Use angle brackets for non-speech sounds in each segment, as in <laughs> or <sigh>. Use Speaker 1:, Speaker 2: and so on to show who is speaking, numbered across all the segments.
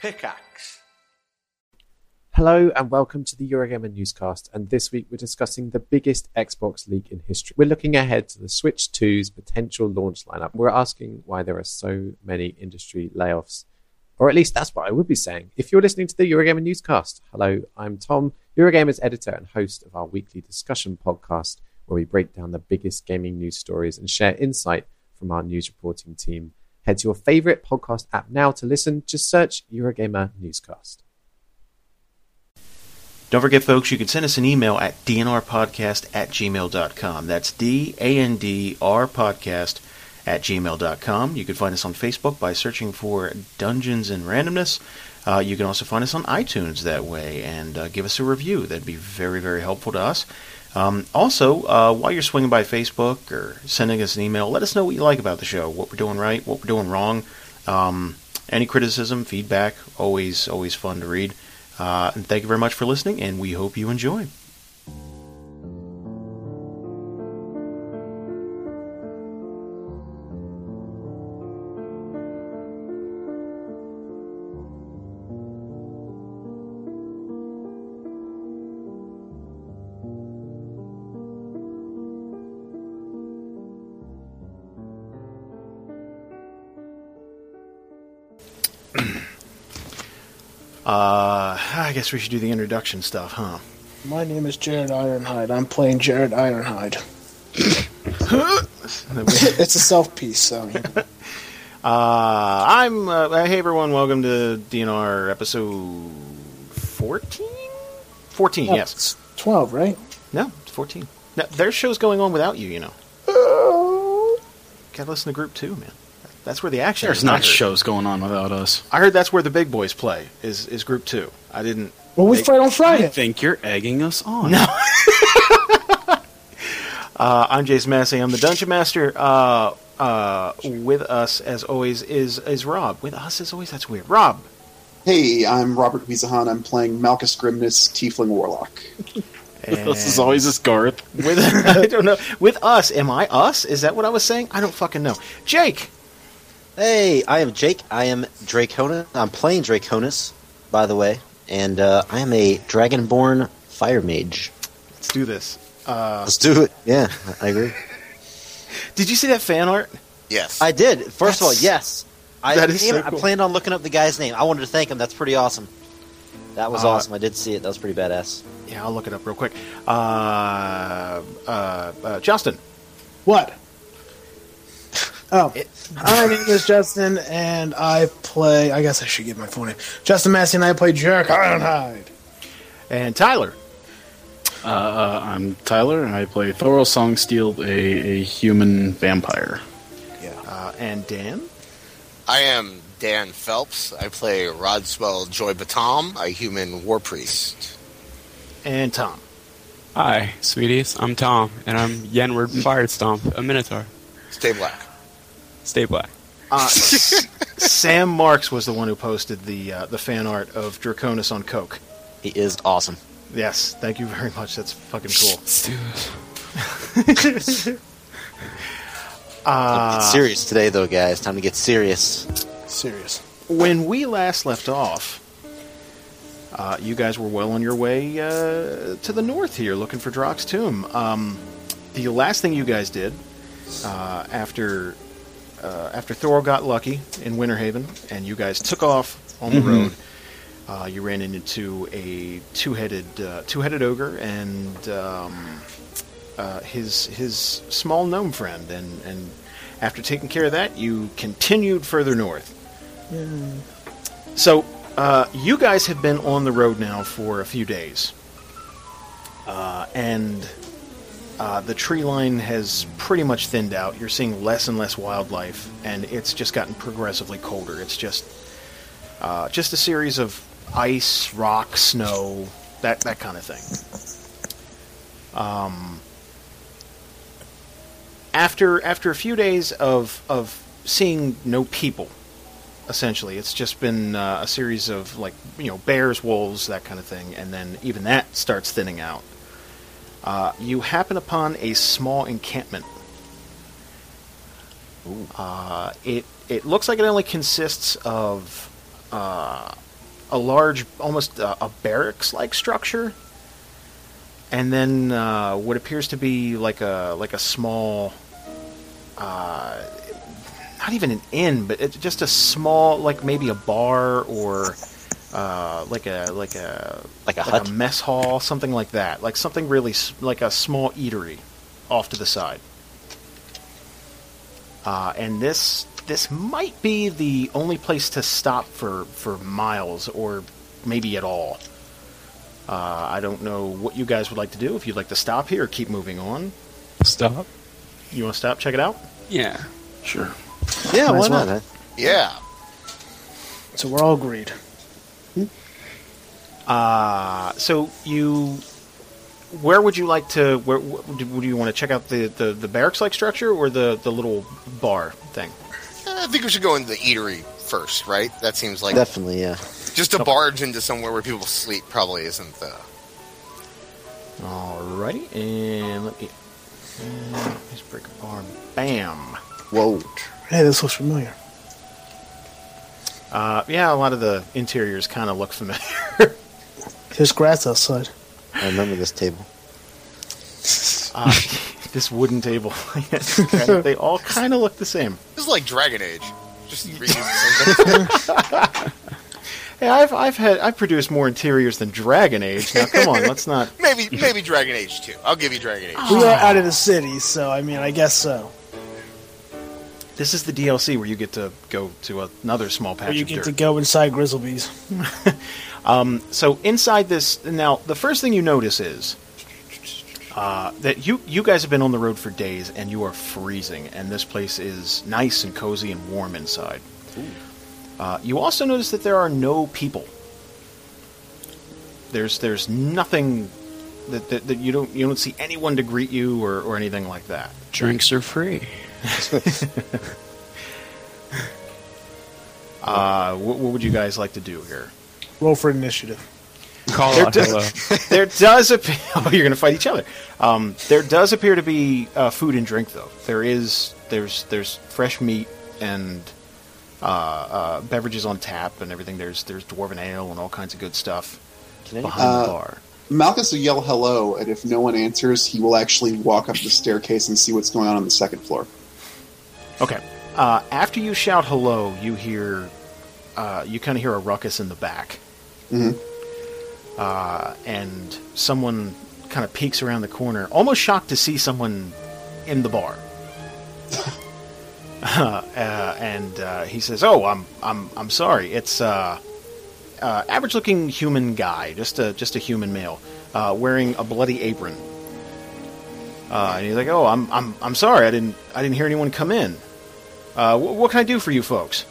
Speaker 1: Pickaxe.
Speaker 2: Hello and welcome to the Eurogamer newscast. And this week we're discussing the biggest Xbox leak in history. We're looking ahead to the Switch 2's potential launch lineup. We're asking why there are so many industry layoffs, or at least that's what I would be saying. If you're listening to the Eurogamer newscast, hello, I'm Tom, Eurogamer's editor and host of our weekly discussion podcast, where we break down the biggest gaming news stories and share insight from our news reporting team. Head to your favorite podcast app now to listen. Just search Eurogamer newscast.
Speaker 3: Don't forget, folks, you can send us an email at dnrpodcast at gmail.com. That's D A N D R podcast at gmail.com. You can find us on Facebook by searching for Dungeons and Randomness. Uh, you can also find us on iTunes that way and uh, give us a review. That'd be very, very helpful to us. Um, also, uh, while you're swinging by Facebook or sending us an email, let us know what you like about the show, what we're doing right, what we're doing wrong. Um, any criticism, feedback, always, always fun to read. Uh, and thank you very much for listening, and we hope you enjoy. Uh, I guess we should do the introduction stuff, huh? <laughs>
Speaker 4: My name is Jared Ironhide. I'm playing Jared Ironhide. it's a self piece, so you know,
Speaker 3: Uh, I'm. Uh, hey, everyone. Welcome to DNR episode 14? 14, yes.
Speaker 4: it's twelve, right?
Speaker 3: No, it's 14. No, there's shows going on without you, you know. Gotta listen to group two, man. That's where the action
Speaker 5: There's
Speaker 3: is. I
Speaker 5: not
Speaker 3: heard.
Speaker 5: shows going on without us.
Speaker 3: I heard that's where the big boys play, is, is group two. I didn't.
Speaker 4: Well, we
Speaker 3: Hey,
Speaker 4: fight on
Speaker 5: I
Speaker 4: Friday.
Speaker 5: think you're egging us on. Oh, No.
Speaker 3: Uh, I'm Jason Massey. I'm the Dungeon Master. Uh, uh, with us, as always, is is Rob. With us, as always, that's weird. Rob.
Speaker 6: Hey, I'm Robert Wizahan. I'm playing Malchus Grimness, Tiefling Warlock.
Speaker 5: <laughs> this is always this Garth.
Speaker 3: with. <laughs> I don't know. With us, am I us? Is that what I was saying? I don't fucking know. Jake.
Speaker 7: Hey, I am Jake. I am Draconis. I'm playing Draconis, by the way, and uh, I am a Dragonborn Fire Mage.
Speaker 3: Let's do this. Uh,
Speaker 7: Let's do it. Yeah, I agree.
Speaker 3: Did you see that fan art?
Speaker 1: Yes.
Speaker 7: I did. First of all, yes. I,
Speaker 3: That is
Speaker 7: damn
Speaker 3: so
Speaker 7: it,
Speaker 3: cool.
Speaker 7: I planned on looking up the guy's name. I wanted to thank him. That's pretty awesome. That was
Speaker 3: Uh,
Speaker 7: awesome. I did see it. That was pretty badass.
Speaker 3: Yeah, I'll look it up real quick. Uh, uh, uh, Justin.
Speaker 4: What? Oh, my name is Justin, and I play. I guess I should give my full name. Justin Massey and I play Jared Ironhide.
Speaker 3: And Tyler.
Speaker 5: Uh, uh, I'm Tyler, and I play Thorol Songsteel, a, a human vampire.
Speaker 3: Uh, and Dan.
Speaker 1: I am Dan Phelps. I play Rodswell Joy Batam, a human war priest.
Speaker 3: And Tom.
Speaker 8: Hi, sweeties. I'm Tom, and I'm Yenward Firestomp, a Minotaur.
Speaker 1: Stay black.
Speaker 8: Stay black.
Speaker 3: Uh, S- Sam Marks was the one who posted the uh, the fan art of Draconis on Coke.
Speaker 7: He is awesome.
Speaker 3: Yes, thank you very much. That's fucking cool.
Speaker 8: Let's do this.
Speaker 7: Let's get serious today, though, guys. Time to get serious.
Speaker 4: Serious.
Speaker 3: When we last left off, uh, you guys were well on your way uh, to the north here, looking for Drock's tomb. Um, the last thing you guys did uh, after uh, after Thor got lucky in Winterhaven, and you guys took off on the road. Uh, you ran into a two-headed uh, two-headed ogre and um, uh, his his small gnome friend, and and after taking care of that, you continued further north. So uh, you guys have been on the road now for a few days, uh, and uh, the tree line has pretty much thinned out. You're seeing less and less wildlife, and it's just gotten progressively colder. It's just uh, just a series of ice, rock, snow, that that kind of thing. after after a few days of of seeing no people, essentially, it's just been uh, a series of like you know bears, wolves, that kind of thing, and then even that starts thinning out. Uh, you happen upon a small encampment. Uh, it it looks like it only consists of uh, a large, almost uh, a barracks-like structure, and then uh, what appears to be like a like a small, uh, not even an inn, but it's just a small, like maybe a bar or uh, like a like a like
Speaker 7: Like a hut?
Speaker 3: a mess hall, something like that, like something really s- like a small eatery off to the side. Uh, and this this might be the only place to stop for for miles, or maybe at all. Uh, I don't know what you guys would like to do. If you'd like to stop here or keep moving on,
Speaker 8: Stop.
Speaker 3: you want to stop, check it out.
Speaker 8: Yeah.
Speaker 5: Sure.
Speaker 4: Might
Speaker 7: Yeah, why
Speaker 4: as well.
Speaker 7: not?
Speaker 1: Yeah.
Speaker 4: So we're all agreed.
Speaker 3: Uh, so you, where would you like to? Where wh- do you want to check out the the, the barracks like structure or the the little bar thing?
Speaker 1: I think we should go into the eatery first, right? That seems like
Speaker 7: Definitely, uh, yeah.
Speaker 1: just to barge into somewhere where people sleep probably isn't the.
Speaker 3: Alrighty, and let me uh, let's break a bar. Bam.
Speaker 6: Whoa.
Speaker 4: Hey, this looks familiar.
Speaker 3: Uh, yeah, a lot of the interiors kind of look familiar. <laughs>
Speaker 4: There's grass outside.
Speaker 7: I remember this table.
Speaker 3: uh, this wooden table. <laughs> they all kind of look the same.
Speaker 1: This is like Dragon Age. Just reusing something.
Speaker 3: Hey, I've I've had I've produced more interiors than Dragon Age. Now, come on, let's not.
Speaker 1: <laughs> maybe maybe Dragon Age 2. I'll give you Dragon Age.
Speaker 7: Oh.
Speaker 4: We are out of the city, so I mean, I guess so.
Speaker 3: This is the DLC where you get to go to another small patch
Speaker 4: Or you
Speaker 3: of
Speaker 4: get
Speaker 3: dirt.
Speaker 4: to go inside Grizzlebees.
Speaker 3: so inside this now the first thing you notice is uh, that you you guys have been on the road for days and you are freezing and this place is nice and cozy and warm inside uh, you also notice that there are no people there's there's nothing that, that, that you don't you don't see anyone to greet you or, or anything like that
Speaker 8: Drinks are free.
Speaker 3: uh, what, what would you guys like to do here
Speaker 4: Roll for initiative.
Speaker 8: Call
Speaker 3: They're
Speaker 8: out
Speaker 3: done.
Speaker 8: hello.
Speaker 3: <laughs> there does appear. Oh, you're going to fight each other. Um, there does appear to be uh, food and drink, though. There is there's there's fresh meat and uh, uh, beverages on tap and everything. There's there's dwarven ale and all kinds of good stuff
Speaker 7: Can I,
Speaker 3: behind the
Speaker 6: Uh,
Speaker 3: bar.
Speaker 6: Malchus will yell hello, and if no one answers, he will actually walk up the staircase and see what's going on on the second floor.
Speaker 3: Okay. Uh, after you shout hello, you hear uh, you kind of hear a ruckus in the back,
Speaker 6: Mhm.
Speaker 3: uh, and someone kind of peeks around the corner, almost shocked to see someone in the bar. uh, and uh, he says, "Oh, I'm I'm I'm sorry. It's uh, uh, average-looking human guy, just a just a human male, uh, wearing a bloody apron." Uh, and he's like, "Oh, I'm, I'm, I'm sorry. I didn't, I didn't hear anyone come in. Uh, wh- what can I do for you folks?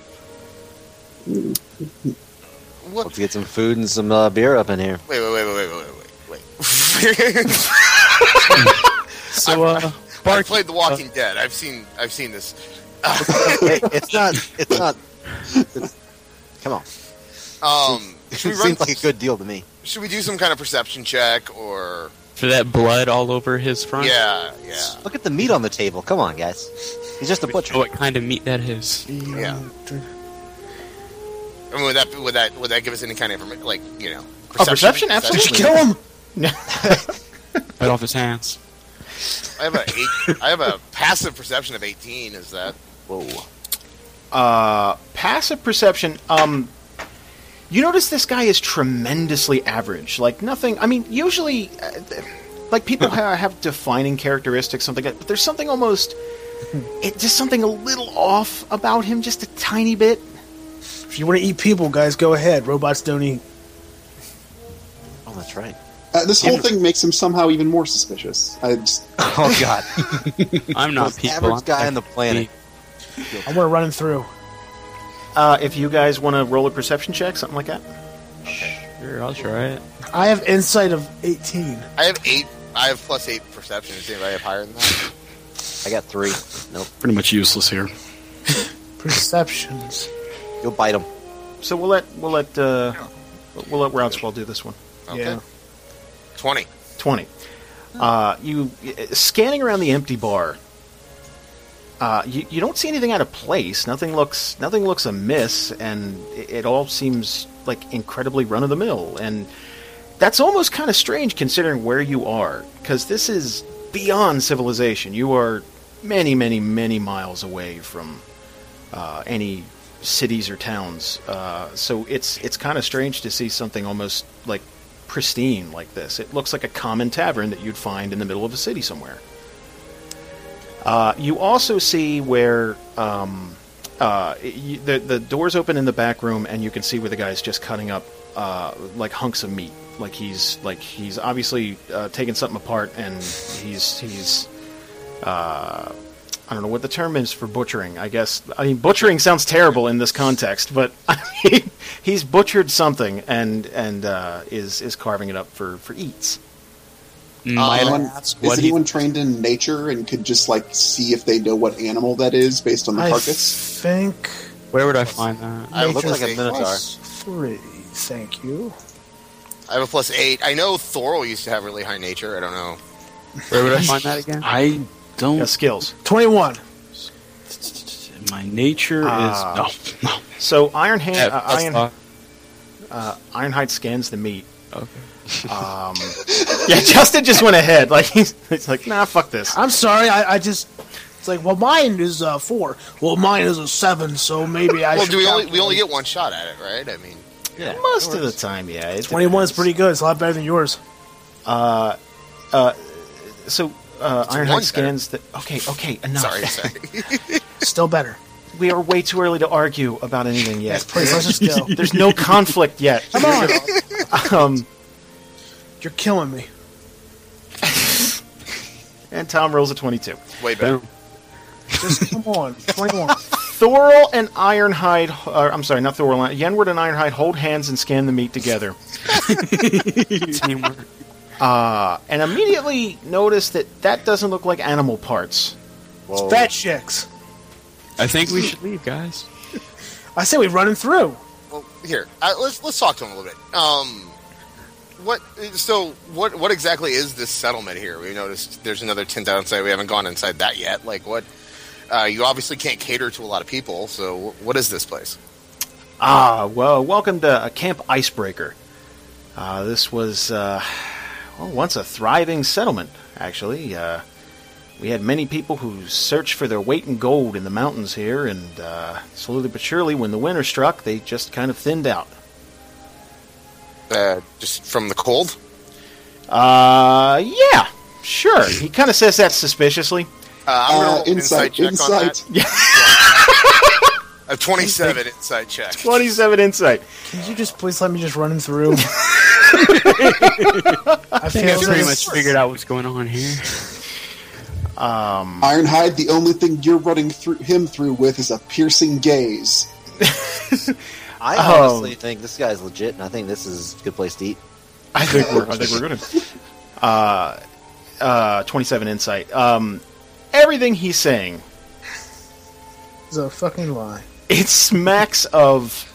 Speaker 1: What?
Speaker 7: Let's get some food and some uh, beer up in here.
Speaker 1: Wait, wait, wait, wait, wait, wait, wait, wait.
Speaker 8: So, uh,
Speaker 1: I played The Walking Dead. I've seen I've seen this.
Speaker 7: <laughs> hey, it's not. <laughs> It's not. It's, come on. <laughs>
Speaker 1: Um, should
Speaker 7: It
Speaker 1: we run?
Speaker 7: seems like a good deal to me.
Speaker 1: Should we do some kind of perception check or?
Speaker 8: for that blood all over his front.
Speaker 1: Yeah, yeah,
Speaker 7: Look at the meat on the table. Come on, guys. He's just a
Speaker 8: We know
Speaker 7: butcher.
Speaker 8: Oh, what kind of meat that is.
Speaker 1: yeah. I mean, would that would that would that give us any kind of informa- like you know
Speaker 3: Oh, perception? Absolutely.
Speaker 4: Kill him!
Speaker 8: Cut off his hands.
Speaker 1: I have a eight, I have a passive perception of eighteen. Is that
Speaker 7: Whoa.
Speaker 3: Uh, passive perception. Um, you notice this guy is tremendously average. Like nothing. I mean, usually, uh, th- like people ha- have defining characteristics, something. Like, but there's something almost, it just something a little off about him, just a tiny bit.
Speaker 4: If you want to eat people, guys, go ahead. Robots don't eat.
Speaker 7: Oh, that's right.
Speaker 6: Uh, this whole thing makes him somehow even more suspicious. I just,
Speaker 7: <laughs> Oh God.
Speaker 8: I'm not
Speaker 7: Most
Speaker 8: people.
Speaker 7: average
Speaker 8: I'm
Speaker 7: guy on the
Speaker 8: actually-
Speaker 7: planet.
Speaker 4: I want to run him through.
Speaker 3: Uh, if you guys want to roll a perception check, something like that.
Speaker 8: Sure, I'll try it.
Speaker 4: I have insight of 18.
Speaker 1: I have eight? I have plus eight perception. Does anybody have higher than that?
Speaker 7: I got three. Nope.
Speaker 5: Pretty much useless here.
Speaker 4: Perceptions.
Speaker 7: You'll bite him.
Speaker 3: So we'll let we'll let uh, we'll let Rouncewell do this one.
Speaker 1: Okay,
Speaker 4: Yeah.
Speaker 1: twenty.
Speaker 3: 20. Uh, you scanning around the empty bar. Uh, you, you don't see anything out of place. Nothing looks nothing looks amiss, and it, it all seems like incredibly run of the mill, and that's almost kind of strange considering where you are, because this is beyond civilization. You are many, many, many miles away from uh, any cities or towns. Uh, so it's it's kind of strange to see something almost like pristine like this. It looks like a common tavern that you'd find in the middle of a city somewhere. Uh, you also see where um, uh, you, the the doors open in the back room, and you can see where the guy's just cutting up uh, like hunks of meat. Like he's like he's obviously uh, taking something apart, and he's he's uh, I don't know what the term is for butchering. I guess I mean butchering sounds terrible in this context, but <laughs> I mean, he's butchered something and and uh, is is carving it up for for eats. uh,
Speaker 7: Uh,
Speaker 8: Might I
Speaker 1: Um,
Speaker 6: Anyone-
Speaker 8: ask
Speaker 6: is
Speaker 8: what he-
Speaker 6: anyone trained in nature and could just like see if they know what animal that is based on the
Speaker 4: I
Speaker 6: carcass?
Speaker 4: think
Speaker 8: Where would I find that?
Speaker 1: I have
Speaker 7: Looks
Speaker 1: plus
Speaker 7: like a
Speaker 1: eight.
Speaker 7: minotaur.
Speaker 4: plus three. Thank you.
Speaker 1: I have a plus eight. I know Thorol used to have really high nature. I don't know.
Speaker 8: Where would I find that
Speaker 7: <laughs>
Speaker 8: again?
Speaker 5: I don't.
Speaker 8: Mm-hmm.
Speaker 3: Yeah, skills.
Speaker 4: Twenty-one.
Speaker 5: My nature
Speaker 3: Ah.
Speaker 5: is no, no.
Speaker 3: So Iron Hand,
Speaker 8: Yeah,
Speaker 3: uh,
Speaker 8: that's
Speaker 3: Iron,
Speaker 8: fine.
Speaker 3: uh, Ironhide scans the meat.
Speaker 8: Okay. <laughs>
Speaker 3: Um, yeah, Justin just went ahead. Like he's, he's like, nah, fuck this.
Speaker 4: I'm sorry. I, I just. It's like well, mine is a four. Well, mine is a seven. So maybe I.
Speaker 1: <laughs> well,
Speaker 4: should
Speaker 1: do we only we
Speaker 4: calculate.
Speaker 1: only get one shot at it, right? I mean,
Speaker 3: Yeah, most of the time, yeah. it
Speaker 4: Twenty-one
Speaker 3: depends.
Speaker 4: is pretty good. It's a lot better than yours.
Speaker 3: So uh,
Speaker 1: a one
Speaker 3: Ironhide scans the. Okay, okay, enough.
Speaker 1: sorry, sorry.
Speaker 4: Still
Speaker 1: <laughs>
Speaker 4: better.
Speaker 3: We are way too early to argue about anything yet.
Speaker 4: Please,
Speaker 1: <laughs>
Speaker 4: let's just go.
Speaker 3: There's no conflict
Speaker 8: <laughs>
Speaker 3: yet.
Speaker 4: Come on.
Speaker 3: Um,
Speaker 4: You're killing me.
Speaker 3: and Tom rolls a 22.
Speaker 1: Way better.
Speaker 4: Just come on. Twenty-one.
Speaker 3: Thorl and Ironhide, uh, I'm sorry, not Thorl, Yenward and Ironhide hold hands and scan the meat together.
Speaker 8: Teamwork.
Speaker 3: Uh, and immediately notice that that doesn't look like animal parts.
Speaker 7: Whoa.
Speaker 4: Fat chicks.
Speaker 8: I think we should leave, guys.
Speaker 4: I say we running through.
Speaker 1: Well, here, uh, let's let's talk to him a little bit. Um, what? So, what? What exactly is this settlement here? We noticed there's another tent outside. We haven't gone inside that yet. Like, what? Uh, you obviously can't cater to a lot of people. So, what is this place?
Speaker 3: Ah, well, welcome to uh, Camp Icebreaker. Uh, this was uh, well, once a thriving settlement, actually. Uh, we had many people who searched for their weight in gold in the mountains here, and uh, slowly but surely, when the winter struck, they just kind of thinned out.
Speaker 1: Uh, just from the cold?
Speaker 3: Uh, yeah, sure. He kind of says that suspiciously.
Speaker 1: Uh, I'm gonna
Speaker 6: Uh,
Speaker 1: roll an
Speaker 6: insight,
Speaker 1: check on
Speaker 6: insight.
Speaker 1: that. <laughs> A 27 inside check.
Speaker 3: 27 insight.
Speaker 4: Can you just please let me just running through? I feel
Speaker 8: I think I pretty much
Speaker 4: this.
Speaker 8: figured out what's going on here.
Speaker 6: Ironhide, the only thing you're running through him through with is a piercing gaze.
Speaker 7: I
Speaker 3: Oh.
Speaker 7: honestly think this guy's legit, and I think this is a good place to eat.
Speaker 3: I think we're I think we're good. <laughs> Uh, uh, 27 insight. Um, everything he's saying
Speaker 4: It's a fucking lie.
Speaker 3: it smacks of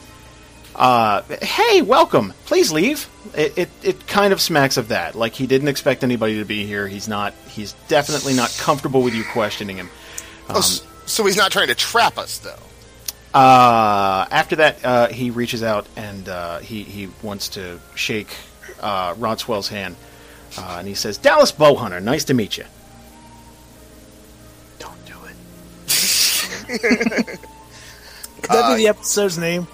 Speaker 3: uh, hey welcome please leave it, it, it kind of smacks of that like he didn't expect anybody to be here he's not he's definitely not comfortable with you questioning him
Speaker 1: Oh, s- so he's not trying to trap us, though.
Speaker 3: uh, after that uh, he reaches out and uh, he, he wants to shake uh, rodswell's hand uh, and he says dallas bowhunter nice to meet you
Speaker 4: Don't do it. Could that be the episode's name?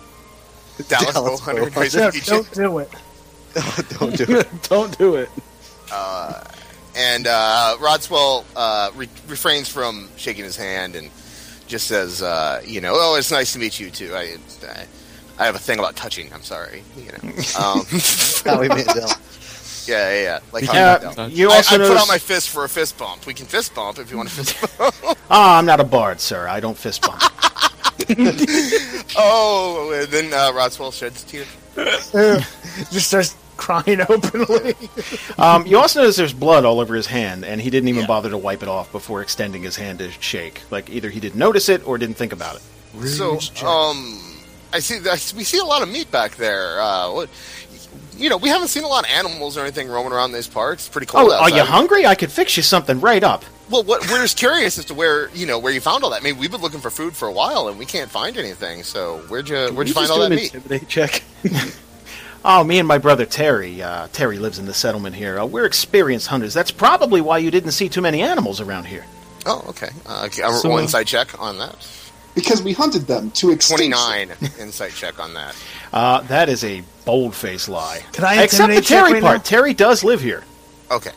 Speaker 1: Dallas,
Speaker 7: Dallas
Speaker 1: Bowhunter,
Speaker 7: Bowhunter.
Speaker 1: Crazy
Speaker 4: No,
Speaker 1: <laughs> Kitchen.
Speaker 4: don't do it.
Speaker 7: Don't do it.
Speaker 5: Don't do it.
Speaker 1: And uh, Rodswell uh, re- refrains from shaking his hand and just says, uh, you know, oh, it's nice to meet you, too. I, I, I have a thing about touching. I'm sorry. You know. Um,
Speaker 7: Howie Mandel.
Speaker 1: yeah, yeah, yeah. Like, how
Speaker 3: Uh,
Speaker 1: you
Speaker 3: <laughs>
Speaker 1: know.
Speaker 3: you
Speaker 1: I,
Speaker 3: also
Speaker 1: I put
Speaker 3: notice-
Speaker 1: out my fist for a fist bump. We can fist bump if you want to
Speaker 3: <laughs>
Speaker 1: fist bump.
Speaker 3: ah i'm not a bard sir i don't fist
Speaker 1: <laughs>
Speaker 3: bump
Speaker 1: oh, and then uh, Rodswell sheds a tear.
Speaker 4: <laughs> Just starts crying <laughs> openly.
Speaker 3: Um, you also notice there's blood all over his hand, and he didn't even bother to wipe it off before extending his hand to shake. Like either he didn't notice it or didn't think about it.
Speaker 1: So, um, I see. I, we see a lot of meat back there. Uh, what, you know, we haven't seen a lot of animals or anything roaming around these parks. Pretty cold.
Speaker 3: Oh, are you
Speaker 1: outside.
Speaker 3: hungry? I could fix you something right up.
Speaker 1: Well, what, we're just curious as to where you know where you found all that. I mean, we've been looking for food for a while and we can't find anything. So where'd you where'd you find all that meat?
Speaker 5: Intimidate check.
Speaker 3: Oh, me and my brother Terry. Uh, Terry lives in the settlement here. Uh, we're experienced hunters. That's probably why you didn't see too many animals around here.
Speaker 1: Oh, okay. Uh, okay, I-
Speaker 5: So,
Speaker 1: roll
Speaker 5: uh,
Speaker 1: insight check on that.
Speaker 6: <laughs> Because we hunted them to extinction.
Speaker 1: 29 insight check on that.
Speaker 3: Uh, that is a bold-faced lie.
Speaker 4: Can I
Speaker 3: Except the
Speaker 4: intimidate check
Speaker 3: Terry
Speaker 4: right
Speaker 3: part.
Speaker 4: now?
Speaker 3: Terry does live here.
Speaker 1: Okay.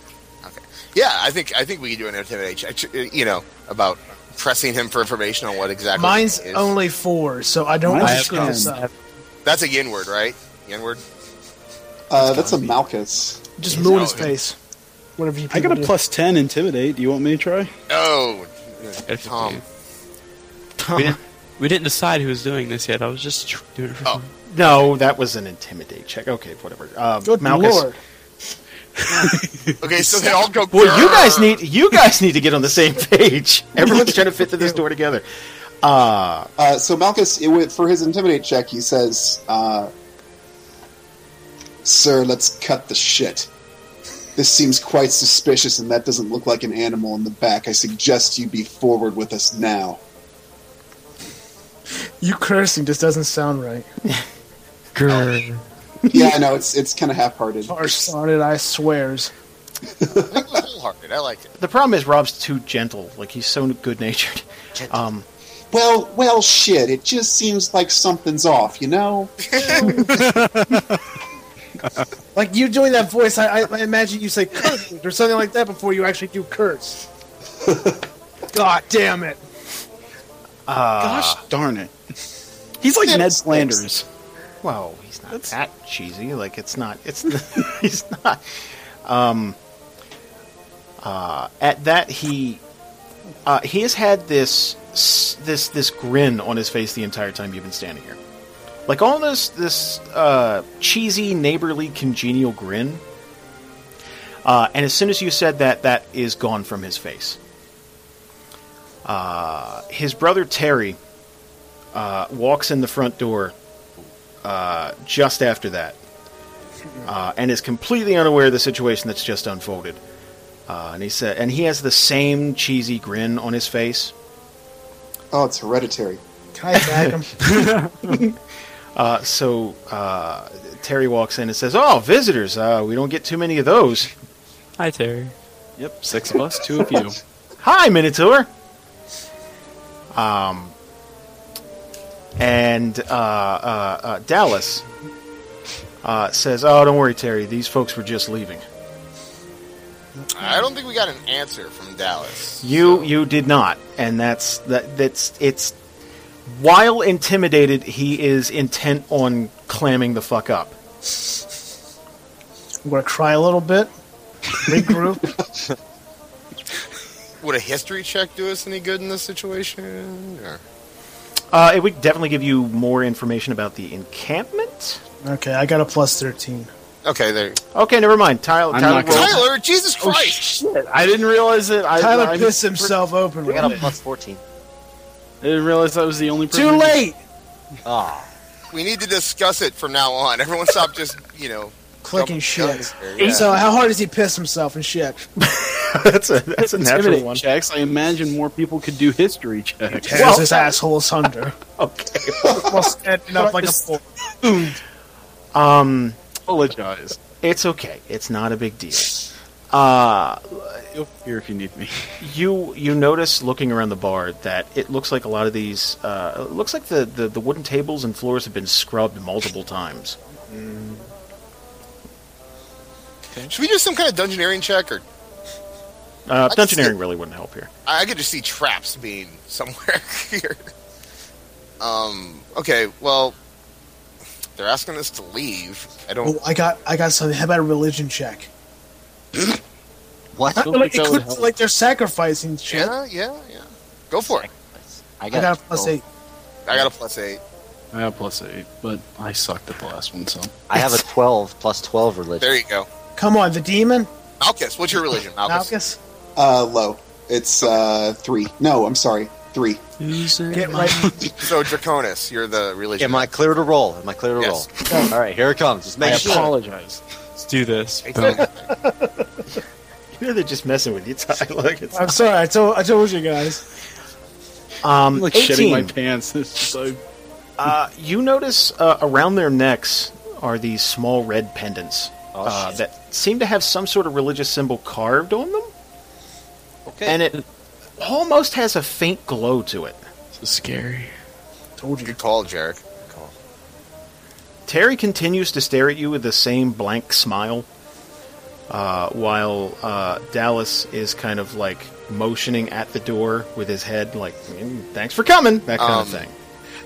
Speaker 1: Okay. Yeah, I think I think we can do an intimidate check, ch- you know, about pressing him for information on what exactly
Speaker 4: Mine's
Speaker 1: it is.
Speaker 4: only four, so I don't
Speaker 5: Mine's
Speaker 4: want to screw
Speaker 5: ten.
Speaker 4: this up.
Speaker 1: That's a yin word, right? Yin word?
Speaker 6: Uh, that's a Malchus.
Speaker 4: Just
Speaker 1: He's
Speaker 4: moon his
Speaker 1: out.
Speaker 4: face. Whatever you
Speaker 5: I got a
Speaker 4: people do.
Speaker 5: plus ten intimidate. Do you want me to try?
Speaker 1: Oh,
Speaker 8: If-
Speaker 1: Tom.
Speaker 8: We didn't, we didn't decide who was doing this yet. I was just tr- doing it for
Speaker 1: Oh.
Speaker 8: fun.
Speaker 3: No, that was an intimidate check. Okay, whatever. Uh,
Speaker 4: Good
Speaker 3: Malchus.
Speaker 4: lord.
Speaker 1: Okay,
Speaker 3: <laughs>
Speaker 1: so they all go.
Speaker 3: Well, you guys need you guys need to get on the same page.
Speaker 4: <laughs>
Speaker 3: Everyone's trying to fit through this door together. Uh,
Speaker 6: Uh, so Malchus, it, wa- for his intimidate check, he says, uh, "Sir, let's cut the shit. This seems quite suspicious, and that doesn't look like an animal in the back. I suggest you be forward with us now."
Speaker 4: You cursing just doesn't sound right.
Speaker 8: Grr.
Speaker 6: yeah, I know it's it's kind of half-hearted.
Speaker 4: Farce on it, I swears.
Speaker 1: <laughs> wholehearted. I like it.
Speaker 3: the problem is Rob's too gentle. Like he's so good natured. Um,
Speaker 6: Well, well, shit. It just seems like something's off, you know.
Speaker 4: Like you doing that voice, I, I imagine you say cursing or something like that before you actually do curse. God damn it.
Speaker 5: Gosh darn it! He's like Ned Flanders.
Speaker 3: well, he's not that cheesy. Like it's not. It's <laughs> he's not. Um, uh, at that he uh, he has had this s- this this grin on his face the entire time you've been standing here. Like all this this uh, cheesy neighborly congenial grin. Uh, and as soon as you said that, that is gone from his face. Uh, his brother Terry uh, walks in the front door uh, just after that, uh, and is completely unaware of the situation that's just unfolded. Uh, and he said, and he has the same cheesy grin on his face.
Speaker 6: Oh, it's hereditary.
Speaker 4: Can I bag him?
Speaker 3: Uh, so uh, Terry walks in and says, "Oh, visitors! Uh, we don't get too many of those."
Speaker 8: Hi, Terry.
Speaker 5: Yep, six of us, two of <laughs> you.
Speaker 3: Hi, Minotaur. Um, and uh, uh, uh, Dallas uh, says, "Oh, don't worry, Terry. These folks were just leaving.
Speaker 1: I don't think we got an answer from Dallas.
Speaker 3: You
Speaker 1: so-
Speaker 3: you did not, and that's that that's it's." While intimidated, he is intent on clamming the fuck up.
Speaker 4: I'm gonna cry a little bit. Regroup.
Speaker 1: would a history check do us any good in this situation? Or-
Speaker 3: Uh, it would definitely give you more information about the encampment.
Speaker 4: okay, I got a plus thirteen.
Speaker 1: Okay, there. Oh,
Speaker 3: Okay, never mind. Tyler,
Speaker 5: I'm
Speaker 3: Tyler
Speaker 5: not gonna-
Speaker 3: rolled-
Speaker 1: Tyler, Jesus Christ!
Speaker 5: I didn't realize it. I,
Speaker 4: Tyler
Speaker 5: I'm-
Speaker 4: pissed himself open
Speaker 7: We
Speaker 4: with
Speaker 7: got a
Speaker 4: it.
Speaker 7: plus 14.
Speaker 5: I didn't realize that was the only. person
Speaker 4: Too
Speaker 5: who-
Speaker 4: late!
Speaker 7: Ah,
Speaker 1: we need to discuss it from now on. Everyone, stop just you know
Speaker 4: Clicking
Speaker 1: double
Speaker 4: shit.
Speaker 1: guns here. Yeah.
Speaker 4: So how hard does he piss himself and shit?
Speaker 3: <laughs> that's a that's a natural
Speaker 5: Intimidate
Speaker 3: one.
Speaker 5: checks. I imagine more people could do history checks. <laughs>
Speaker 4: Tears his asshole <laughs> asunder.
Speaker 3: Okay.
Speaker 4: While standing up like a fool.
Speaker 3: Um,
Speaker 5: Apologize.
Speaker 3: It's okay. It's not a big deal. Uh,
Speaker 5: Feel Here, if you need me.
Speaker 3: you you notice looking around the bar that it looks like a lot of these uh, it looks like the, the, the wooden tables and floors have been scrubbed multiple times.
Speaker 1: should we do some kind of dungeoneering check, or
Speaker 3: Uh,
Speaker 1: I just-
Speaker 3: dungeoneering really wouldn't help here.
Speaker 1: I I could just see traps being <laughs> somewhere here. Um. Okay. Well, they're asking us to leave. I don't.
Speaker 4: Oh, I got I got something. How about a religion check?
Speaker 7: what?
Speaker 4: I
Speaker 5: don't
Speaker 4: feel like,
Speaker 5: think
Speaker 4: it
Speaker 5: that
Speaker 4: could
Speaker 5: would
Speaker 4: be
Speaker 5: help.
Speaker 4: like they're sacrificing shit.
Speaker 1: Yeah. Yeah. Yeah. Go for it.
Speaker 7: I
Speaker 4: I got a plus
Speaker 7: oh,
Speaker 4: eight.
Speaker 1: I got a plus eight.
Speaker 5: I have plus eight, but I sucked at the last one, so
Speaker 7: I have a 12 plus 12 religion.
Speaker 1: There you go.
Speaker 4: Come on, the demon?
Speaker 1: Malchus, what's your religion, Malchus?
Speaker 4: Malchus?
Speaker 6: Uh, low. It's uh three. No, I'm sorry, three.
Speaker 4: Get right.
Speaker 1: So Draconis, you're the religion.
Speaker 7: Am I clear to roll? Am I clear to
Speaker 1: Yes.
Speaker 7: roll? All right, here it comes. Just
Speaker 5: I
Speaker 7: make sure.
Speaker 5: apologize.
Speaker 8: Let's do this. Boom.
Speaker 1: Exactly.
Speaker 3: You know they're just messing with you, Tyler. <laughs> It's,
Speaker 4: I'm sorry, I told I told you guys.
Speaker 3: um,
Speaker 5: I'm like shitting my <laughs>
Speaker 3: 18.
Speaker 5: pants. It's just like,
Speaker 3: Uh, you notice uh, around their necks are these small red pendants
Speaker 7: Oh,
Speaker 3: uh,
Speaker 7: shit.
Speaker 3: that seem to have some sort of religious symbol carved on them,
Speaker 7: Okay.
Speaker 3: and it almost has a faint glow to it.
Speaker 5: So scary.
Speaker 4: Told you.
Speaker 1: Good call, Jarek. Good call.
Speaker 3: Terry continues to stare at you with the same blank smile, uh, while uh, Dallas is kind of like motioning at the door with his head, like "Mm, "Thanks for coming," that kind
Speaker 1: Um,
Speaker 3: of thing.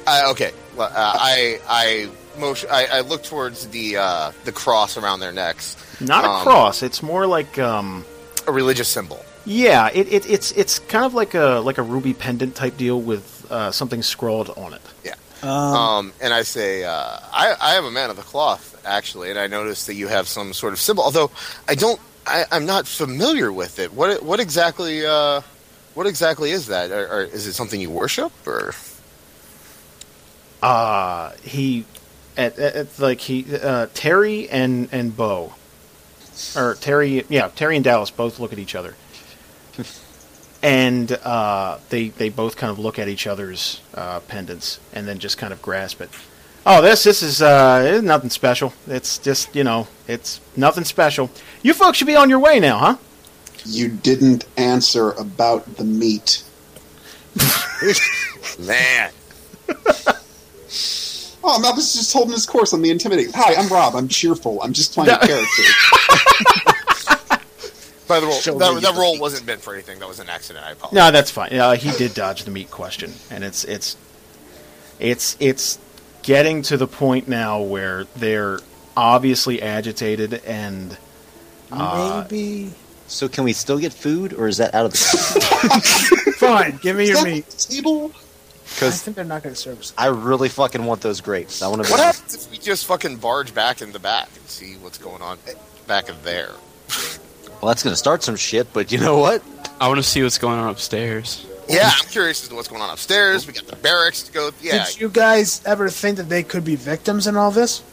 Speaker 1: Uh, okay, well, uh, I I motion. I, I look towards the uh, the cross around their necks.
Speaker 3: Not
Speaker 1: um,
Speaker 3: a cross; it's more like, um,
Speaker 1: A religious symbol.
Speaker 3: yeah, it, it, it's it's kind of like a like a ruby pendant type deal with uh, something scrawled on it.
Speaker 1: Yeah.
Speaker 4: Um,
Speaker 1: Um, and I say, uh, I, I am a man of the cloth, actually, and I noticed that you have some sort of symbol. Although I don't, I, I'm not familiar with it. What what exactly? Uh, what exactly is that? Or, or is it something you worship? Or <laughs>
Speaker 3: Uh, he, at, at, at, like he, uh, Terry and and Bo, or Terry, yeah, Terry and Dallas both look at each other, and uh, they they both kind of look at each other's uh, pendants and then just kind of grasp it. Oh, this this is uh, it's nothing special. It's just you know, it's nothing special. You folks should be on your way now, huh?
Speaker 6: You didn't answer about the meat.
Speaker 1: man,
Speaker 6: Oh, I'm Malthus is just holding his course on the intimidating. Hi, I'm Rob. I'm cheerful. I'm just playing a character.
Speaker 1: by the roll,
Speaker 6: Show
Speaker 1: that,
Speaker 6: me
Speaker 1: that
Speaker 6: the
Speaker 1: roll
Speaker 6: feet.
Speaker 1: wasn't meant for anything. That was an accident. I apologize.
Speaker 3: No, that's fine. Uh, he did dodge the meat question, and it's it's it's it's getting to the point now where they're obviously agitated, and uh,
Speaker 4: maybe.
Speaker 7: so can we still get food, or is that out of the?
Speaker 4: Fine. Give me
Speaker 6: Is
Speaker 4: your
Speaker 6: that
Speaker 4: meat.
Speaker 6: table?
Speaker 4: I
Speaker 7: Because
Speaker 4: think they're not going to serve us.
Speaker 7: I really fucking want those grapes. I want to.
Speaker 1: What happens if we just fucking barge back in the back and see what's going on back in there?
Speaker 7: Well, that's gonna start some shit, but you know what?
Speaker 8: I want to see what's going on upstairs.
Speaker 1: Yeah, I'm curious as to what's going on upstairs. We got the barracks to go. Yeah,
Speaker 4: Did you guys ever think that they could be victims in all this?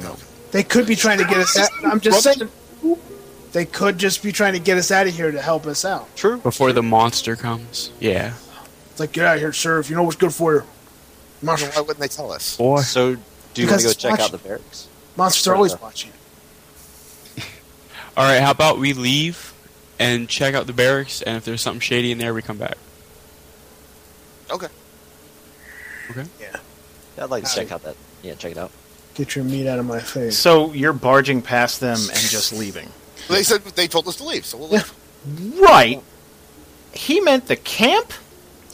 Speaker 1: No.
Speaker 4: They could be trying to get us out. I'm just saying. They could just be trying to get us out of here to help us out.
Speaker 7: True.
Speaker 8: Before the monster comes. Yeah.
Speaker 4: It's like, get out of here, sheriff. You know what's good for you.
Speaker 1: Marshall, why wouldn't they tell us?
Speaker 8: Boy.
Speaker 7: So do you want
Speaker 4: Because
Speaker 7: to go check
Speaker 4: watch-
Speaker 7: out the barracks?
Speaker 4: Monsters are always watching.
Speaker 8: All right, how about we leave and check out the barracks, and if there's something shady in there, we come back.
Speaker 1: Okay.
Speaker 7: Yeah, I'd like to check out that. Yeah, check it out.
Speaker 4: Get your meat out of my face.
Speaker 3: so you're barging past them and just leaving.
Speaker 1: They said they told us to leave, so we'll leave.
Speaker 3: Right? He meant the camp.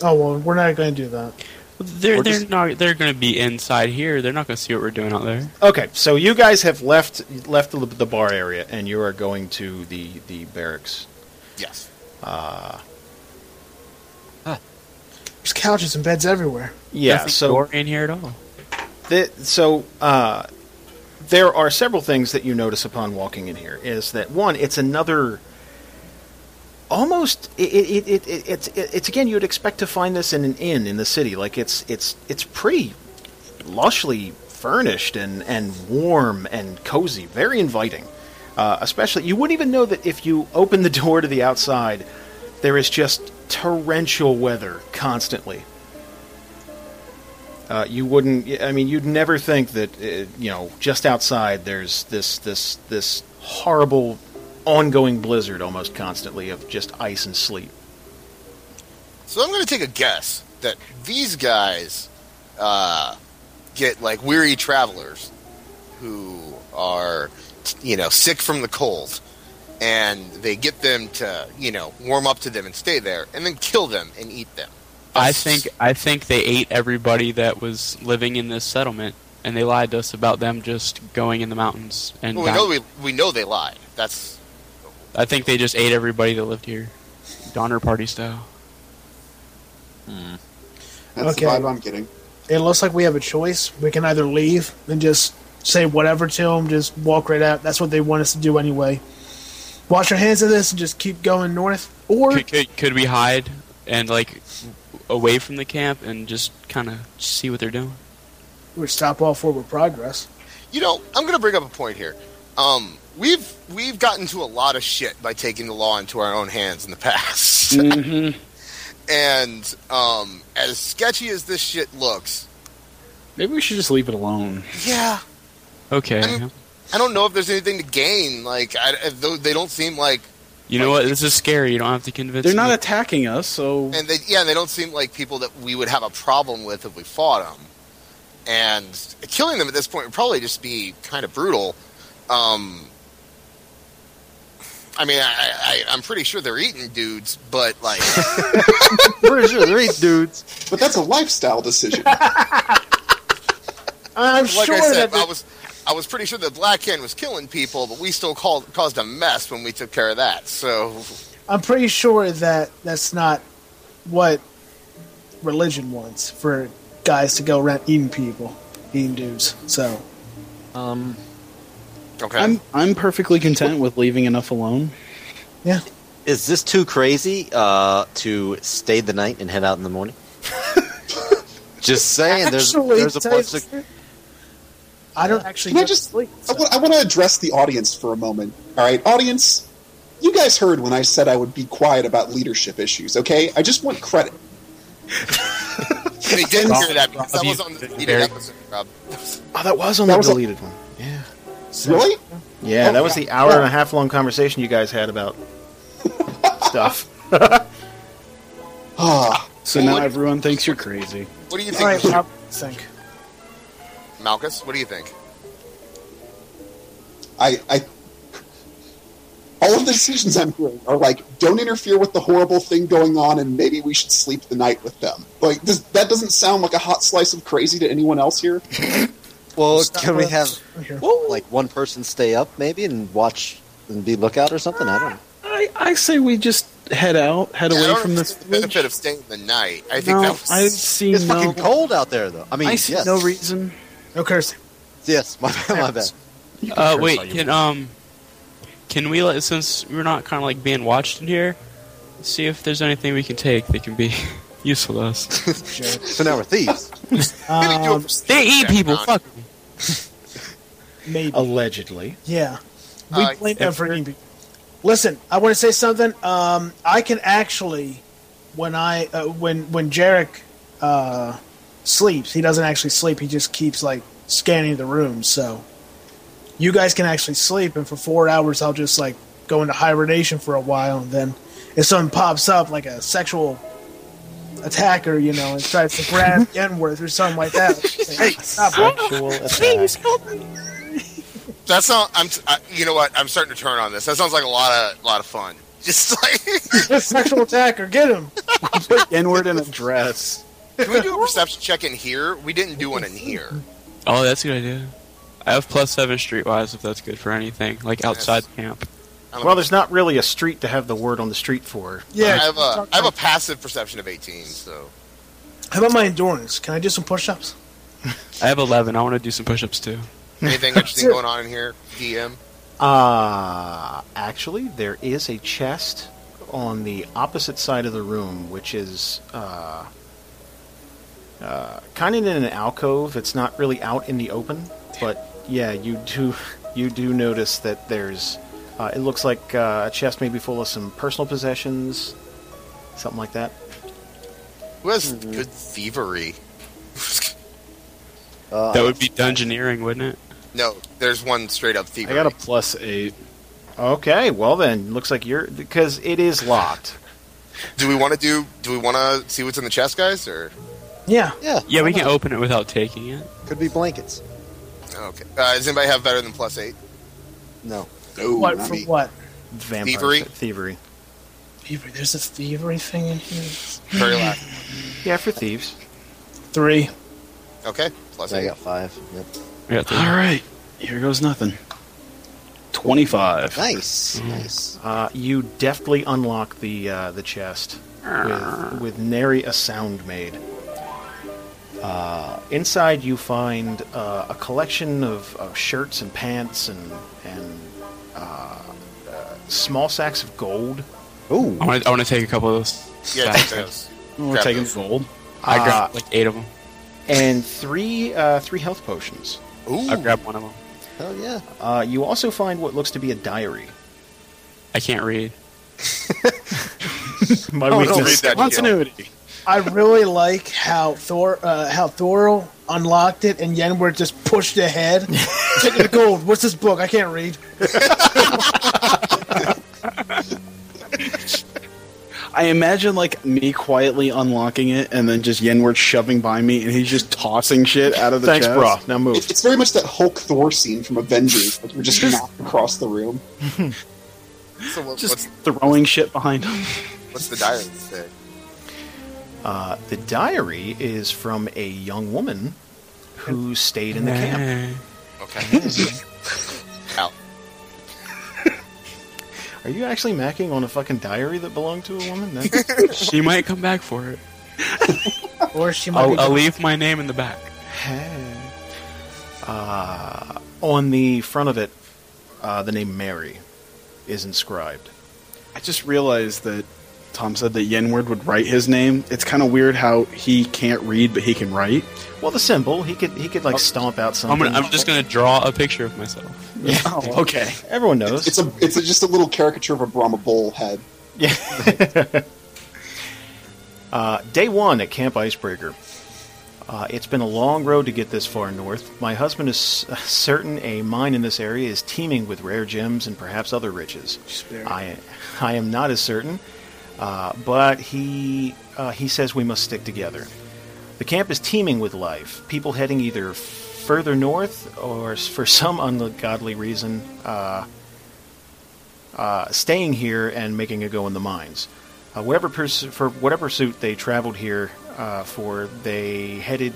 Speaker 4: Oh, well, we're not going to do that.
Speaker 8: They're
Speaker 3: Or
Speaker 8: they're
Speaker 3: just-
Speaker 8: not they're gonna be inside here. They're not gonna see what we're doing out there.
Speaker 3: Okay, so you guys have left left the, the bar area, and you are going to the the barracks.
Speaker 1: Yes.
Speaker 3: Uh,
Speaker 4: There's couches and beds everywhere.
Speaker 3: yeah.
Speaker 8: Nothing
Speaker 3: so
Speaker 8: door in here at all.
Speaker 3: Th so uh, there are several things that you notice upon walking in here is that one it's another almost it, it, it, it, it's it's again you'd expect to find this in an inn in the city like it's it's it's pretty lushly furnished and and warm and cozy very inviting uh, especially you wouldn't even know that if you open the <laughs> door to the outside there is just torrential weather constantly uh, you wouldn't. I mean, you'd never think that uh, you know just outside there's this this this horrible ongoing blizzard almost constantly of just ice and sleet.
Speaker 1: So I'm going to take a guess that these guys uh, get like weary travelers who are, you know, sick from the cold, and they get them to, you know, warm up to them and stay there, and then kill them and eat them.
Speaker 8: I think I think they ate everybody that was living in this settlement, and they lied to us about them just going in the mountains. And
Speaker 1: Well, we
Speaker 8: dying.
Speaker 1: know we, we know they lied. That's
Speaker 8: I think they just ate everybody that lived here, Donner Party style.
Speaker 6: That's
Speaker 4: Okay.
Speaker 6: the vibe I'm getting.
Speaker 4: It looks like we have a choice. We can either leave and just say whatever to them, just walk right out. That's what they want us to do anyway. Wash our hands of this and just keep going north. Or
Speaker 8: Could, could, could we hide and like away from the camp and just kind of see what they're doing?
Speaker 4: we stop all forward progress.
Speaker 1: you know, I'm going to bring up a point here. Um, we've we've gotten to a lot of shit by taking the law into our own hands in the <laughs> past.
Speaker 5: Mm-hmm.
Speaker 1: And um, as sketchy as this shit looks,
Speaker 5: Maybe we should just leave it alone.
Speaker 1: yeah,
Speaker 8: Okay.
Speaker 1: I mean, I don't know if there's anything to gain. Like, I, if tho- they don't seem like,
Speaker 8: you know what? This is scary. You don't have to convince
Speaker 5: They're not
Speaker 8: me.
Speaker 5: attacking us, so
Speaker 1: and they, yeah, they don't seem like people that we would have a problem with if we fought them. And killing them at this point would probably just be kind of brutal. Um, I mean, I, I, I'm pretty sure they're eating dudes, but
Speaker 4: <laughs>
Speaker 1: like,
Speaker 7: Pretty sure they're eight dudes.
Speaker 6: But that's a lifestyle decision.
Speaker 4: I'm
Speaker 1: like
Speaker 4: sure
Speaker 1: I said,
Speaker 4: that the-
Speaker 1: I was, I was pretty sure that Black Hand was killing people, but we still called, caused a mess when we took care of that. So
Speaker 4: I'm pretty sure that that's not what religion wants for guys to go around eating people, eating dudes. So
Speaker 7: Um,
Speaker 1: okay,
Speaker 5: I'm I'm perfectly content with leaving enough alone.
Speaker 4: yeah,
Speaker 7: is this too crazy uh, to stay the night and head out in the morning? Just saying, there's
Speaker 4: Actually,
Speaker 7: there's a
Speaker 4: tell you
Speaker 7: bunch
Speaker 4: the
Speaker 7: of
Speaker 4: truth, I don't actually.
Speaker 6: Can I
Speaker 4: go to
Speaker 6: just-
Speaker 4: sleep,
Speaker 6: I
Speaker 4: so-
Speaker 6: want, I want to address the audience for a moment. All right, audience, you guys heard when I said I would be quiet about leadership issues, okay? I just want credit.
Speaker 4: <laughs>
Speaker 1: they didn't hear that because
Speaker 8: Rob,
Speaker 1: that was
Speaker 8: you-
Speaker 1: on the deleted
Speaker 8: Barry.
Speaker 1: episode. Rob.
Speaker 3: Oh, that was on
Speaker 6: That
Speaker 3: the
Speaker 6: was a-
Speaker 3: deleted one. Yeah.
Speaker 6: Really?
Speaker 3: Yeah,
Speaker 6: Oh,
Speaker 3: that was
Speaker 6: yeah.
Speaker 3: the hour and a half long conversation you guys had <laughs> about stuff.
Speaker 6: Ah,
Speaker 5: So
Speaker 1: Well,
Speaker 5: now
Speaker 1: what-
Speaker 5: everyone thinks you're crazy.
Speaker 1: What do you
Speaker 4: All
Speaker 1: think,
Speaker 4: right, Rob, what do you think?
Speaker 1: Malchus? What do you think?
Speaker 6: I, I. All of the decisions I'm hearing are like, don't interfere with the horrible thing going on, and maybe we should sleep the night with them. Like, does, that doesn't sound like a hot slice of crazy to anyone else here.
Speaker 7: well,
Speaker 4: Stop
Speaker 7: can we
Speaker 4: with-
Speaker 7: have
Speaker 4: Here.
Speaker 7: like one person stay up maybe and watch and be lookout or something? I don't know.
Speaker 5: I, I say we just head out, head
Speaker 1: I
Speaker 5: away
Speaker 1: don't
Speaker 5: from this.
Speaker 1: understand the benefit of staying the night. I think
Speaker 5: No,
Speaker 1: that was.
Speaker 5: I see
Speaker 7: It's
Speaker 5: no.
Speaker 7: fucking cold out there, though. I mean,
Speaker 5: I see
Speaker 7: yes,
Speaker 5: no reason.
Speaker 4: No cursing.
Speaker 7: yes, my bad, my bad.
Speaker 8: Uh, wait, can um, can we let since we're not kind of like being watched in here, see if there's anything we can take that can be <laughs> useful to us?
Speaker 4: Jared.
Speaker 7: So now we're thieves.
Speaker 1: Maybe do a
Speaker 4: Um,
Speaker 1: perception
Speaker 8: they eat
Speaker 1: check,
Speaker 8: people.
Speaker 1: Ron.
Speaker 8: Fuck.
Speaker 4: maybe.
Speaker 3: Allegedly.
Speaker 4: Yeah. We
Speaker 1: Uh,
Speaker 4: blame them for eating people. Listen, I want to say something. Um, I can actually, when I uh, when when Jarek uh, sleeps, he doesn't actually sleep. He just keeps like scanning the room. So you guys can actually sleep, and for four hours, I'll just like go into hibernation for a while, and then if something pops up like a sexual attacker, you know, and tries to grab Genworth or something like that, stop it.
Speaker 3: Actual
Speaker 1: <laughs>
Speaker 3: attack.
Speaker 1: That sound. I'm. t- I, you know what? I'm starting to turn on this. That sounds like a lot of lot of fun. <laughs> Just like,
Speaker 4: This <laughs> sexual attacker, get him.
Speaker 5: Inward in a dress.
Speaker 1: can we do a perception check in here? We didn't do one in here.
Speaker 8: Oh, that's a good idea. I have plus seven streetwise if that's good for anything, like outside camp.
Speaker 3: Well, there's not really a street to have the word on the street for.
Speaker 1: I have a I have a passive perception of 18. So
Speaker 4: How about my endurance? Can I do some push-ups?
Speaker 8: I have eleven. I want to do some push-ups too.
Speaker 1: anything interesting going on in here? DM.
Speaker 3: Uh, actually, there is a chest on the opposite side of the room, which is uh, uh, kind of in an alcove. It's not really out in the open, but yeah, you do <laughs> you do notice that there's. Uh, it looks like uh, a chest maybe full of some personal possessions, something like that.
Speaker 1: Who has good thievery?
Speaker 7: Uh,
Speaker 8: That would be dungeoneering, wouldn't it?
Speaker 1: No, there's one straight up
Speaker 5: I
Speaker 1: thievery.
Speaker 5: got a plus eight.
Speaker 3: Okay, well then, looks like you're because it is locked.
Speaker 1: Do we want to do? Do we want to see what's in the chest, guys? Or
Speaker 4: Yeah.
Speaker 7: yeah,
Speaker 8: Yeah,
Speaker 7: why
Speaker 8: we can
Speaker 7: not?
Speaker 8: open it without taking it.
Speaker 7: Could be blankets.
Speaker 1: okay? Uh, does anybody have better than plus eight?
Speaker 7: No,
Speaker 6: No,
Speaker 4: what
Speaker 6: not
Speaker 4: for
Speaker 6: me.
Speaker 4: what?
Speaker 3: Vampire
Speaker 1: Thievery?
Speaker 3: thievery.
Speaker 4: Thievery. There's a thievery thing in here.
Speaker 1: Very last.
Speaker 3: Yeah, for thieves.
Speaker 4: Three.
Speaker 1: Okay, plus
Speaker 7: I
Speaker 1: eight.
Speaker 7: got five. Yep.
Speaker 8: We got
Speaker 5: All
Speaker 8: the-
Speaker 5: right, here goes nothing. Twenty-five.
Speaker 7: Nice, nice.
Speaker 3: Uh, you deftly unlock the uh, the chest with, with nary a sound made. Uh, inside, you find uh, a collection of, of shirts and pants and and uh, uh, small sacks of gold.
Speaker 7: Ooh,
Speaker 8: I want to. I want to take a couple of those.
Speaker 1: Yeah,
Speaker 5: uh,
Speaker 1: take those.
Speaker 5: We're
Speaker 1: Grab
Speaker 5: taking
Speaker 1: those.
Speaker 5: gold.
Speaker 8: I grabbed
Speaker 3: Uh,
Speaker 8: like eight of them.
Speaker 3: and three uh, three health potions.
Speaker 8: I grabbed one of them.
Speaker 7: hell yeah.
Speaker 3: Uh, you also find what looks to be a diary.
Speaker 8: I can't read.
Speaker 3: My
Speaker 5: Oh,
Speaker 1: weakness. read that, Gil.
Speaker 5: Continuity.
Speaker 4: I really like how Thor uh, how Thoril unlocked it and Yenward just
Speaker 5: <laughs>
Speaker 4: pushed ahead. Take the gold. What's this book? I can't read.
Speaker 5: I imagine like me quietly unlocking it and then just Yenward shoving by me and he's just tossing shit out of the
Speaker 3: Thanks,
Speaker 5: chest.
Speaker 3: bro. Now move.
Speaker 6: It- It's very much that Hulk Thor scene from Avengers. Like we're just knocked across the room.
Speaker 1: So what,
Speaker 5: Just throwing shit behind him.
Speaker 1: what's, what's the diary say?
Speaker 3: Uh, the diary is from a young woman who stayed in the camp.
Speaker 8: Eh.
Speaker 5: <laughs>
Speaker 1: Okay. Out.
Speaker 3: Are you actually macking on a fucking diary that belonged to a woman? That-
Speaker 8: she might come back for it.
Speaker 4: Or she might.
Speaker 5: Oh,
Speaker 8: I'll,
Speaker 4: be
Speaker 8: I'll leave my name in the back.
Speaker 3: Hey. uh, on the front of it, uh, the name Mary is inscribed.
Speaker 5: I just realized that Tom said that Yenward would write his name. It's kind of weird how he can't read but he can write.
Speaker 3: Well, the symbol he could he could like stomp out
Speaker 8: Oh. I'm
Speaker 3: something.
Speaker 8: gonna, I'm just gonna draw a picture of myself.
Speaker 5: Oh, okay.
Speaker 3: Everyone knows.
Speaker 6: It's a it's a, just a little caricature of a Brahma bull head.
Speaker 3: Yeah. uh, day one at Camp Icebreaker. Uh, it's been a long road to get this far north. My husband is s- <laughs> certain a mine in this area is teeming with rare gems and perhaps other riches.
Speaker 4: Spare.
Speaker 3: I, <laughs> I am not as certain, uh, but he uh, he says we must stick together. The camp is teeming with life. People heading either further north or, s- for some ungodly reason, uh, uh, staying here and making a go in the mines. Uh, whatever pursu- for whatever pursuit they traveled here uh, for, they headed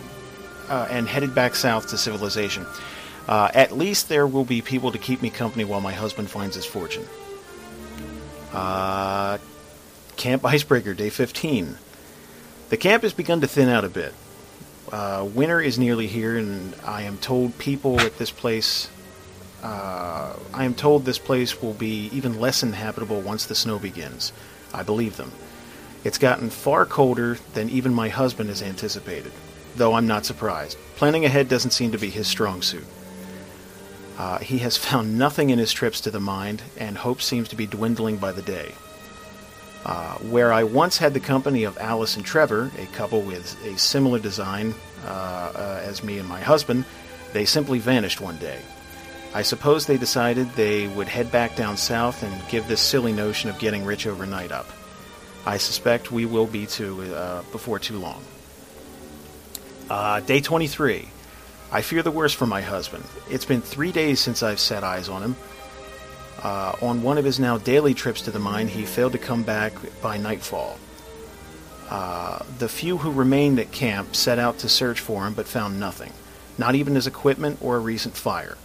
Speaker 3: uh, and headed back south to civilization. Uh, at least there will be people to keep me company while my husband finds his fortune. Uh, camp Icebreaker, day 15. The camp has begun to thin out a bit. Uh, winter is nearly here, and I am told people at this place. Uh, I am told this place will be even less inhabitable once the snow begins. I believe them. It's gotten far colder than even my husband has anticipated, though I'm not surprised. Planning ahead doesn't seem to be his strong suit. Uh, he has <laughs> found nothing in his trips to the mind, and hope seems to be dwindling by the day. Uh, where I once had the company of Alice and Trevor, a couple with a similar design uh, uh, as me and my husband, they simply vanished one day. I suppose they decided they would head back down south and give this silly notion of getting rich overnight up. I suspect we will be too uh, before too long. Uh, day 23. I fear the worst for my husband. It's been three days since I've set eyes on him. Uh, on one of his now daily trips to the mine, he failed to come back by nightfall. Uh, the few who remained at camp set out to search for him but found nothing, not even his equipment or a recent fire.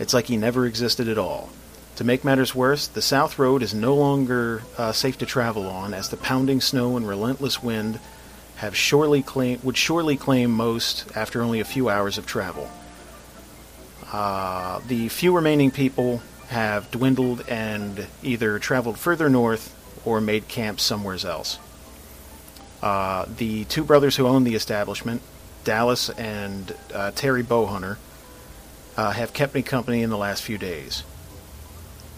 Speaker 3: It's like he never existed at all. To make matters worse, the South Road is no longer uh, safe to travel on, as the pounding snow and relentless wind have surely claim, would surely claim most after only a few hours of travel. Uh, the few remaining people have dwindled and either traveled further north or made camp somewhere else. Uh, the two brothers who own the establishment, Dallas and uh, Terry Bowhunter, uh, have kept me company in the last few days.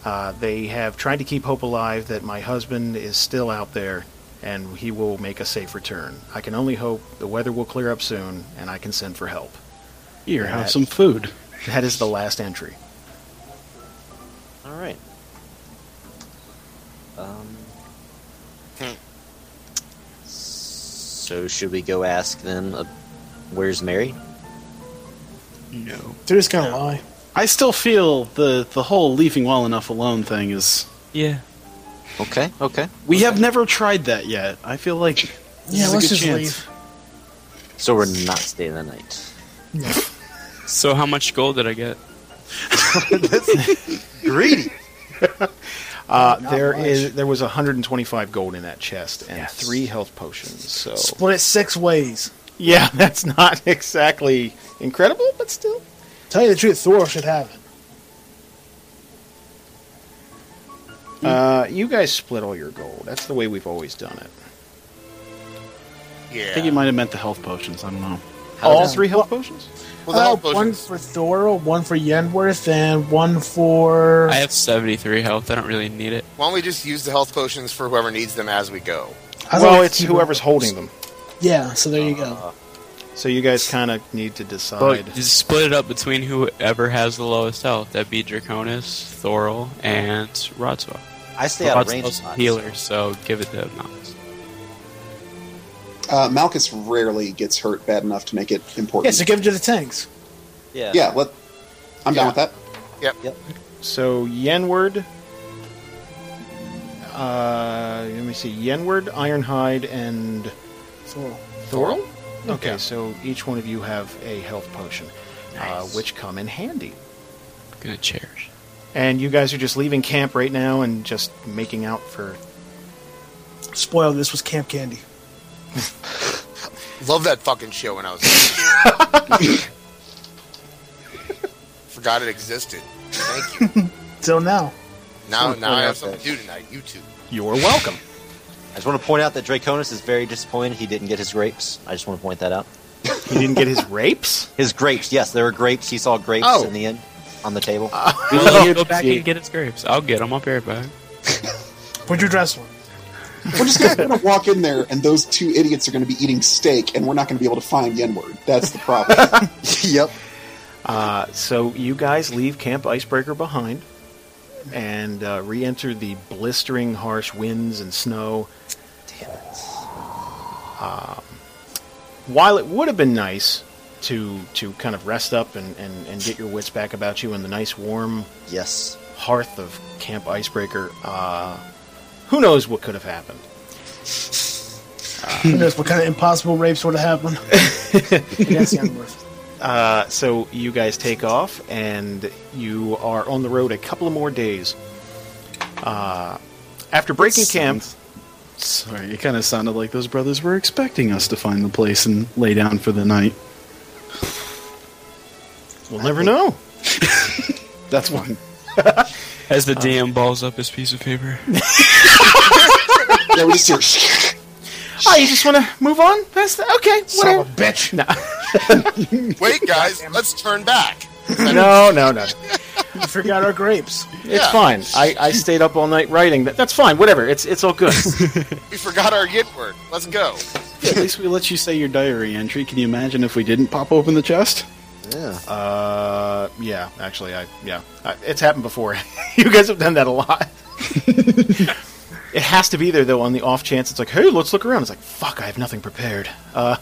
Speaker 3: Uh, they have tried to keep hope alive that my husband is still out there and he will make a safe return. I can only hope the weather will clear up soon and I can send for help.
Speaker 5: Here, have
Speaker 3: That-
Speaker 5: some food.
Speaker 3: That is the last entry.
Speaker 7: All right. Um,
Speaker 1: Hmm.
Speaker 7: so should we go ask then? Uh, where's Mary?
Speaker 8: No.
Speaker 4: They're just gonna lie.
Speaker 5: I still feel the the whole leaving well enough alone thing is.
Speaker 8: Yeah.
Speaker 7: Okay. Okay.
Speaker 5: We have never tried that yet. I feel like this
Speaker 4: Yeah,
Speaker 5: is a
Speaker 4: let's
Speaker 5: good
Speaker 4: just
Speaker 5: chance.
Speaker 4: leave.
Speaker 7: So we're not staying the night.
Speaker 8: So how much gold did I get?
Speaker 3: Uh, there is there was 125 gold in that chest and three health potions. So
Speaker 4: Split it six ways.
Speaker 3: yeah, <laughs> that's not exactly incredible, but still.
Speaker 4: Tell you the truth, Thor should have it.
Speaker 5: Mm.
Speaker 3: Uh, you guys split all your gold. That's the way we've always done it.
Speaker 5: I think
Speaker 1: Yeah.
Speaker 5: you might have meant the health potions. I don't know.
Speaker 3: all three health potions.
Speaker 1: Well, the
Speaker 5: Oh,
Speaker 1: health
Speaker 4: Uh, one
Speaker 1: potions.
Speaker 4: for Thor, one for Yenworth, and one for.
Speaker 8: I have 73 health. I don't really need it.
Speaker 1: Why don't we just use the health potions for whoever needs them as we go?
Speaker 4: I thought
Speaker 3: well,
Speaker 4: we
Speaker 3: it's
Speaker 4: keep
Speaker 3: whoever's
Speaker 4: records.
Speaker 3: holding them.
Speaker 4: Yeah, so there you
Speaker 7: Uh,
Speaker 4: go.
Speaker 3: So you guys kind of need to decide.
Speaker 8: But just split it up between whoever has the lowest health. That'd be Draconis, Thoril, and Rodswa.
Speaker 7: I stay out of
Speaker 8: Rodswa's
Speaker 7: range.
Speaker 8: also
Speaker 7: a lot,
Speaker 8: healer, so give it to Mounts.
Speaker 6: Uh, Malchus rarely gets hurt bad enough to make it
Speaker 4: Yeah,
Speaker 6: important.
Speaker 4: so give it to the tanks.
Speaker 7: so- Yeah.
Speaker 6: yeah, let, I'm down
Speaker 1: Yeah.
Speaker 6: with that.
Speaker 3: So Yenward. Uh, let me see. Yenward, Ironhide, and
Speaker 4: So,
Speaker 3: Thorl. Okay, so each one of you have a health potion, uh, which come in handy.
Speaker 8: Gonna cherish.
Speaker 3: And you guys are just leaving camp right now and just making out for.
Speaker 4: spoiled. This was Camp Candy.
Speaker 1: Love that fucking show when I was.
Speaker 5: <laughs>
Speaker 1: Forgot it existed.
Speaker 5: <laughs>
Speaker 1: Thank you.
Speaker 4: Till now.
Speaker 1: Now,
Speaker 7: Someone
Speaker 1: now I
Speaker 7: pointed
Speaker 1: have
Speaker 7: out
Speaker 1: something
Speaker 7: that-
Speaker 1: to do tonight. YouTube.
Speaker 3: You're welcome.
Speaker 7: I just want to point out that Draconis is very disappointed he didn't get his grapes. I just want to point that out.
Speaker 3: He didn't get his <laughs> rapes.
Speaker 7: His grapes, yes, there were grapes. He saw grapes
Speaker 3: Oh.
Speaker 7: in the end on the table.
Speaker 8: Well, go back and get its grapes. I'll get them. I'll be right back.
Speaker 4: Where'd you dress one?
Speaker 6: We're just gonna, gonna walk in there, and those two idiots are gonna be eating steak, and we're not gonna be able to find Yenward. That's the problem.
Speaker 7: <laughs> yep.
Speaker 3: Uh, so you guys leave Camp Icebreaker behind and uh, re-enter the blistering, harsh winds and snow. Um, while it would have been nice to to kind of rest up and, and, and get your wits back about you in the nice, warm
Speaker 7: Yes.
Speaker 3: hearth of Camp Icebreaker, uh, who knows what could have happened?
Speaker 4: Who knows what kind of impossible rapes would have happened? That's Yanworth.
Speaker 3: Uh, so you guys take off, and you are on the road a couple of more days. Uh, after breaking camp,
Speaker 5: Sounds- Sorry, it kind of sounded like those brothers were expecting us to find the place and lay down for the night.
Speaker 3: we'll never know.
Speaker 5: That's one.
Speaker 8: As the DM balls up his piece of <laughs> paper.
Speaker 6: yeah, we just hear.
Speaker 3: Oh, you just want to move on? That's the, okay.
Speaker 4: Son
Speaker 3: Whatever.
Speaker 4: of a bitch.
Speaker 1: Wait,
Speaker 5: <laughs>
Speaker 1: guys, let's turn back.
Speaker 3: No, no, no.
Speaker 4: You forgot our grapes.
Speaker 3: It's fine. I, I stayed up all night writing. That, that's fine. Whatever. It's it's all good.
Speaker 1: We forgot our yin word. Let's go.
Speaker 5: At least we let you say your diary entry. Can you imagine if we didn't pop open the chest?
Speaker 7: Yeah.
Speaker 3: uh, yeah. Actually, I yeah. I, it's happened before. <laughs> you guys have done that a lot. it has to be there though. On the off chance, it's like, hey, let's look around. It's like, fuck, I have nothing prepared. Uh,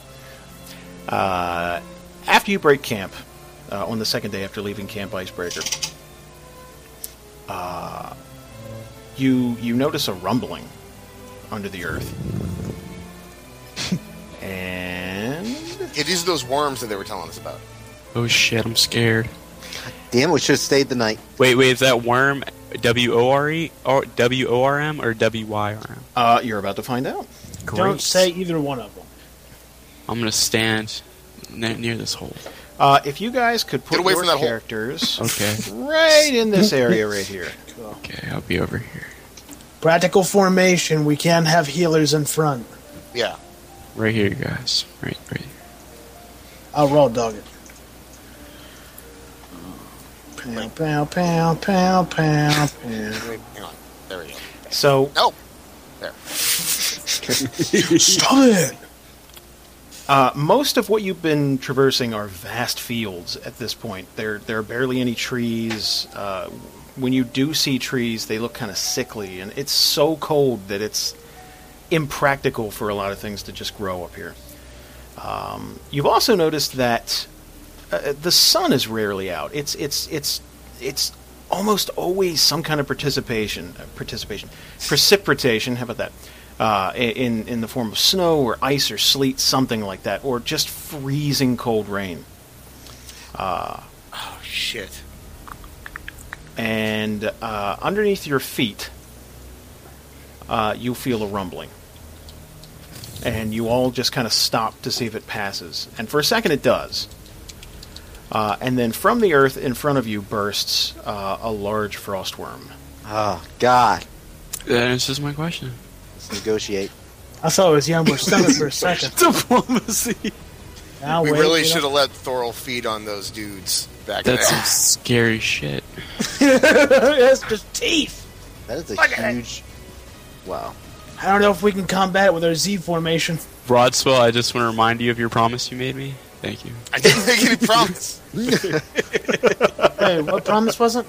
Speaker 3: uh, after you break camp, uh, on the second day after leaving Camp Icebreaker, uh, you you notice a rumbling under the earth, and
Speaker 1: It is those worms that they were telling us about.
Speaker 8: Oh shit, I'm scared.
Speaker 7: Damn, we should have stayed the night.
Speaker 8: Wait, wait, is that worm W O R E or W O R M or W Y R M?
Speaker 3: uh, you're about to find out.
Speaker 4: Don't say either one of them.
Speaker 8: I'm gonna stand ne- near this hole.
Speaker 3: Uh, if you guys could put
Speaker 1: Get away
Speaker 3: your
Speaker 1: from that hole.
Speaker 3: characters
Speaker 8: Okay.
Speaker 3: right in this area right here.
Speaker 8: Okay, I'll be over here.
Speaker 4: Practical formation. We can't have healers in front.
Speaker 1: Yeah.
Speaker 8: Right here, guys. Right, right. Here.
Speaker 4: I'll roll dog it. Pow, pow, pow, pow, pow, pow.
Speaker 1: Wait, hang on. There we go.
Speaker 3: So
Speaker 1: No.
Speaker 4: Stop it!
Speaker 3: uh, most of what you've been traversing are vast fields at this point. There there are barely any trees. Uh, when you do see trees, they look kind of sickly, and it's so cold that it's impractical for a lot of things to just grow up here. Um, you've also noticed that uh, the sun is rarely out. It's it's it's it's almost always some kind of participation uh, participation precipitation. How about that? Uh, i- in in the form of snow or ice or sleet, something like that, or just freezing cold rain.
Speaker 1: Oh shit.
Speaker 3: And uh, underneath your feet, uh, you feel a rumbling, and you all just kind of stop to see if it passes. And for a second, it does. Uh, and then from the earth in front of you bursts uh, a large frostworm.
Speaker 7: Oh, God.
Speaker 8: That answers my question.
Speaker 7: Let's negotiate.
Speaker 4: I thought it was Yumber stomach for a second.
Speaker 5: Diplomacy.
Speaker 4: Now,
Speaker 1: we
Speaker 4: wait,
Speaker 1: really
Speaker 4: you know-
Speaker 1: should have let Thorl feed on those dudes back
Speaker 8: That's some
Speaker 1: there.
Speaker 8: scary shit.
Speaker 4: That's just teeth.
Speaker 7: That is a huge. Wow.
Speaker 4: I don't know if we can combat it with our Z formation.
Speaker 8: Broadswell, I just want to remind you of your promise you made me. Thank you.
Speaker 1: <laughs> I didn't make any promise.
Speaker 4: Hey, what promise was it?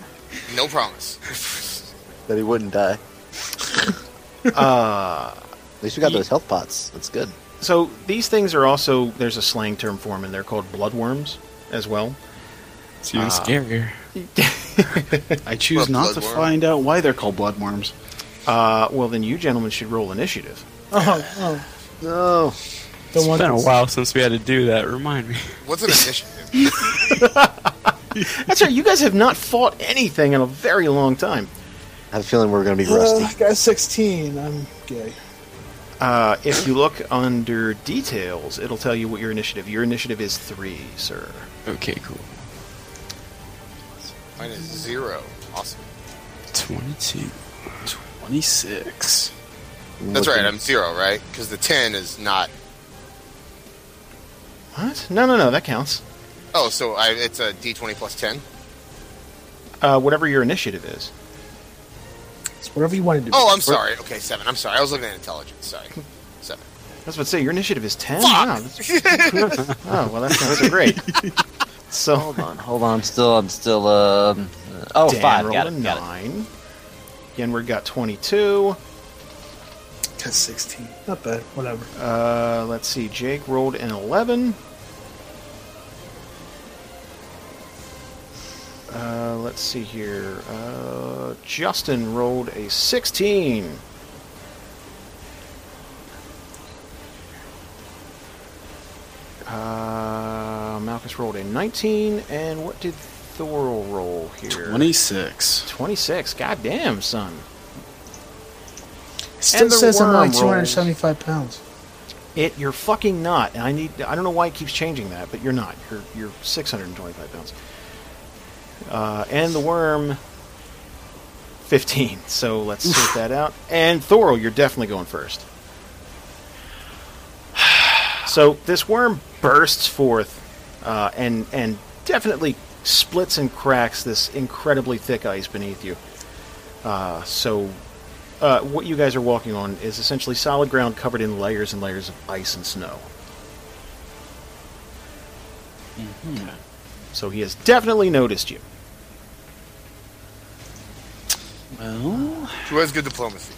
Speaker 1: No promise.
Speaker 7: That he
Speaker 5: <laughs>
Speaker 7: wouldn't die. Ah,
Speaker 3: Uh,
Speaker 7: At least we got those health pots. That's good.
Speaker 3: so these things are also there's a slang term for them, and they're called bloodworms as well.
Speaker 8: Uh, It's even
Speaker 3: Ah.
Speaker 8: scarier.
Speaker 9: I choose
Speaker 1: Rough
Speaker 9: not to
Speaker 1: bloodworm.
Speaker 9: find out why they're called bloodworms.
Speaker 3: Uh, well, then you gentlemen should roll initiative.
Speaker 4: Oh, oh.
Speaker 7: No.
Speaker 4: Don't
Speaker 8: It's
Speaker 4: want
Speaker 8: been a
Speaker 4: this.
Speaker 8: while since we had to do that. Remind me.
Speaker 1: What's an initiative?
Speaker 3: That's right. You guys have not fought anything in a very long time.
Speaker 7: I have a feeling we're going to be
Speaker 4: Uh, I
Speaker 7: rusty.
Speaker 4: got 16. I'm gay.
Speaker 3: Uh, if you look under details, it'll tell you what your initiative. Your initiative is three, sir.
Speaker 8: Okay, cool.
Speaker 1: Mine is zero. Awesome.
Speaker 8: 22.
Speaker 9: 26.
Speaker 1: That's right. I'm zero, right? Because the ten is not.
Speaker 3: What? No, no, no. That counts.
Speaker 1: Oh, so I, it's a D twenty plus ten.
Speaker 3: Uh, whatever your initiative is.
Speaker 4: It's whatever you want to do.
Speaker 1: Oh, I'm sorry. Okay, seven. I'm sorry. I was looking at intelligence. Sorry, seven.
Speaker 3: That's what I say. Your initiative is ten.
Speaker 1: Fuck!
Speaker 3: Wow, that's- <laughs> oh well, that's not so great.
Speaker 7: <laughs>
Speaker 3: So
Speaker 7: Hold on, hold on. I'm still, I'm still, um. Uh, oh,
Speaker 3: Dan
Speaker 7: five.
Speaker 3: rolled
Speaker 7: Got
Speaker 3: a
Speaker 7: it, got it.
Speaker 3: nine. Yenward got twenty-two.
Speaker 4: Got 16. Not bad. Whatever.
Speaker 3: Uh, let's see. Jake rolled an 11. Uh, let's see here. Uh, Justin rolled a 16. Uh, Malchus rolled a 19. And what did Thorl roll here?
Speaker 9: 26.
Speaker 3: 26. God damn, son.
Speaker 4: It still
Speaker 3: the
Speaker 4: says I'm
Speaker 3: worm
Speaker 4: like 275 pounds.
Speaker 3: It you're fucking not, and I need I don't know why it keeps changing that, but you're not. You're you're 625 pounds. Uh, and the worm, 15. So let's sort that out. And Thorol, you're definitely going first. <sighs> So this worm bursts forth, uh, and and definitely splits and cracks this incredibly thick ice beneath you. Uh, so uh, what you guys are walking on is essentially solid ground covered in layers and layers of ice and snow. So he has definitely noticed you.
Speaker 9: Well,
Speaker 1: Who has good diplomacy?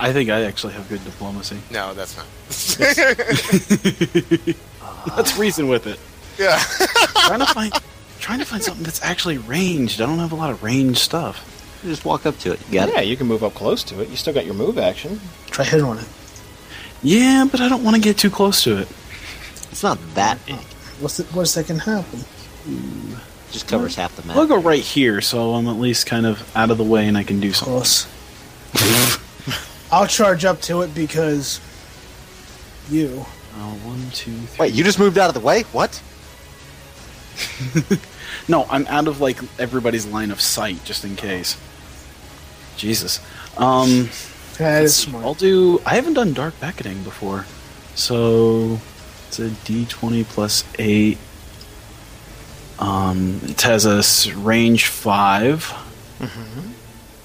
Speaker 9: I think I actually have good diplomacy.
Speaker 1: No, that's not.
Speaker 9: Let's reason with it.
Speaker 5: <laughs>
Speaker 1: Yeah.
Speaker 9: trying to find trying to find something that's actually ranged. I don't have a lot of ranged stuff.
Speaker 7: You Just walk up to it. You got
Speaker 3: yeah,
Speaker 7: it.
Speaker 3: you can move up close to it. You still got your move action.
Speaker 4: Try hitting on it.
Speaker 9: Yeah, but I don't want to get too close to it.
Speaker 7: It's not that big.
Speaker 4: What's the worst that can happen?
Speaker 7: Just covers half the map.
Speaker 9: I'll go right here, so I'm at least kind of out of the way and I can do something.
Speaker 4: Close. I'll charge up to it because you.
Speaker 9: Uh, one, two, three.
Speaker 7: Wait, you just moved out of the way? What?
Speaker 9: No, I'm out of like everybody's line of sight, just in case. Jesus. Um,
Speaker 4: That is
Speaker 9: I'll
Speaker 4: smart.
Speaker 9: do. I haven't done dark beckoning before, so it's a D20 plus eight. Um, it has a s- range 5 Mm-hmm.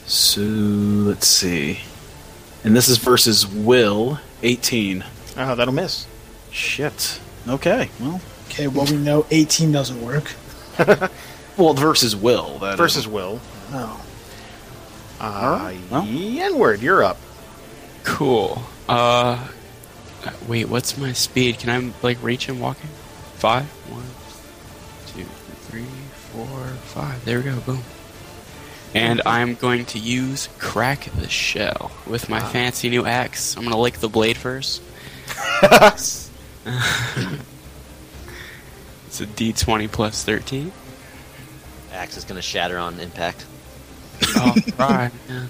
Speaker 9: So let's see, and this is versus will 18.
Speaker 3: Oh, that'll miss.
Speaker 9: Shit. Okay. Well,
Speaker 4: Okay, well, we know 18 doesn't work.
Speaker 9: well, versus will. That is.
Speaker 3: Versus Will.
Speaker 4: Oh.
Speaker 3: Uh,
Speaker 9: well.
Speaker 3: Yenward, you're up.
Speaker 8: Cool. Uh, wait, what's my speed? Can I like reach him walking? Five, one, two, three, four, five. There we go. Boom. And I'm going to use crack the shell with my fancy new axe. I'm gonna lick the blade first. <laughs> it's a D20 plus 13.
Speaker 7: Axe is going to shatter on impact.
Speaker 8: <laughs> Oh, right. yeah.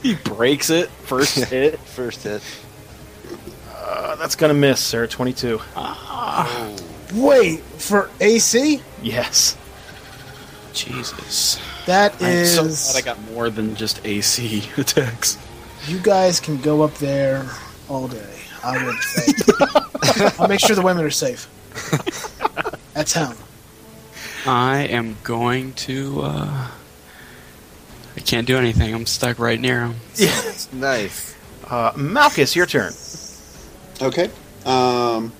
Speaker 9: he breaks it first
Speaker 5: <laughs>
Speaker 9: hit.
Speaker 7: First hit.
Speaker 3: Uh, that's gonna miss, sir. 22.
Speaker 4: Wait, for AC?
Speaker 3: Yes.
Speaker 8: Jesus.
Speaker 4: That
Speaker 9: I'm
Speaker 4: is.
Speaker 9: so glad I got more than
Speaker 5: <laughs>
Speaker 9: just AC attacks.
Speaker 4: You guys can go up there all day. I would. Say. I'll make sure the women are safe. That's him.
Speaker 8: I am going to. Uh, I can't do anything. I'm stuck right near him.
Speaker 7: nice.
Speaker 3: Uh, Malchus, your turn.
Speaker 6: Okay. Um,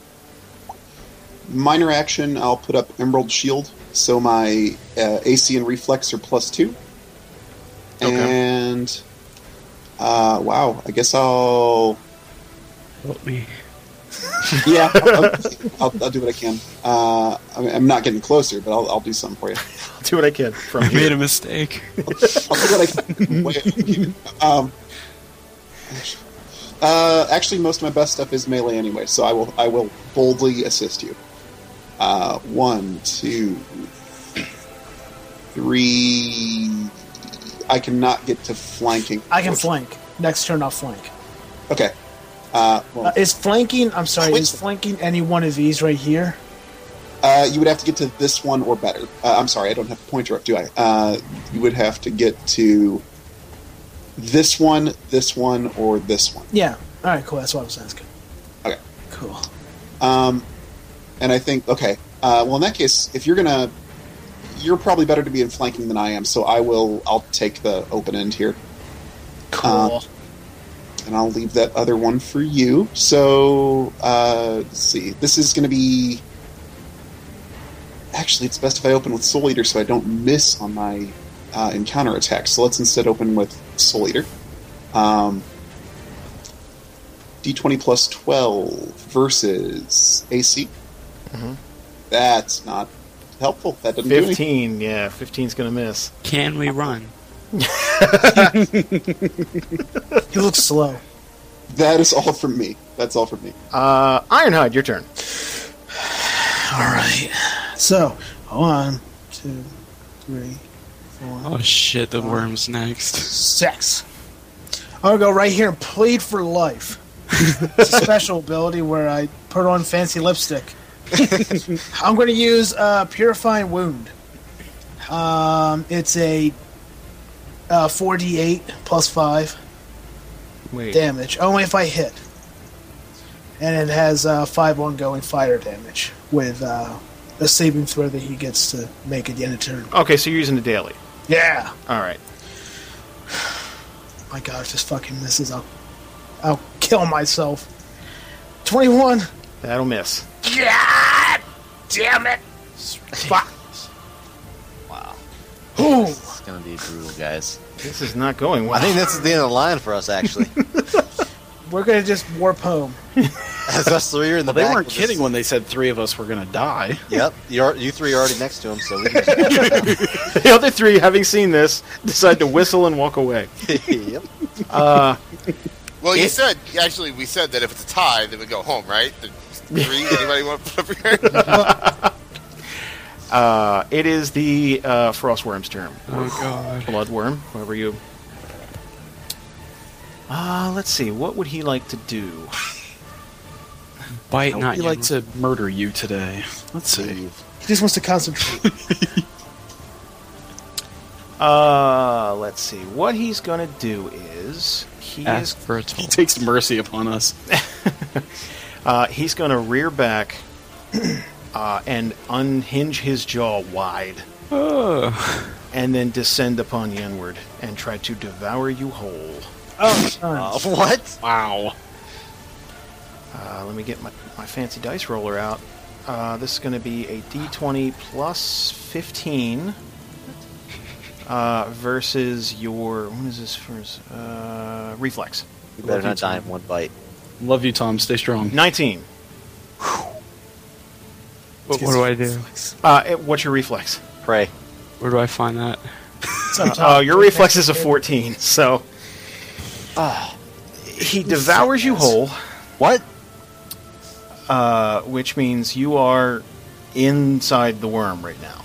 Speaker 6: minor action, I'll put up Emerald Shield, so my uh, AC and Reflex are plus two.
Speaker 3: Okay.
Speaker 6: And uh, wow, I guess I'll
Speaker 8: Help me.
Speaker 6: yeah, I'll, I'll, I'll do what I can. Uh, I mean, I'm not getting closer, but I'll, I'll do something for you.
Speaker 3: I'll do what I can from
Speaker 8: <laughs> <laughs> I
Speaker 3: here.
Speaker 8: made a mistake.
Speaker 6: I'll do what I can. Wait, um, uh, actually, most of my best stuff is melee anyway, so I will I will boldly assist you. Uh, one, two, three. I cannot get to flanking.
Speaker 4: I can flank. Next turn, I'll flank.
Speaker 6: Okay. Uh, well,
Speaker 4: Uh, is flanking? I'm sorry. Is flanking any one of these right here?
Speaker 6: Uh, you would have to get to this one or better. Uh, I'm sorry, I don't have a pointer up, do I? Uh, you would have to get to this one, this one, or this one.
Speaker 4: Yeah. All right. Cool. That's what I was asking.
Speaker 6: Okay.
Speaker 4: Cool.
Speaker 6: Um, and I think, okay, uh, well, in that case, if you're gonna, you're probably better to be in flanking than I am. So I will, I'll take the open end here,
Speaker 4: Cool.
Speaker 6: and I'll leave that other one for you. So uh, let's see, this is going to be. Actually, it's best if I open with Soul Eater so I don't miss on my uh, encounter attack. So let's instead open with Soul Eater. Um, D20 plus 12 versus AC. That's not helpful. That doesn't do anything.
Speaker 3: 15, yeah, 15's going to miss.
Speaker 8: Can we run?
Speaker 4: he looks slow.
Speaker 6: That is all from me. That's all from me.
Speaker 3: Uh, Ironhide, your turn.
Speaker 4: All right. So one, two, three, four,
Speaker 8: Oh shit! The worm's next.
Speaker 4: six. I'll go right here and plead for life. it's a special ability where I put on fancy lipstick. I'm going to use uh, Purifying Wound. Um, it's a uh, 4d8 plus 5
Speaker 3: Wait.
Speaker 4: damage, only if I hit. And it has uh, 5 ongoing fire damage with uh, a saving throw that he gets to make at the end of turn.
Speaker 3: Okay, so you're using a daily.
Speaker 4: Yeah!
Speaker 3: All right.
Speaker 4: my god, if this fucking misses, I'll, I'll kill myself. 21.
Speaker 3: That'll miss.
Speaker 4: God damn it. Fuck.
Speaker 7: Wow.
Speaker 4: Ooh.
Speaker 7: It's gonna be brutal, guys.
Speaker 3: This is not going well.
Speaker 7: I think this is the end of the line for
Speaker 5: <laughs>
Speaker 7: us, actually. <laughs>
Speaker 4: We're going to just warp home.
Speaker 7: As us three are in
Speaker 5: Well,
Speaker 7: the
Speaker 5: they
Speaker 7: back,
Speaker 5: weren't
Speaker 7: we'll
Speaker 5: kidding
Speaker 7: Just,
Speaker 5: when they said three of us were going to die.
Speaker 7: yep, you're, you three are already next to him, so we can
Speaker 5: <laughs>
Speaker 7: just,
Speaker 3: <laughs> the other three, having seen this, decide to whistle and walk away.
Speaker 7: yep.
Speaker 3: Uh,
Speaker 1: Well, you
Speaker 3: It-
Speaker 1: said actually we said that if it's a tie, then we go home, right? The three. anybody want to put up here?
Speaker 3: uh, it is the uh, Frostworm's turn.
Speaker 8: Oh god.
Speaker 3: Bloodworm, whoever you. Uh, let's see. What would he like to do?
Speaker 8: Bite
Speaker 5: He
Speaker 8: not.
Speaker 5: likes
Speaker 8: you.
Speaker 5: to murder you today. Let's see.
Speaker 4: He just wants
Speaker 3: <laughs>
Speaker 4: to concentrate.
Speaker 3: Uh, let's see. What he's gonna do is he is
Speaker 8: ask for a
Speaker 5: He
Speaker 8: toll.
Speaker 5: <laughs> takes mercy upon us.
Speaker 3: Uh, he's going to rear back uh, and unhinge his jaw wide,
Speaker 8: Oh.
Speaker 3: and then descend upon Yenward and try to devour you whole.
Speaker 4: oh,
Speaker 7: Uh,
Speaker 4: darn.
Speaker 7: what?
Speaker 5: Wow.
Speaker 3: Uh, let me get my, my fancy dice roller out. Uh, this is going to be a d20 plus 15 uh, versus your. What is this first? Uh, reflex.
Speaker 7: You better not die in one bite.
Speaker 5: Love you, Tom. Stay strong.
Speaker 3: 19.
Speaker 8: What, what do I do?
Speaker 3: Uh, it- what's your reflex?
Speaker 7: Pray.
Speaker 8: Where do I find that?
Speaker 3: Uh, your reflex is a 14, so. uh, he devours you whole,
Speaker 7: What?
Speaker 3: uh, which means you are inside the worm right now.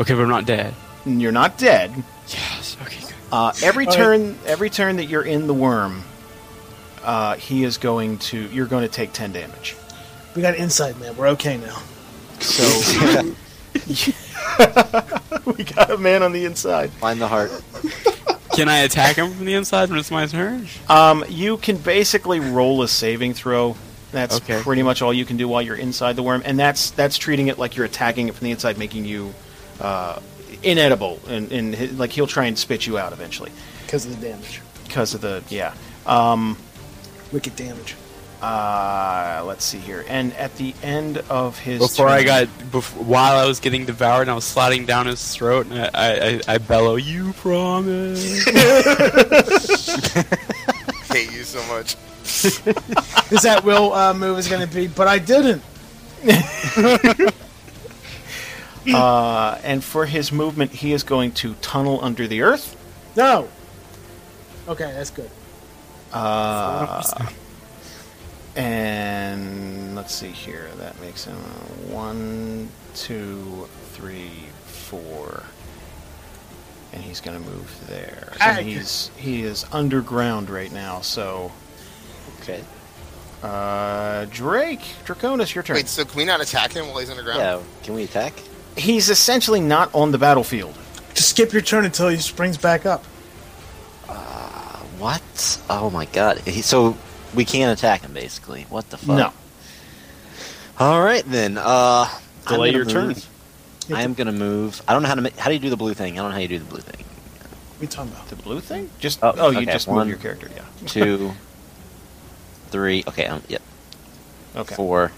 Speaker 8: Okay, but I'm not dead.
Speaker 3: And You're not dead.
Speaker 8: Yes. Okay. Good.
Speaker 3: Uh, every
Speaker 4: All right.
Speaker 3: turn, every turn that you're in the worm, uh, he is going to. You're going to take 10 damage.
Speaker 4: We got inside, man. We're okay now.
Speaker 3: So <laughs> we got a man on the inside.
Speaker 7: <laughs> Find the heart.
Speaker 8: Can I attack him from the inside when it's my turn?
Speaker 3: Um, you can basically roll a saving throw. That's
Speaker 8: Okay.
Speaker 3: pretty much all you can do while you're inside the worm, and that's that's treating it like you're attacking it from the inside, making you uh, inedible, and, and he- like he'll try and spit you out eventually
Speaker 4: because of the damage.
Speaker 3: because of the yeah.
Speaker 4: Wicked damage.
Speaker 3: Uh, let's see here. And at the end of his
Speaker 8: Before I
Speaker 3: turn-
Speaker 8: got, before, while I was getting devoured, and I was sliding down his throat, and I, I, I, I bellow, "You promise."
Speaker 1: hate you so much.
Speaker 4: Is that Will uh, move is going to be? But I didn't.
Speaker 3: <laughs> uh, and for his movement, he is going to tunnel under the earth.
Speaker 4: No. Okay, that's good.
Speaker 3: Uh, and let's see here. That makes him uh, one, two, three, four. And he's going to move there.
Speaker 4: Ag.
Speaker 3: And he's he is underground right now. So,
Speaker 7: Okay.
Speaker 3: uh, Drake, Draconis, your turn.
Speaker 1: Wait, so can we not attack him while he's underground?
Speaker 7: Yeah. Can we attack?
Speaker 3: He's essentially not on the battlefield.
Speaker 4: Just skip your turn until he springs back up.
Speaker 7: Uh, What? Oh my god. He, so we can't attack him, basically. What the fuck?
Speaker 3: No.
Speaker 7: All right then. Uh, I'm
Speaker 5: Delay
Speaker 7: gonna
Speaker 5: your turn.
Speaker 7: move. I am gonna move. I don't know how to. Ma- how do you do the blue thing? I don't know how you do the
Speaker 3: <laughs>
Speaker 7: blue thing.
Speaker 4: We talking about?
Speaker 3: The blue thing? Just oh,
Speaker 7: Oh,
Speaker 3: you
Speaker 7: okay,
Speaker 3: just
Speaker 7: one.
Speaker 3: move your character. Yeah.
Speaker 7: Two, three. Okay. Um, yep.
Speaker 3: Okay.
Speaker 7: Four.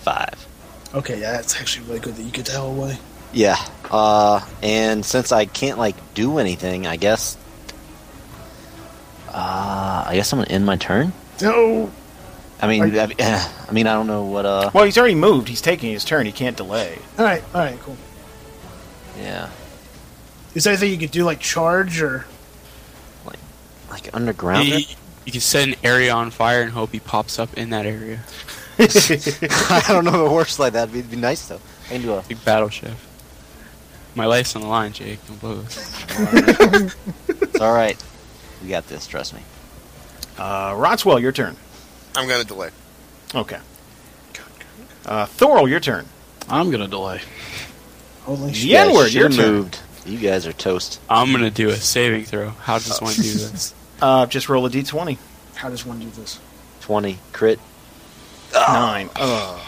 Speaker 7: Five.
Speaker 4: Okay, yeah, that's actually really good that you get the hell away.
Speaker 7: Yeah. Uh, and since I can't like do anything, I guess. Uh, I guess I'm gonna end my turn.
Speaker 4: No.
Speaker 7: I mean,
Speaker 4: Are-
Speaker 7: I, eh, <laughs> I mean, I don't know what. Uh,
Speaker 3: Well, he's already moved. He's taking his turn. He can't delay.
Speaker 4: All right, all right, cool.
Speaker 7: yeah,
Speaker 4: Is there anything you could do, like charge or?
Speaker 7: like underground.
Speaker 8: you, you can set an area on fire and hope he pops up in that area.
Speaker 7: <laughs> I don't know if it works like that. It'd be, it'd be nice though. I can do a.
Speaker 8: Big battle chef. My life's on the line, Jake. Don't blow this.
Speaker 7: It's all right. We got this. Trust me.
Speaker 3: Uh, Rotswell, your turn.
Speaker 1: I'm gonna delay.
Speaker 3: Okay. Uh, Thorl, your turn.
Speaker 5: I'm gonna delay.
Speaker 4: Holy shit!
Speaker 3: The N word, your
Speaker 7: You're
Speaker 3: turn.
Speaker 7: moved. You guys are toast.
Speaker 8: I'm gonna do a saving throw. How does <laughs> one do this?
Speaker 3: Uh, just roll a d20.
Speaker 4: How does one do this?
Speaker 7: Twenty crit.
Speaker 3: Nine. Ugh.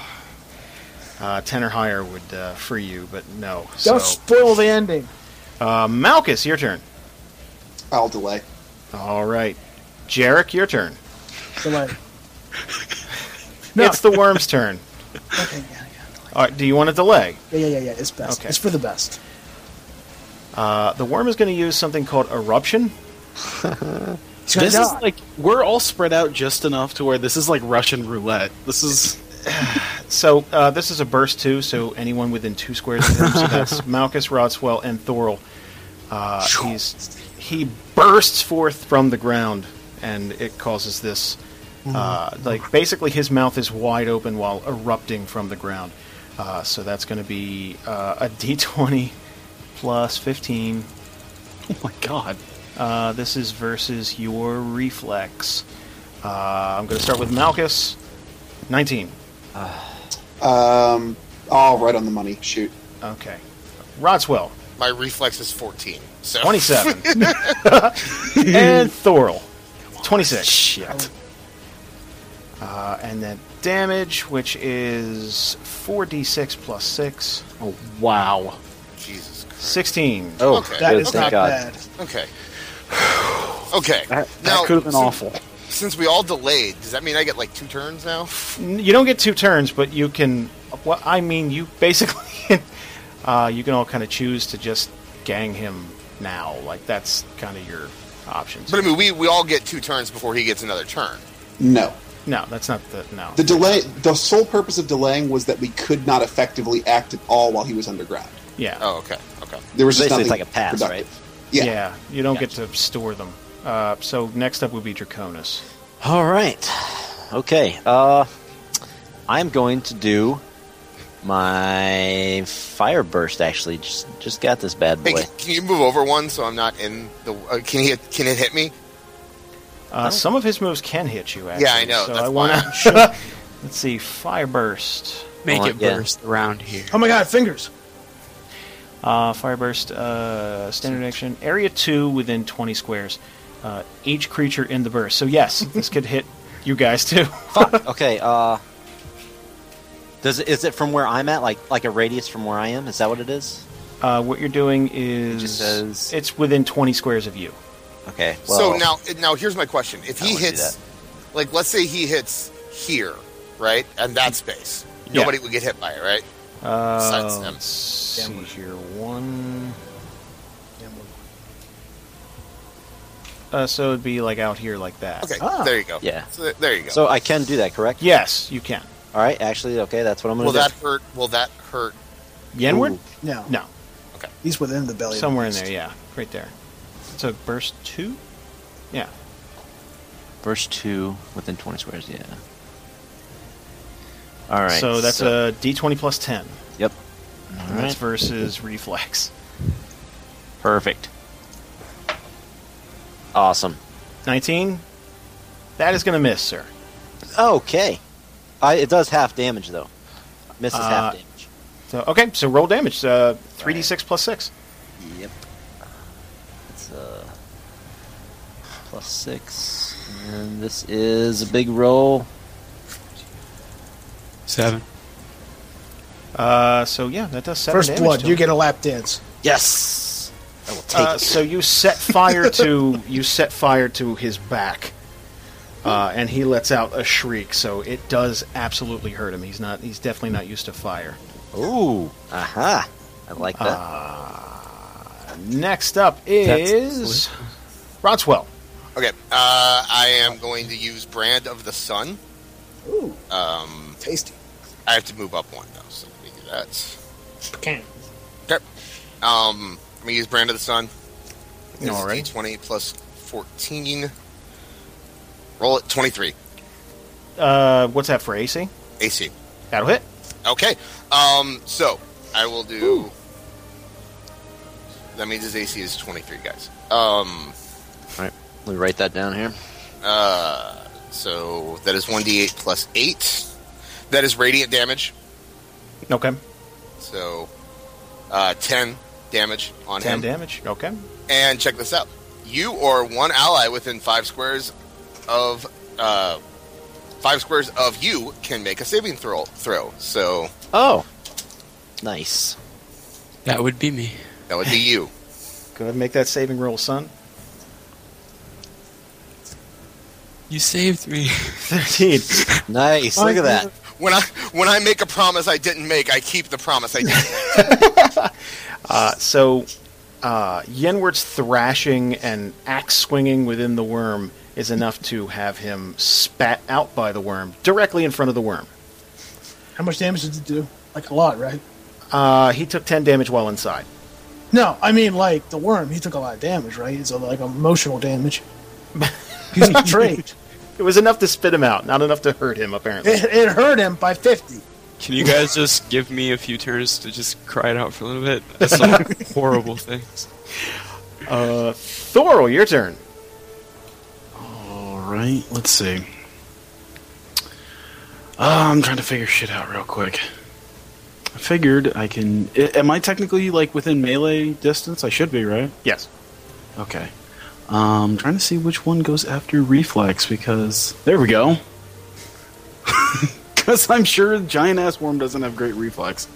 Speaker 3: Uh, ten or higher would uh, free you, but no. So,
Speaker 4: Don't spoil the ending.
Speaker 3: uh, Malchus, your turn.
Speaker 6: I'll delay.
Speaker 3: All right. Jarek, your turn.
Speaker 4: Delay. No.
Speaker 3: It's the worm's turn.
Speaker 4: Okay, yeah,
Speaker 3: All right, do you want to delay?
Speaker 4: yeah, yeah, yeah, yeah. It's best.
Speaker 3: Okay.
Speaker 4: It's for the best.
Speaker 3: Uh, the worm is going to use something called eruption.
Speaker 4: It's gonna
Speaker 5: This is
Speaker 4: die.
Speaker 5: like we're all spread out just enough to where this is like Russian roulette. This is
Speaker 3: So uh, this is a burst two, so anyone within two squares of him. so that's Malchus, Rodswell, and Thorl. Uh, he's he bursts forth from the ground, and it causes this. Uh, like basically, his mouth is wide open while erupting from the ground. Uh, so that's going to be uh, a <laughs> d20 plus 15.
Speaker 5: oh my god.
Speaker 3: Uh, this is versus your reflex. Uh, I'm going to start with Malchus. 19.
Speaker 6: Um, oh, right on the money. Shoot.
Speaker 3: Okay. Rodswell.
Speaker 1: My reflex is 14. So
Speaker 3: 27. and Thorl. 26.
Speaker 5: Shit.
Speaker 3: Uh, and then damage, which is 4d6 plus 6.
Speaker 5: Oh wow.
Speaker 1: <laughs> Jesus. Christ.
Speaker 3: 16.
Speaker 7: Oh,
Speaker 1: Okay.
Speaker 4: That
Speaker 7: good,
Speaker 4: is
Speaker 7: thank
Speaker 4: not
Speaker 7: God.
Speaker 4: bad.
Speaker 1: Okay. Okay.
Speaker 5: That,
Speaker 1: Now,
Speaker 5: could have been
Speaker 1: so-
Speaker 5: awful.
Speaker 1: Since we all delayed, does that mean I get like two turns now?
Speaker 3: N- You don't get two turns, but you can. Well, I mean, you basically. <laughs> uh, you can all kind of choose to just gang him now. Like, that's kind of your options.
Speaker 1: But I mean, we, we all get two turns before he gets another turn.
Speaker 6: No.
Speaker 3: no, that's not the. No.
Speaker 6: The delay. The sole purpose of delaying was that we could not effectively act at all while he was underground.
Speaker 3: yeah.
Speaker 1: Oh, okay. Okay.
Speaker 6: There was
Speaker 7: Basically, it's
Speaker 6: just
Speaker 7: like a
Speaker 6: nothing
Speaker 7: pass, right?
Speaker 6: productive. Yeah.
Speaker 3: you don't get to store them. Uh, so next up would be Draconis.
Speaker 7: All right. Okay. Uh, I'm going to do my fire burst. Actually, just just got this bad
Speaker 1: Hey,
Speaker 7: boy.
Speaker 1: can, can you move over one so I'm not in the? Uh, can he? Can it hit me?
Speaker 3: Uh, Some of his moves can hit you, actually.
Speaker 1: Oh. Yeah, I know,
Speaker 3: So
Speaker 1: that's
Speaker 3: I want
Speaker 1: <laughs> why.
Speaker 3: to. Let's see, fire burst.
Speaker 8: Make
Speaker 7: Well,
Speaker 8: it
Speaker 7: yeah.
Speaker 8: burst around here.
Speaker 4: Oh my god, fingers!
Speaker 3: Uh, fire burst. Uh, standard action. Area two within twenty squares. Uh, each creature in the
Speaker 1: <laughs>
Speaker 3: burst. So yes, this could hit you guys too.
Speaker 7: Fuck. Okay. Uh, Does it, is it from where I'm at, like like a radius from where I am? Is that what it is?
Speaker 3: Uh, what you're doing is
Speaker 7: says-
Speaker 3: it's within 20 squares of you.
Speaker 7: Okay.
Speaker 1: so
Speaker 7: well,
Speaker 1: now, now here's my question: If
Speaker 7: I
Speaker 1: he
Speaker 7: wouldn't do
Speaker 1: hits,
Speaker 7: that.
Speaker 1: like, let's say he hits here, right, and that space,
Speaker 3: Yeah.
Speaker 1: nobody would get hit by it, right? Besides
Speaker 3: Uh,
Speaker 1: them.
Speaker 3: let's see here. One. Uh, so it'd be like out here, like that.
Speaker 1: Okay,
Speaker 4: Ah.
Speaker 1: there you go.
Speaker 7: Yeah.
Speaker 1: So th- there you go.
Speaker 7: So I can do that, correct?
Speaker 3: Yes, you can.
Speaker 7: All right. Actually, okay. That's what I'm
Speaker 1: will
Speaker 7: going to
Speaker 1: that
Speaker 7: do.
Speaker 1: hurt? Will that hurt?
Speaker 3: Yenward?
Speaker 4: No,
Speaker 3: No,
Speaker 4: he's within the belly. of the
Speaker 3: somewhere in
Speaker 4: beast.
Speaker 3: there. Yeah, right there. So burst two. Yeah.
Speaker 10: Burst two within 20 squares, yeah. All right.
Speaker 3: So that's a D20 plus 10.
Speaker 10: Yep.
Speaker 3: And That's versus reflex.
Speaker 10: Perfect.
Speaker 7: Awesome.
Speaker 3: 19. That is going to miss, sir.
Speaker 7: Okay. I, it does half damage though. Misses
Speaker 3: Uh,
Speaker 7: half damage.
Speaker 3: So okay, so roll damage. Uh, 3d6 plus six.
Speaker 7: Yep.
Speaker 10: It's uh, plus six. And this is a big roll.
Speaker 8: Seven.
Speaker 3: Uh, so yeah, that does seven
Speaker 4: First
Speaker 3: damage
Speaker 4: blood,
Speaker 3: to
Speaker 4: you
Speaker 3: him.
Speaker 4: get a lap dance.
Speaker 7: Yes. I will take
Speaker 3: Uh,
Speaker 7: it.
Speaker 3: so you set fire to you set fire to his back, uh, and he lets out a shriek. So it does absolutely hurt him. He's not. He's definitely not used to fire.
Speaker 7: Ooh. Aha. I like that.
Speaker 3: uh, Next up is Rodswell.
Speaker 1: Okay, uh, I am going to use Brand of the Sun.
Speaker 4: Ooh,
Speaker 1: Um,
Speaker 4: tasty.
Speaker 1: I have to move up one though, so let me do that.
Speaker 4: Pecan.
Speaker 1: Okay. Um, I'm gonna use Brand of the Sun. It's
Speaker 3: All right.
Speaker 1: D20 plus 14. Roll it 23
Speaker 3: Uh, what's that for AC?
Speaker 1: AC.
Speaker 3: That'll hit.
Speaker 1: Okay. Um, so I will do. That means his AC is 23, guys. Um,
Speaker 7: Let me write that down here.
Speaker 1: uh, so that is 1d8 plus 8. That is radiant damage.
Speaker 3: Okay,
Speaker 1: So, uh, 10 damage on
Speaker 3: ten
Speaker 1: him.
Speaker 3: damage. Okay,
Speaker 1: And check this out. You or one ally within five squares of uh, five squares of you can make a saving throw. Throw. So
Speaker 7: Oh. Nice.
Speaker 8: That would be me.
Speaker 1: that would be you.
Speaker 3: go ahead and make that saving roll, son.
Speaker 8: You saved me.
Speaker 3: Thirteen.
Speaker 7: Nice. Look at that.
Speaker 1: When I when I make a promise I didn't make, I keep the promise I didn't. make.
Speaker 3: Uh, so, uh, Yenward's thrashing and axe swinging within the worm is enough to have him spat out by the worm directly in front of the worm.
Speaker 4: How much damage did it do? Like a lot, right?
Speaker 3: Uh, he took 10 damage while inside.
Speaker 4: No, I mean like the worm. He took a lot of damage, right? It's uh, like
Speaker 3: <laughs>
Speaker 4: emotional damage. He's betrayed.
Speaker 3: It was enough to spit him out, not enough to hurt
Speaker 5: <laughs>
Speaker 3: him, apparently.
Speaker 4: It, it hurt him by fifty.
Speaker 8: <laughs> Can you guys just give me a few turns to just cry it out for a little bit? That's some horrible things.
Speaker 3: Uh, Thorl, your turn.
Speaker 5: All right, let's see. Uh, I'm trying to figure shit out real quick. I figured I can. I- am I technically like within melee distance? I should be, right?
Speaker 3: Yes.
Speaker 5: Okay. Um, trying to see which one goes after reflex because there we go. <laughs> Because I'm sure giant ass worm doesn't have great reflex.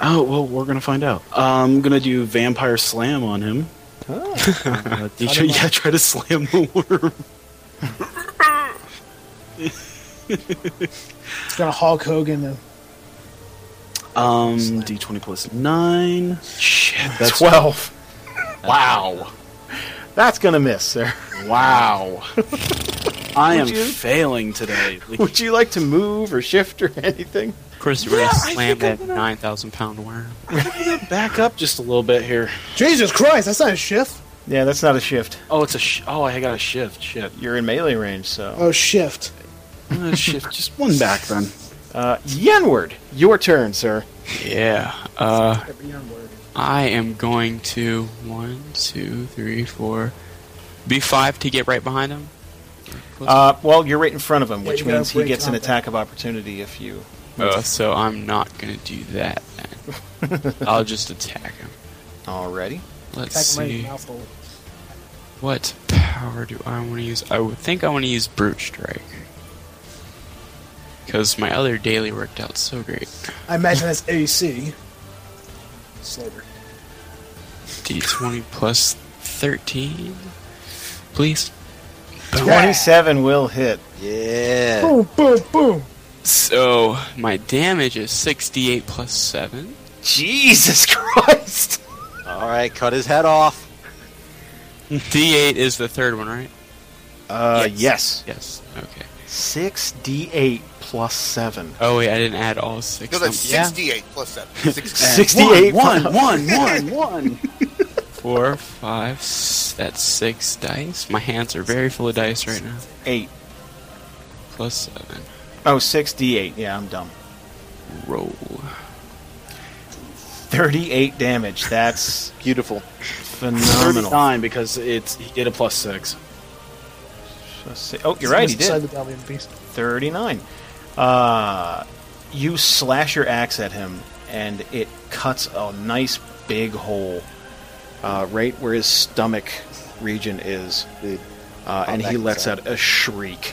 Speaker 5: Oh well, we're gonna find out. I'm gonna do vampire slam on him. Uh, <laughs> do you- yeah, try to slam the worm.
Speaker 4: It's gonna Hulk Hogan. And,
Speaker 5: Um, D20 plus nine. Shit, that's
Speaker 3: 12.
Speaker 5: <laughs> wow,
Speaker 3: That's going to miss, sir.
Speaker 5: wow. I am
Speaker 3: Would you?
Speaker 5: failing <laughs> today.
Speaker 3: <laughs> Would you like to move or shift or <laughs> anything?
Speaker 8: Of course, you're gonna slam that nine thousand pound worm.
Speaker 5: Back up just a little bit here.
Speaker 4: Jesus Christ, that's not a shift.
Speaker 3: Yeah, that's not a shift.
Speaker 5: Oh, it's a. Sh- oh, I got a shift. Shit.
Speaker 3: You're in melee range, so.
Speaker 4: Oh, shift.
Speaker 5: I'm gonna Uh, shift just one back then.
Speaker 3: Uh, Yenward, your turn, sir.
Speaker 8: Yeah. Uh,
Speaker 4: Every young word.
Speaker 8: I am going to one, two, three, four, be five to get right behind him.
Speaker 3: Uh, well, you're right in front of him, which
Speaker 4: you gotta
Speaker 3: means he
Speaker 4: break
Speaker 3: gets an
Speaker 4: combat.
Speaker 3: attack of opportunity if you.
Speaker 8: Uh, so I'm not gonna do that. Then. I'll just attack him.
Speaker 3: Already.
Speaker 8: Let's
Speaker 4: Attack him right in
Speaker 8: see.
Speaker 4: the mouthful.
Speaker 8: What power do I want to use? I would think I want to use Brute Strike. because my other daily worked out so great.
Speaker 4: I imagine that's AC. Slater.
Speaker 8: D20 plus 13, please.
Speaker 4: Yeah.
Speaker 3: 27 will hit.
Speaker 7: Yeah.
Speaker 4: Boom, boom, boom.
Speaker 8: So my damage is 68 plus 7.
Speaker 3: Jesus Christ!
Speaker 7: All right, cut his head off.
Speaker 8: D8 is the third one, right?
Speaker 3: Uh, yes.
Speaker 8: Yes. Okay.
Speaker 3: 6d8 plus 7.
Speaker 8: Oh wait, I didn't add all six. <laughs>
Speaker 1: No, that's
Speaker 8: Um,
Speaker 1: six D eight plus seven. Six-
Speaker 3: 68
Speaker 5: One,
Speaker 3: plus-
Speaker 5: one, one, <laughs> one.
Speaker 8: Four, five. s- That's six dice. My hands are very full of dice right now.
Speaker 3: 8.
Speaker 8: Plus seven.
Speaker 3: Oh, 6d8. Yeah, I'm dumb.
Speaker 8: Roll.
Speaker 3: 38 damage. That's
Speaker 10: Beautiful.
Speaker 3: phenomenal.
Speaker 5: Nine because it's he did a plus six.
Speaker 3: Let's see. Oh, you're right, he
Speaker 4: Beside
Speaker 3: did.
Speaker 4: the Dalian beast.
Speaker 3: 39. Uh, you slash your axe at him, and it cuts a nice big hole uh, right where his stomach region is. Uh, and
Speaker 4: Oh,
Speaker 3: he lets out a shriek.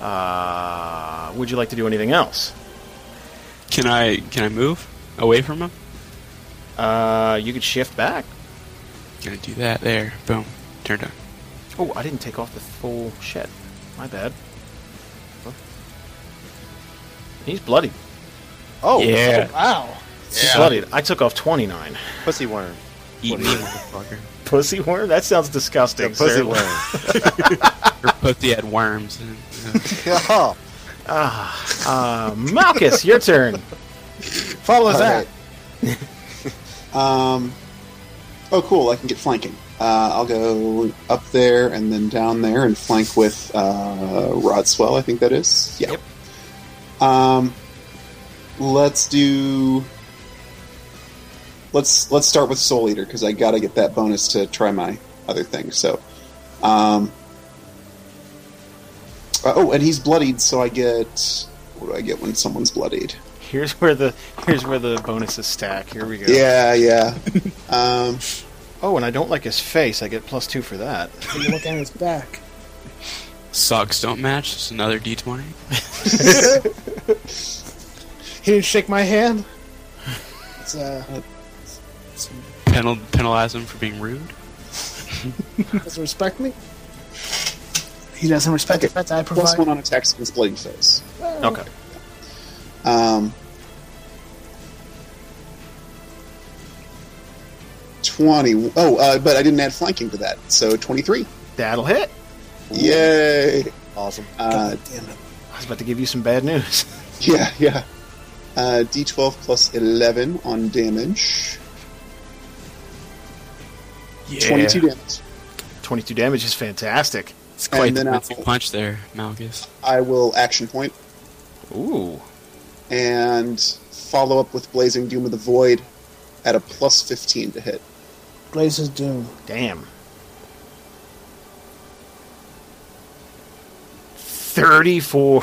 Speaker 3: Uh, would you like to do anything else?
Speaker 8: Can I can I move away from him?
Speaker 3: Uh, you could shift back.
Speaker 8: Gonna do that there. Boom. Turned on.
Speaker 3: Oh, I didn't take off the full shit. My bad. He's bloodied.
Speaker 7: Oh,
Speaker 8: yeah.
Speaker 4: Wow.
Speaker 3: He's bloodied. I took off 29.
Speaker 7: pussy worm.
Speaker 8: Eat me, motherfucker.
Speaker 3: Pussy worm? That sounds disgusting.
Speaker 7: The pussy
Speaker 3: sir.
Speaker 7: worm.
Speaker 3: <laughs>
Speaker 8: Your pussy had worms. And,
Speaker 7: oh,
Speaker 3: Uh, Malchus, your turn.
Speaker 4: Follow that.
Speaker 6: um, oh, cool. I can get flanking. Uh, I'll go up there and then down there and flank with uh, Rodswell, I think that is. Yeah. Um, let's do. Let's let's start with Soul Eater because I gotta get that bonus to try my other thing. So, um, uh, oh, and he's bloodied, so I get what do I get when someone's bloodied?
Speaker 3: Here's where the here's where the bonuses stack. Here we go.
Speaker 6: Yeah, yeah. <laughs> um,
Speaker 3: Oh, and I don't like his face. I get plus two for that.
Speaker 4: When you look at his back.
Speaker 8: <laughs> Socks don't match. It's another D20.
Speaker 4: He didn't shake my hand. It's, uh,
Speaker 8: Penal- penalize him for being rude.
Speaker 4: doesn't respect me. He doesn't respect the fact that I
Speaker 6: plus
Speaker 4: provide.
Speaker 6: one on attacks against bloody face.
Speaker 3: Okay.
Speaker 6: Um, twenty. Oh, uh, but I didn't add flanking to that, so twenty-three.
Speaker 3: That'll hit.
Speaker 6: Yay!
Speaker 7: awesome.
Speaker 6: Uh,
Speaker 4: Damn it.
Speaker 3: I was about to give you some bad news.
Speaker 6: yeah, yeah. Uh, D12 plus eleven on damage.
Speaker 8: Yeah.
Speaker 6: Twenty-two damage.
Speaker 3: 22 damage is fantastic.
Speaker 8: It's quite
Speaker 6: And
Speaker 8: the
Speaker 6: then I'll-
Speaker 8: fancy punch there, Malgus.
Speaker 6: I will action point
Speaker 3: Ooh.
Speaker 6: and follow up with blazing doom of the void at a plus fifteen to hit.
Speaker 4: Blazes Doom.
Speaker 3: Damn. <laughs> 34.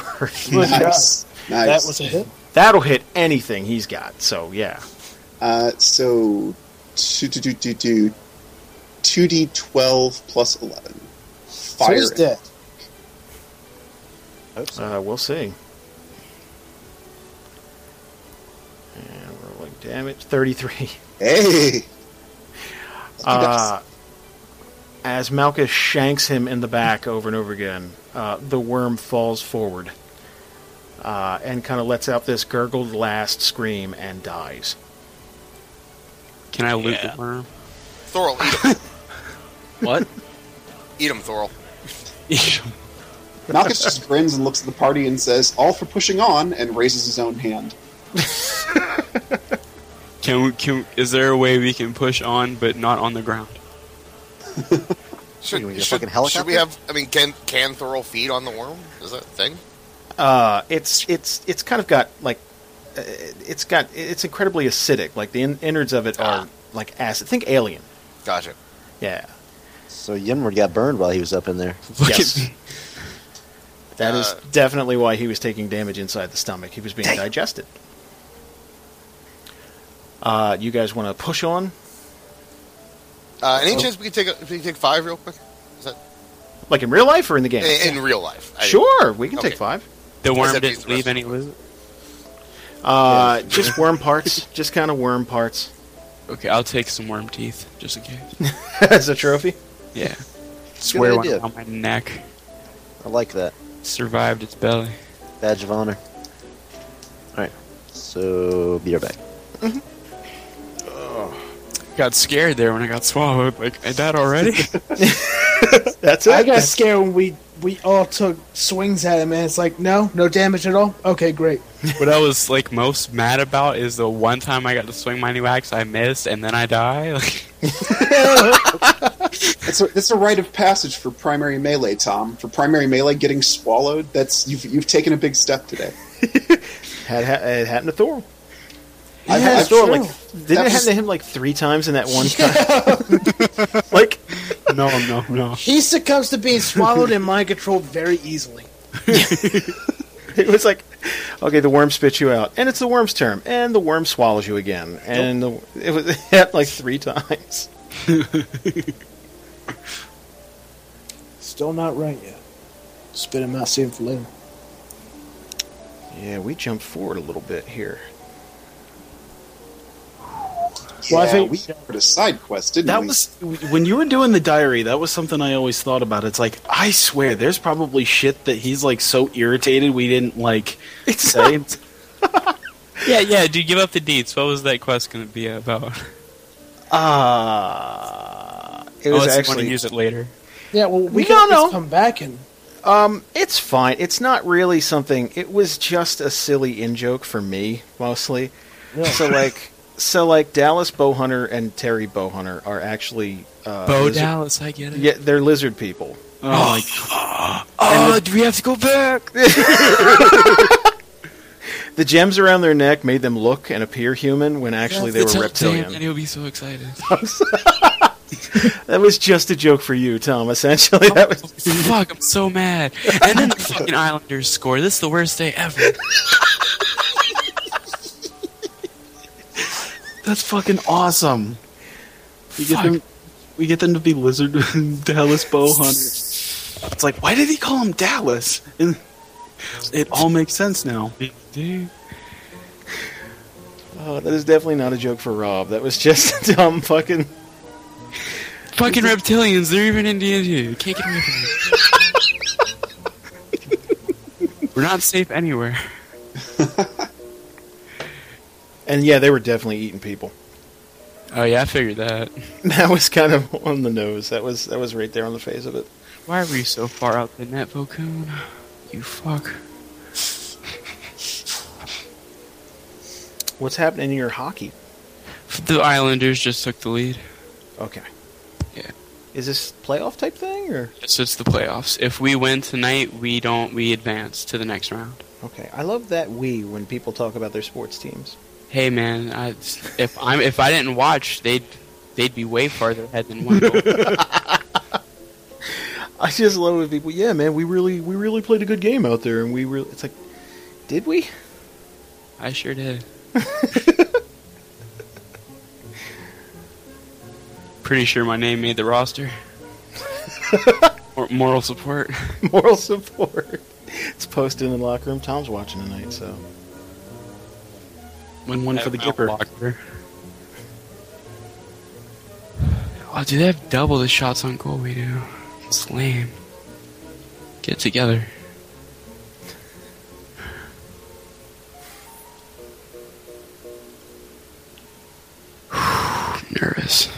Speaker 6: Nice. Nice.
Speaker 4: That was a hit.
Speaker 3: That'll hit anything he's got. So, yeah.
Speaker 6: Uh, so, two, two, two, two, two, 2d12 plus 11.
Speaker 4: So
Speaker 6: Fire.
Speaker 4: he's dead.
Speaker 3: Uh, we'll see. And rolling damage <laughs> 33.
Speaker 6: Hey!
Speaker 3: Uh, as Malchus shanks him in the back <laughs> over and over again, uh, the worm falls forward uh, and kind of lets out this gurgled last scream and dies.
Speaker 8: Can I loot the worm?
Speaker 1: Thorl, eat him.
Speaker 8: <laughs>
Speaker 10: What?
Speaker 1: Eat him, Thorl.
Speaker 6: Malchus just grins and looks at the party and says, All for pushing on, and raises his own hand.
Speaker 8: Can we, can is there a way we can push on but not on the ground? <laughs>
Speaker 1: Should,
Speaker 7: we get a
Speaker 1: should,
Speaker 7: fucking helicopter?
Speaker 1: should we have? I mean, can can Thorl feed on the worm? Is that a thing?
Speaker 3: Uh, it's it's it's kind of got like uh, it's got it's incredibly acidic. Like the in- innards of it are like acid. Think alien.
Speaker 1: Gotcha.
Speaker 3: Ah. Yeah.
Speaker 7: So Yenward got burned while he was up in there.
Speaker 8: Look
Speaker 3: yes.
Speaker 8: at me.
Speaker 3: That is
Speaker 1: Uh,
Speaker 3: definitely why he was taking damage inside the stomach. He was being digested. Uh, you guys want to push on?
Speaker 1: Uh, any chance we could take a, we could take five real quick? Is that
Speaker 3: Like in real life or in the game?
Speaker 1: in, in real life? Eh, I-
Speaker 3: Sure, we can
Speaker 1: Okay.
Speaker 3: take five.
Speaker 8: The worm
Speaker 1: Except he's
Speaker 8: didn't
Speaker 1: the
Speaker 8: leave
Speaker 1: rest-
Speaker 8: any was it?
Speaker 3: Uh, just worm parts. <laughs> Just kind of worm parts
Speaker 8: Okay, I'll take some worm teeth just in <laughs> case.
Speaker 3: as a trophy.
Speaker 8: Yeah,
Speaker 7: Good
Speaker 8: swear one
Speaker 7: idea.
Speaker 8: on my neck.
Speaker 7: I like that.
Speaker 8: Survived its belly.
Speaker 7: Badge of honor. Alright. So,
Speaker 4: <laughs>
Speaker 7: be right back.
Speaker 8: Got scared there when I got swallowed. Like, is that already? <laughs>
Speaker 3: That's
Speaker 4: I got scared when we we all took swings at him, and it's like, no, no damage at all. Okay, great.
Speaker 8: what I was like most mad about is the one time I got to swing my new axe, I missed, and then I die. <laughs> Like,
Speaker 6: It's a, it's a rite of passage for primary melee, Tom. For primary melee, getting swallowed. That's you've you've taken a big step today.
Speaker 3: Had, ha- it happened to Thor.
Speaker 6: I've,
Speaker 3: Had
Speaker 6: I've-
Speaker 3: Thor like didn't it
Speaker 6: That
Speaker 3: happen
Speaker 6: was-
Speaker 3: to him like three times in that one time? <laughs> like
Speaker 5: No, no, no.
Speaker 4: He succumbs to being swallowed and mind controlled very easily.
Speaker 3: it was like, okay, the worm spits you out, and it's the worm's turn, and the worm swallows you again, and the, it was <laughs> it happened like three times.
Speaker 4: Still not right yet. Spit him out, see him for later.
Speaker 3: Yeah, we jumped forward a little bit here.
Speaker 4: Well, I
Speaker 6: yeah,
Speaker 4: think-
Speaker 6: we covered a side quest, didn't
Speaker 5: That
Speaker 6: we?
Speaker 5: was when you were doing the diary. That was something I always thought about. It's like I swear, there's probably shit that he's like so irritated we didn't like say.
Speaker 8: yeah, yeah, dude, give up the deeds. What was that quest going to be about?
Speaker 3: Ah, it was
Speaker 8: Unless you want to
Speaker 3: actually
Speaker 8: use it later.
Speaker 4: Yeah, well, we
Speaker 3: No,
Speaker 4: can always
Speaker 3: no.
Speaker 4: come back and
Speaker 3: um, it's fine. It's not really something. It was just a silly in joke for me mostly. So like, so like Dallas Bowhunter and Terry Bowhunter are actually uh,
Speaker 8: Bo
Speaker 3: lizard-
Speaker 8: Dallas, I get it.
Speaker 3: Yeah, they're lizard people.
Speaker 5: Oh,
Speaker 8: <sighs>
Speaker 5: like, ah.
Speaker 8: Oh, do we have to go back?
Speaker 3: The gems around their neck made them look and appear human when actually they were reptilian.
Speaker 8: and he'll be
Speaker 5: <laughs>
Speaker 8: so excited.
Speaker 3: That was just a joke for you, Tom. Essentially, <laughs> that was
Speaker 8: Fuck, I'm so mad. And then the fucking Islanders score. This is the worst day ever.
Speaker 5: that's fucking awesome. We get them. We get them to be lizard <laughs> Dallas bow hunters. It's like, why did he call him Dallas? And it all makes sense now.
Speaker 8: Dude.
Speaker 3: oh, that is definitely not a joke for Rob. That was just a <laughs> dumb fucking.
Speaker 8: Fucking reptilians, they're even Indian too. Can't get away from
Speaker 5: <laughs>
Speaker 8: it. We're not safe anywhere.
Speaker 3: And yeah, they were definitely eating people. <laughs>
Speaker 8: Oh yeah, I figured that.
Speaker 3: That was kind of <laughs> on the nose. That was that was right there on the face of it.
Speaker 8: Why were you so far out the net, Vocoon? You fuck.
Speaker 3: What's happening in your hockey?
Speaker 8: The Islanders just took the lead.
Speaker 3: Okay.
Speaker 8: Yeah.
Speaker 3: Is this playoff type thing or?
Speaker 8: It's just the playoffs. If we win tonight, we don't we advance to the next round.
Speaker 3: Okay, I love that we when people talk about their sports teams.
Speaker 8: Hey man, I, if I'm if I didn't watch, they'd they'd be way farther ahead than one goal.
Speaker 3: I just love when people. Yeah, man, we really we really played a good game out there, and we really. It's like, did we? <laughs>
Speaker 8: I sure did. Pretty sure my name made the roster. Mor- moral support.
Speaker 3: moral support. It's posted in the locker room. Tom's watching tonight, so
Speaker 5: Win one for the
Speaker 8: Mount
Speaker 5: Gipper.
Speaker 8: Locker. Oh, do they have double the shots on goal we do? It's lame. Get it together. <sighs> Nervous.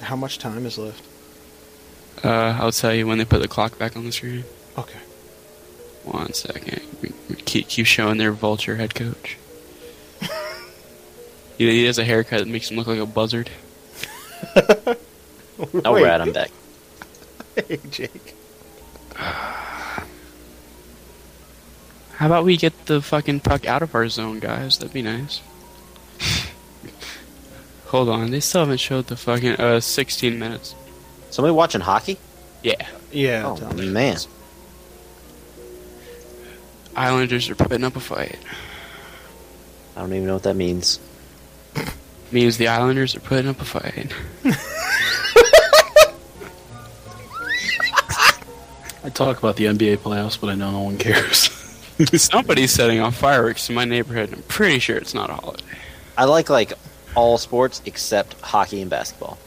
Speaker 3: how much time is left?
Speaker 8: Uh, I'll tell you when they put the clock back on the screen.
Speaker 3: Okay.
Speaker 8: One second. We- we Keep, keep showing their vulture head coach. <laughs> he, he has a haircut that makes him look like a buzzard.
Speaker 7: Alright, I'm back.
Speaker 3: <laughs> Hey, Jake.
Speaker 8: How about we get the fucking puck out of our zone, guys? That'd be nice. <laughs> Hold on, they still haven't showed the fucking uh 16 minutes.
Speaker 7: Somebody watching hockey?
Speaker 8: Yeah,
Speaker 3: Yeah.
Speaker 7: Oh,
Speaker 3: Tom.
Speaker 7: man.
Speaker 8: Islanders are putting up a fight.
Speaker 7: I don't even know what that means.
Speaker 8: Means the Islanders are putting up a fight.
Speaker 4: I
Speaker 5: could talk about the NBA playoffs, but I know no one cares.
Speaker 8: <laughs> Somebody's setting off fireworks in my neighborhood. and I'm pretty sure it's not a holiday. <laughs>
Speaker 7: I like like all sports except hockey and basketball.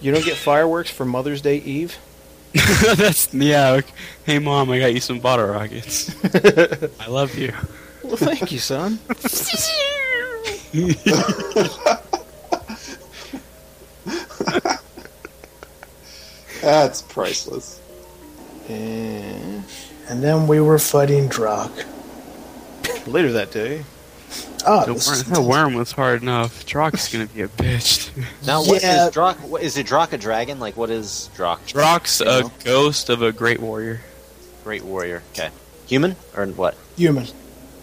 Speaker 3: You don't get fireworks for Mother's Day Eve?
Speaker 8: That's yeah. ok- Hey mom, I got you some bottle rockets. I love you.
Speaker 3: Well, thank you, son.
Speaker 6: That's priceless.
Speaker 3: And
Speaker 4: And then we were fighting Drock.
Speaker 3: <laughs> later that day,
Speaker 4: Oh,
Speaker 8: The
Speaker 4: this is-
Speaker 8: worm, the worm was hard enough. Drock's gonna be a bitch. dude.
Speaker 7: Now, what is
Speaker 4: Yeah.
Speaker 7: Drock? What, is it Drock a dragon? Like, what is Drock?
Speaker 8: Drock's a ghost of a great warrior.
Speaker 7: Great warrior. Okay. Human or what?
Speaker 4: human.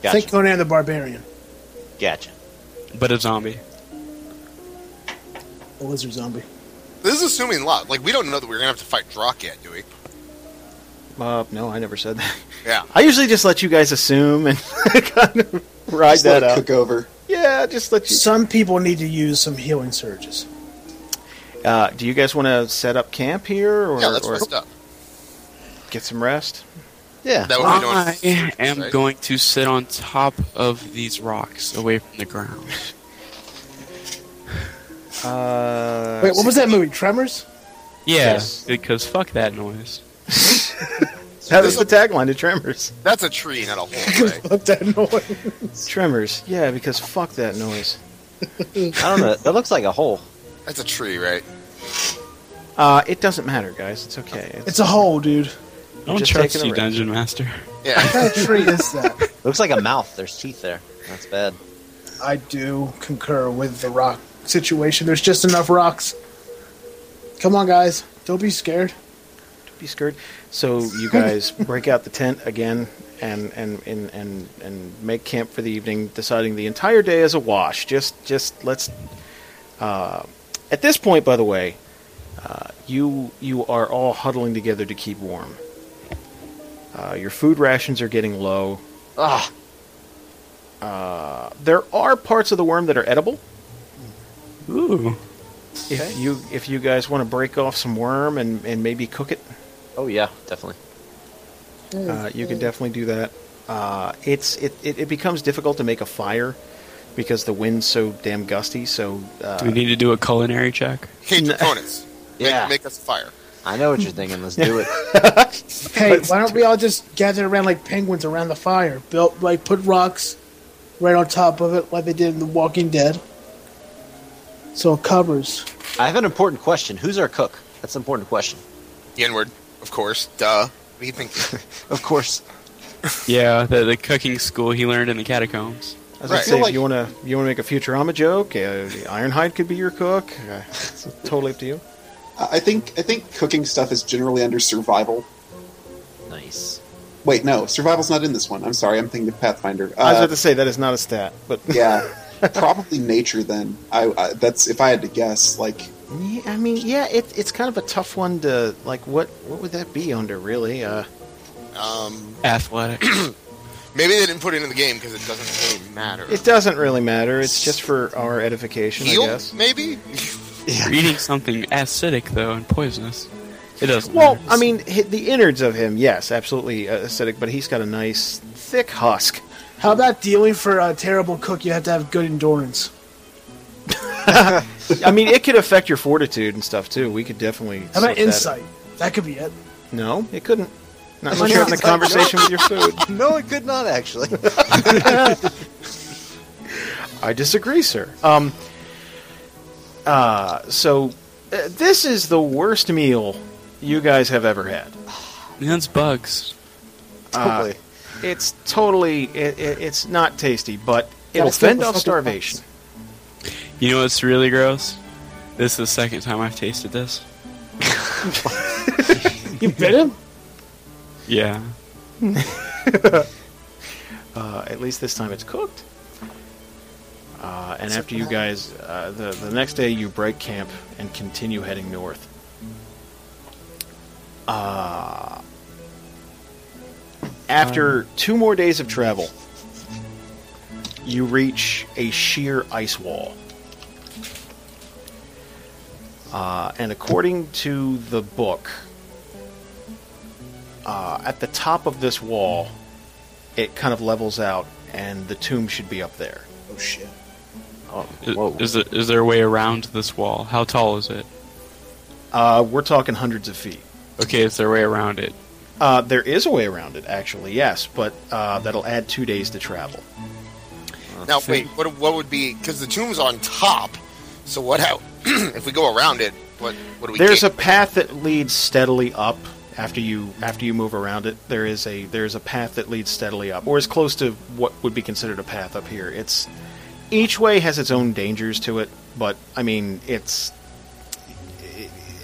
Speaker 7: Gotcha.
Speaker 4: Think Conan the Barbarian,
Speaker 7: Gotcha.
Speaker 8: But a zombie.
Speaker 4: the lizard zombie.
Speaker 1: This is assuming luck. Like we don't know that we're gonna have to fight Drock yet, do we?
Speaker 3: uh, no, I never said that.
Speaker 1: Yeah.
Speaker 3: I usually just let you guys assume and <laughs> kind of ride
Speaker 6: Just
Speaker 3: that
Speaker 6: let it
Speaker 3: out.
Speaker 6: cook over.
Speaker 3: Yeah, just let you.
Speaker 4: Some people need to use some healing surges.
Speaker 3: Uh, do you guys want to set up camp here or,
Speaker 1: yeah, that's
Speaker 3: or
Speaker 1: messed up.
Speaker 3: get some rest?
Speaker 7: Yeah.
Speaker 1: That would be doing
Speaker 8: I am
Speaker 1: right?
Speaker 8: going to sit on top of these rocks, away from the ground.
Speaker 3: Uh,
Speaker 4: Wait, what was that movie? Tremors?
Speaker 8: <laughs> Yeah,
Speaker 3: Yes.
Speaker 8: because fuck that noise.
Speaker 3: that was the tagline to
Speaker 1: <laughs>
Speaker 3: Tremors.
Speaker 1: That's a tree, not a hole. Right?
Speaker 4: <laughs> Fuck that noise.
Speaker 3: Tremors. Yeah, because fuck that noise.
Speaker 7: I don't know. That looks like a hole.
Speaker 1: That's a tree, right?
Speaker 3: Uh, it doesn't matter, guys. It's okay. It's,
Speaker 4: It's a hole, dude.
Speaker 8: Don't
Speaker 3: just
Speaker 8: trust
Speaker 3: taking a
Speaker 8: you,
Speaker 3: rest.
Speaker 8: Dungeon Master.
Speaker 4: What
Speaker 1: Yeah.
Speaker 4: kind of tree is that?
Speaker 7: Looks like a mouth. There's teeth there. That's bad.
Speaker 4: <laughs> I do concur with the rock situation. There's just enough rocks. Come on, guys. Don't be scared.
Speaker 3: be scared. So you guys break out the tent again and and, and, and and make camp for the evening, deciding the entire day is a wash. Just just let's. Uh, at this point, by the way, uh, you you are all huddling together to keep warm. Uh, your food rations are getting low.
Speaker 7: Ah.
Speaker 3: Uh, there are parts of the worm that are edible.
Speaker 8: Ooh.
Speaker 3: If you if you guys want to break off some worm and, and maybe cook it,
Speaker 7: Oh yeah, definitely.
Speaker 3: Uh, you can definitely do that. Uh, it's it, it, it becomes difficult to make a fire because the wind's so damn gusty. So
Speaker 8: Do
Speaker 3: uh,
Speaker 8: we need to do a culinary check?
Speaker 3: <laughs>
Speaker 1: Hey, Draconis.
Speaker 7: Yeah.
Speaker 1: Make, make us fire.
Speaker 7: I know what you're thinking. Let's do it.
Speaker 4: <laughs> Hey, why don't we all just gather around like penguins around the fire? Built like put rocks right on top of it, like they did in The Walking Dead. So it covers.
Speaker 7: I have an important question. Who's our cook? That's an important question.
Speaker 1: The N word, of course. Duh. What do you think?
Speaker 7: Of course.
Speaker 8: Yeah, the, the cooking school he learned in the catacombs.
Speaker 3: I was gonna
Speaker 1: Right.
Speaker 3: say,
Speaker 1: Feel
Speaker 3: if
Speaker 1: like-
Speaker 3: you want to you want to make a Futurama joke, uh, the Ironhide could be your cook. Uh, it's totally up to you.
Speaker 6: I I think I think cooking stuff is generally under survival.
Speaker 7: Nice.
Speaker 6: Wait, no, survival's not in this one. I'm sorry, I'm thinking of Pathfinder.
Speaker 3: I was
Speaker 6: Uh,
Speaker 3: about to say that is not a stat, but
Speaker 6: yeah,
Speaker 3: <laughs>
Speaker 6: probably nature. Then I, I that's if I had to guess. Like
Speaker 3: Yeah, I mean, yeah, it, it's kind of a tough one to like. What what would that be under really? Uh,
Speaker 1: um,
Speaker 8: Athletic.
Speaker 3: <coughs>
Speaker 1: maybe they didn't put it in the game because it doesn't really matter.
Speaker 3: it doesn't really matter. It's just for our edification, I
Speaker 1: Heal,
Speaker 3: guess.
Speaker 1: maybe.
Speaker 8: You're eating something acidic, though, and poisonous. It doesn't
Speaker 3: Well,
Speaker 8: matter.
Speaker 3: I mean, hi- the innards of him, yes, absolutely uh, acidic, but he's got a nice thick
Speaker 4: <laughs>
Speaker 3: husk.
Speaker 4: How about dealing for a terrible cook? You have to have good endurance.
Speaker 3: I mean, it could affect your fortitude and stuff too. We could definitely.
Speaker 4: How
Speaker 3: slip
Speaker 4: about
Speaker 3: that-
Speaker 4: insight? That could be it.
Speaker 3: No, it couldn't. Not
Speaker 4: Why
Speaker 3: unless you're
Speaker 4: not?
Speaker 3: having a conversation with your food.
Speaker 4: <laughs>
Speaker 7: No, it could not actually.
Speaker 3: I disagree, sir. Um. Uh, so uh, this is the worst meal you guys have ever had.
Speaker 8: That's bugs.
Speaker 3: Uh, it's totally. It, it, it's not tasty, but it'll fend off starvation.
Speaker 8: You know what's really gross? This is the second time I've tasted this.
Speaker 4: You bit him?
Speaker 8: Yeah.
Speaker 3: Uh, at least this time it's cooked. Uh, and after you guys, uh, the the next day you break camp and continue heading north. Uh, after two more days of travel, you reach a sheer ice wall. Uh, and according to the book, uh, at the top of this wall, it kind of levels out, and the tomb should be up there.
Speaker 4: Oh shit.
Speaker 10: Oh,
Speaker 8: I-
Speaker 10: whoa.
Speaker 8: Is, there, is there a way around this wall? How tall is it?
Speaker 3: Uh, we're talking hundreds of feet.
Speaker 8: Okay, is there a way around it?
Speaker 3: Uh, there is a way around it, actually, yes, but uh, that'll add two days to travel.
Speaker 1: Now, wait, what, what would be because the tomb's on top? So what? How <clears throat> if we go around it? What? What do we?
Speaker 3: There's a
Speaker 1: gain?
Speaker 3: path that leads steadily up after you after you move around it. There is a there's a path that leads steadily up, or as close to what would be considered a path up here. It's each way has its own dangers to it, but I mean it's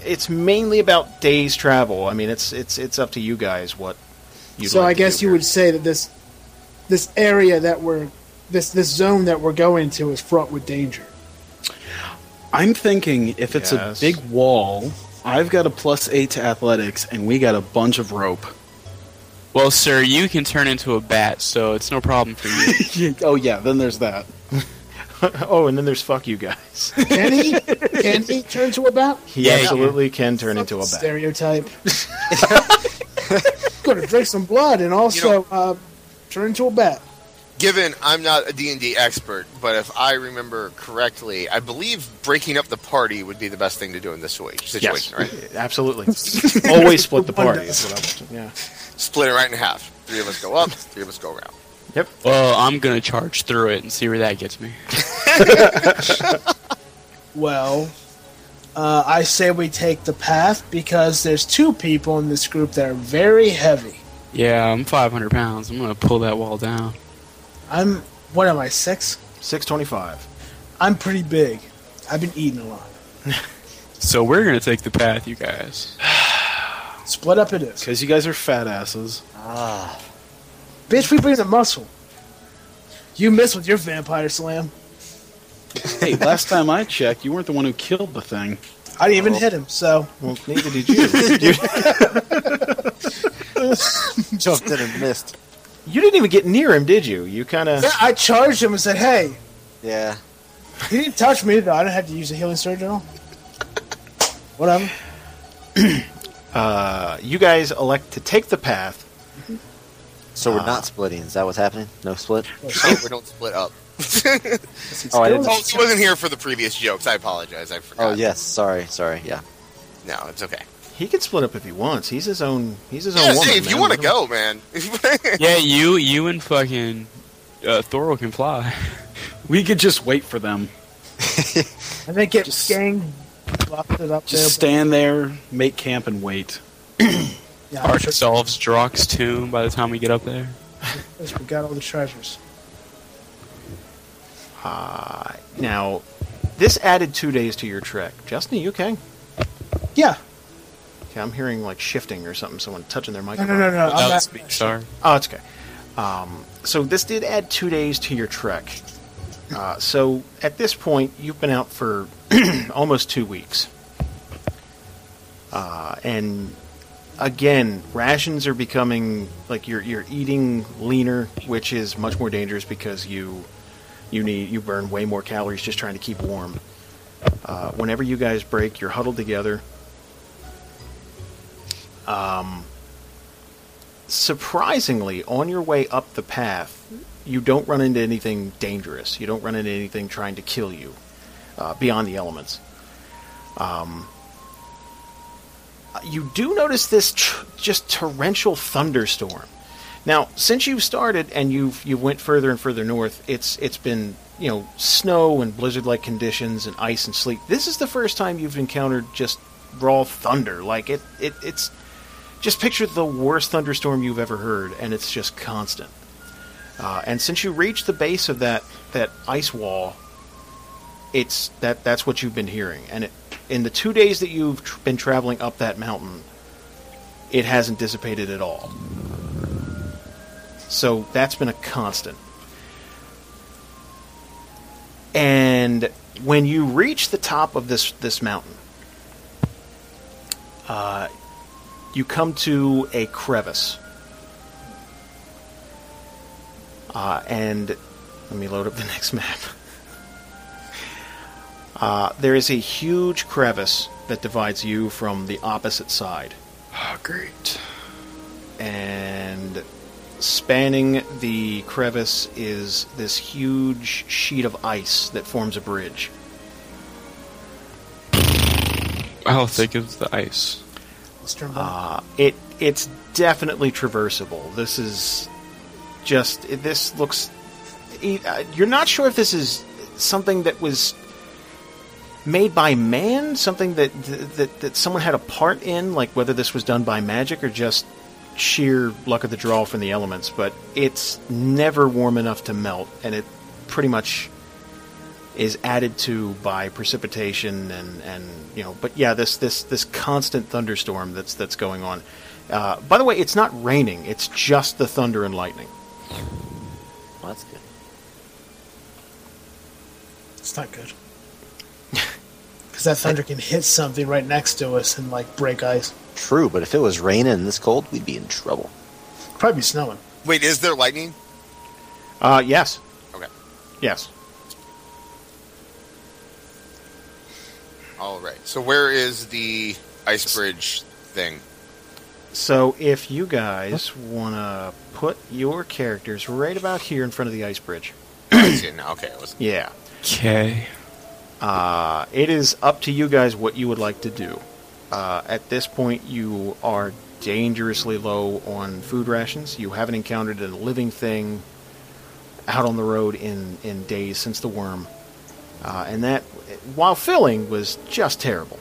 Speaker 3: it's mainly about days travel. I mean it's it's it's up to you guys what. You'd
Speaker 4: so
Speaker 3: like
Speaker 4: I
Speaker 3: to
Speaker 4: guess
Speaker 3: do
Speaker 4: you
Speaker 3: here.
Speaker 4: would say that this this area that we're this this zone that we're going to is fraught with danger.
Speaker 5: I'm thinking if it's
Speaker 3: Yes.
Speaker 5: a big wall, I've got a plus eight to athletics, and we got a bunch of rope.
Speaker 8: Well, sir, you can turn into a bat, so it's no problem for you.
Speaker 5: <laughs> oh yeah, then there's that.
Speaker 3: <laughs> oh, and then there's fuck you
Speaker 4: <laughs>
Speaker 3: guys. <laughs>
Speaker 4: Can he? can he turn to a bat?
Speaker 3: He absolutely can turn into a bat.
Speaker 4: <laughs> Stereotype. Going to drink some blood and also
Speaker 1: You know-
Speaker 4: uh, turn into a bat.
Speaker 1: Given I'm not a D&D expert, but if I remember correctly, I believe breaking up the party would be the best thing to do in this situa- situation,
Speaker 4: <laughs>
Speaker 1: right?
Speaker 3: Absolutely. Always split the party.
Speaker 4: One
Speaker 3: is what I would- yeah.
Speaker 1: Split it right in half. Three of us go up, three of us go around.
Speaker 8: well, I'm gonna charge through it and see where that gets me.
Speaker 4: Well, uh, I say we take the path because there's two people in this group that are very heavy.
Speaker 8: Yeah, I'm 500 pounds. I'm gonna pull that wall down.
Speaker 4: I'm what am I six?
Speaker 3: 625.
Speaker 4: I'm pretty big. I've been eating a lot.
Speaker 8: So we're gonna take the path, you guys.
Speaker 4: Split up it is.
Speaker 5: Because you guys are fat asses.
Speaker 4: Bitch, we bring the muscle. You miss with your vampire slam.
Speaker 5: Hey, last time I checked, you weren't the one who killed the thing.
Speaker 4: I didn't even hit him, so
Speaker 3: Well, neither did you.
Speaker 7: Jumped in and missed.
Speaker 3: you didn't even get near him, did you? You kind of.
Speaker 4: yeah, I charged him and said, "Hey,
Speaker 7: Yeah.
Speaker 4: he didn't touch me though. I didn't have to use a healing surge at all." Whatever.
Speaker 3: Uh, you guys elect to take the path.
Speaker 7: So we're
Speaker 4: Ah.
Speaker 7: not splitting. Is that what's happening? No split?
Speaker 1: Oh, we don't split up.
Speaker 7: Oh, I didn't.
Speaker 1: Oh, she wasn't here for the previous jokes. I apologize. I forgot.
Speaker 7: Oh, yes. Sorry. Sorry. Yeah.
Speaker 1: No, it's okay.
Speaker 3: He can split up if he wants. He's his own. He's his own
Speaker 1: Yeah,
Speaker 3: woman.
Speaker 1: see, if you
Speaker 3: man.
Speaker 1: want to go, man. <laughs>
Speaker 8: yeah, you, you and fucking uh, Thorol can fly.
Speaker 5: We could just wait for them.
Speaker 4: And they get
Speaker 5: Just-
Speaker 4: gang busted up
Speaker 5: Just
Speaker 4: there.
Speaker 5: stand there, make camp, and wait.
Speaker 4: but- yeah, I'm
Speaker 8: Arch
Speaker 4: sure
Speaker 8: solves Drock's tomb by the time we get up there.
Speaker 4: we got all the treasures.
Speaker 3: Uh, now, this added two days to your trek. Justin, you okay?
Speaker 4: Yeah.
Speaker 3: Okay, I'm hearing like shifting or something. Someone touching their
Speaker 4: No,
Speaker 3: microphone.
Speaker 4: no, no, no. I'm
Speaker 8: Without
Speaker 4: not,
Speaker 8: speak, sorry.
Speaker 3: Oh, it's okay. Um, so this did add two days to your trek. Uh, so at this point, you've been out for <clears throat> almost two weeks, uh, and again, rations are becoming like you're you're eating leaner, which is much more dangerous because you you need you burn way more calories just trying to keep warm. Uh, whenever you guys break, you're huddled together. surprisingly, on your way up the path, you don't run into anything dangerous. You don't run into anything trying to kill you uh, beyond the elements. Um, you do notice this tr- just torrential thunderstorm. Now, since you started and you've you went further and further north, it's it's been you know snow and blizzard-like conditions and ice and sleet. This is the first time you've encountered just raw thunder. Like it, it it's just picture the worst thunderstorm you've ever heard, and it's just constant. Uh, and since you reach the base of that that ice wall, it's that that's what you've been hearing. And it, in the two days that you've tr- been traveling up that mountain, it hasn't dissipated at all. So that's been a constant. And when you reach the top of this this mountain, you come to a crevice. Uh, and let me load up the <laughs> next map. Uh, there is a huge crevice that divides you from the opposite side.
Speaker 8: Oh, great.
Speaker 3: and spanning the crevice is this huge sheet of ice that forms a bridge.
Speaker 8: How thick is the ice?
Speaker 4: Let's turn back.
Speaker 3: Uh, it it's definitely traversable. This is just it- this looks. e- uh, You're not sure if this is something that was made by man, something that that that someone had a part in, like whether this was done by magic or just sheer luck of the draw from the elements. But it's never warm enough to melt, and it pretty much is added to by precipitation and, and you know but yeah this this this constant thunderstorm that's that's going on uh, by the way it's not raining it's just the thunder and lightning
Speaker 7: Well, that's good.
Speaker 4: It's not good. <laughs> Because that thunder can hit something right next to us and like break ice.
Speaker 7: True, but if it was raining and this cold, we'd be in trouble.
Speaker 4: Probably be snowing.
Speaker 1: Wait, is there lightning?
Speaker 3: uh, yes
Speaker 1: Okay.
Speaker 3: yes
Speaker 1: All right. So where is the ice bridge thing?
Speaker 3: so if you guys want to put your characters right about here in front of the ice bridge
Speaker 1: Oh, I see it now. Okay. I was-
Speaker 3: yeah
Speaker 8: Okay.
Speaker 3: Uh, it is up to you guys what you would like to do. Uh, at this point, you are dangerously low on food rations. You haven't encountered a living thing out on the road in, in days since the worm. Uh, and that, while filling, was just terrible.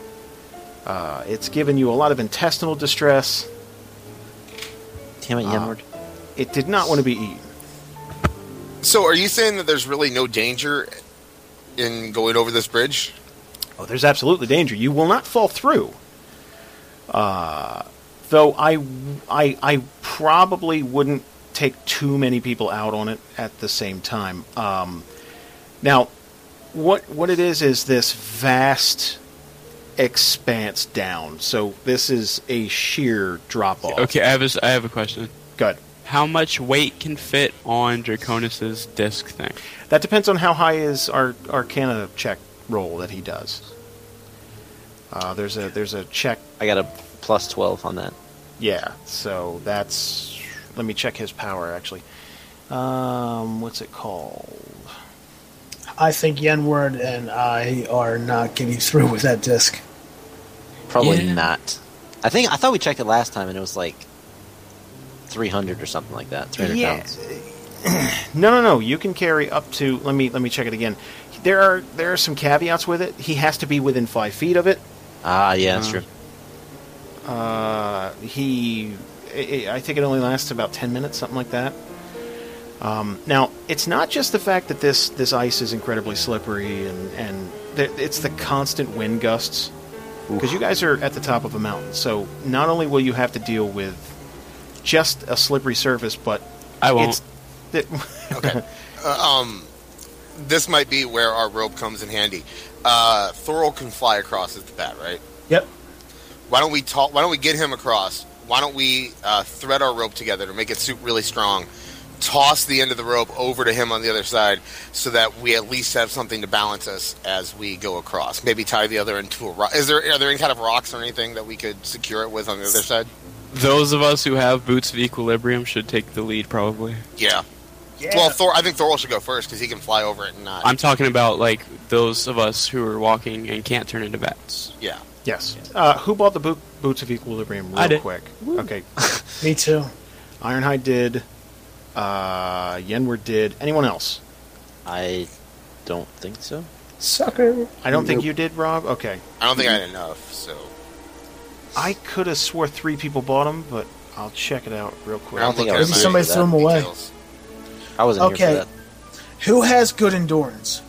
Speaker 3: Uh, it's given you a lot of intestinal distress.
Speaker 7: Damn it,
Speaker 4: Ah.
Speaker 3: Uh,
Speaker 7: Yenward.
Speaker 3: It did not want to be eaten.
Speaker 1: So are you saying that there's really no danger in going over this bridge?
Speaker 3: Oh, there's absolutely danger. You will not fall through. Uh, though I, I, I probably wouldn't take too many people out on it at the same time. Um, now, what what it is is this vast expanse down. So this is a sheer drop off.
Speaker 8: Okay, I have a, s- I have a question.
Speaker 3: Good.
Speaker 8: How much weight can fit on Draconis's disc thing?
Speaker 3: That depends on how high is our Arcana check roll that he does. Uh, there's a there's a check
Speaker 7: I got a plus 12 on that.
Speaker 3: Yeah, so that's. Let me check his power actually. Um, what's it called?
Speaker 4: I think Yenward and I are not getting through with that disc.
Speaker 7: Probably
Speaker 8: Yeah.
Speaker 7: not. I think I thought we checked it last time and it was like 300 or something like that. 300
Speaker 3: Yeah.
Speaker 7: pounds.
Speaker 3: No, no, no. You can carry up to. Let me let me check it again. There are there are some caveats with it. He has to be within five feet of it.
Speaker 7: Ah, yeah, that's
Speaker 8: Uh,
Speaker 7: true.
Speaker 3: Uh, he, I I think it only lasts about ten minutes, something like that. Um, now, it's not just the fact that this this ice is incredibly slippery, and and th- it's the constant wind gusts. Because you guys are at the top of a mountain, so not only will you have to deal with just a slippery surface, but
Speaker 8: I won't.
Speaker 3: it's that
Speaker 1: Okay. uh, um, this might be where our rope comes in handy. Uh, Thorol can fly across at the bat, right?
Speaker 4: Yep.
Speaker 1: Why don't we talk? Why don't we get him across? Why don't we uh, thread our rope together to make it suit really strong? Toss the end of the rope over to him on the other side, so that we at least have something to balance us as we go across. Maybe tie the other end to a rock. Is there are there any kind of rocks or anything that we could secure it with on the other side?
Speaker 8: Those of us who have boots of equilibrium should take the lead, probably.
Speaker 1: Yeah.
Speaker 4: Yeah.
Speaker 1: Well, Thor. I think Thorol should go first because he can fly over it and not.
Speaker 8: I'm talking about like those of us who are walking and can't turn into bats.
Speaker 1: yeah.
Speaker 3: <laughs> yes. Uh, who bought the boot, boots of equilibrium? Real
Speaker 8: I did.
Speaker 3: quick. Okay,
Speaker 4: Me too.
Speaker 3: Ironhide did. Uh, Yenward did. Anyone else?
Speaker 4: Uh.
Speaker 7: I don't think so.
Speaker 4: Sucker.
Speaker 3: I don't think you did, Rob. Okay.
Speaker 1: I don't think I had enough. So
Speaker 3: I could have swore three people bought them, but I'll check it out real quick.
Speaker 1: I don't
Speaker 7: think
Speaker 1: look
Speaker 7: I
Speaker 1: at
Speaker 7: was
Speaker 1: my
Speaker 4: Maybe somebody
Speaker 7: for
Speaker 4: threw him away.
Speaker 1: details.
Speaker 7: I wasn't
Speaker 4: Okay.
Speaker 7: here for
Speaker 4: Who has good endurance?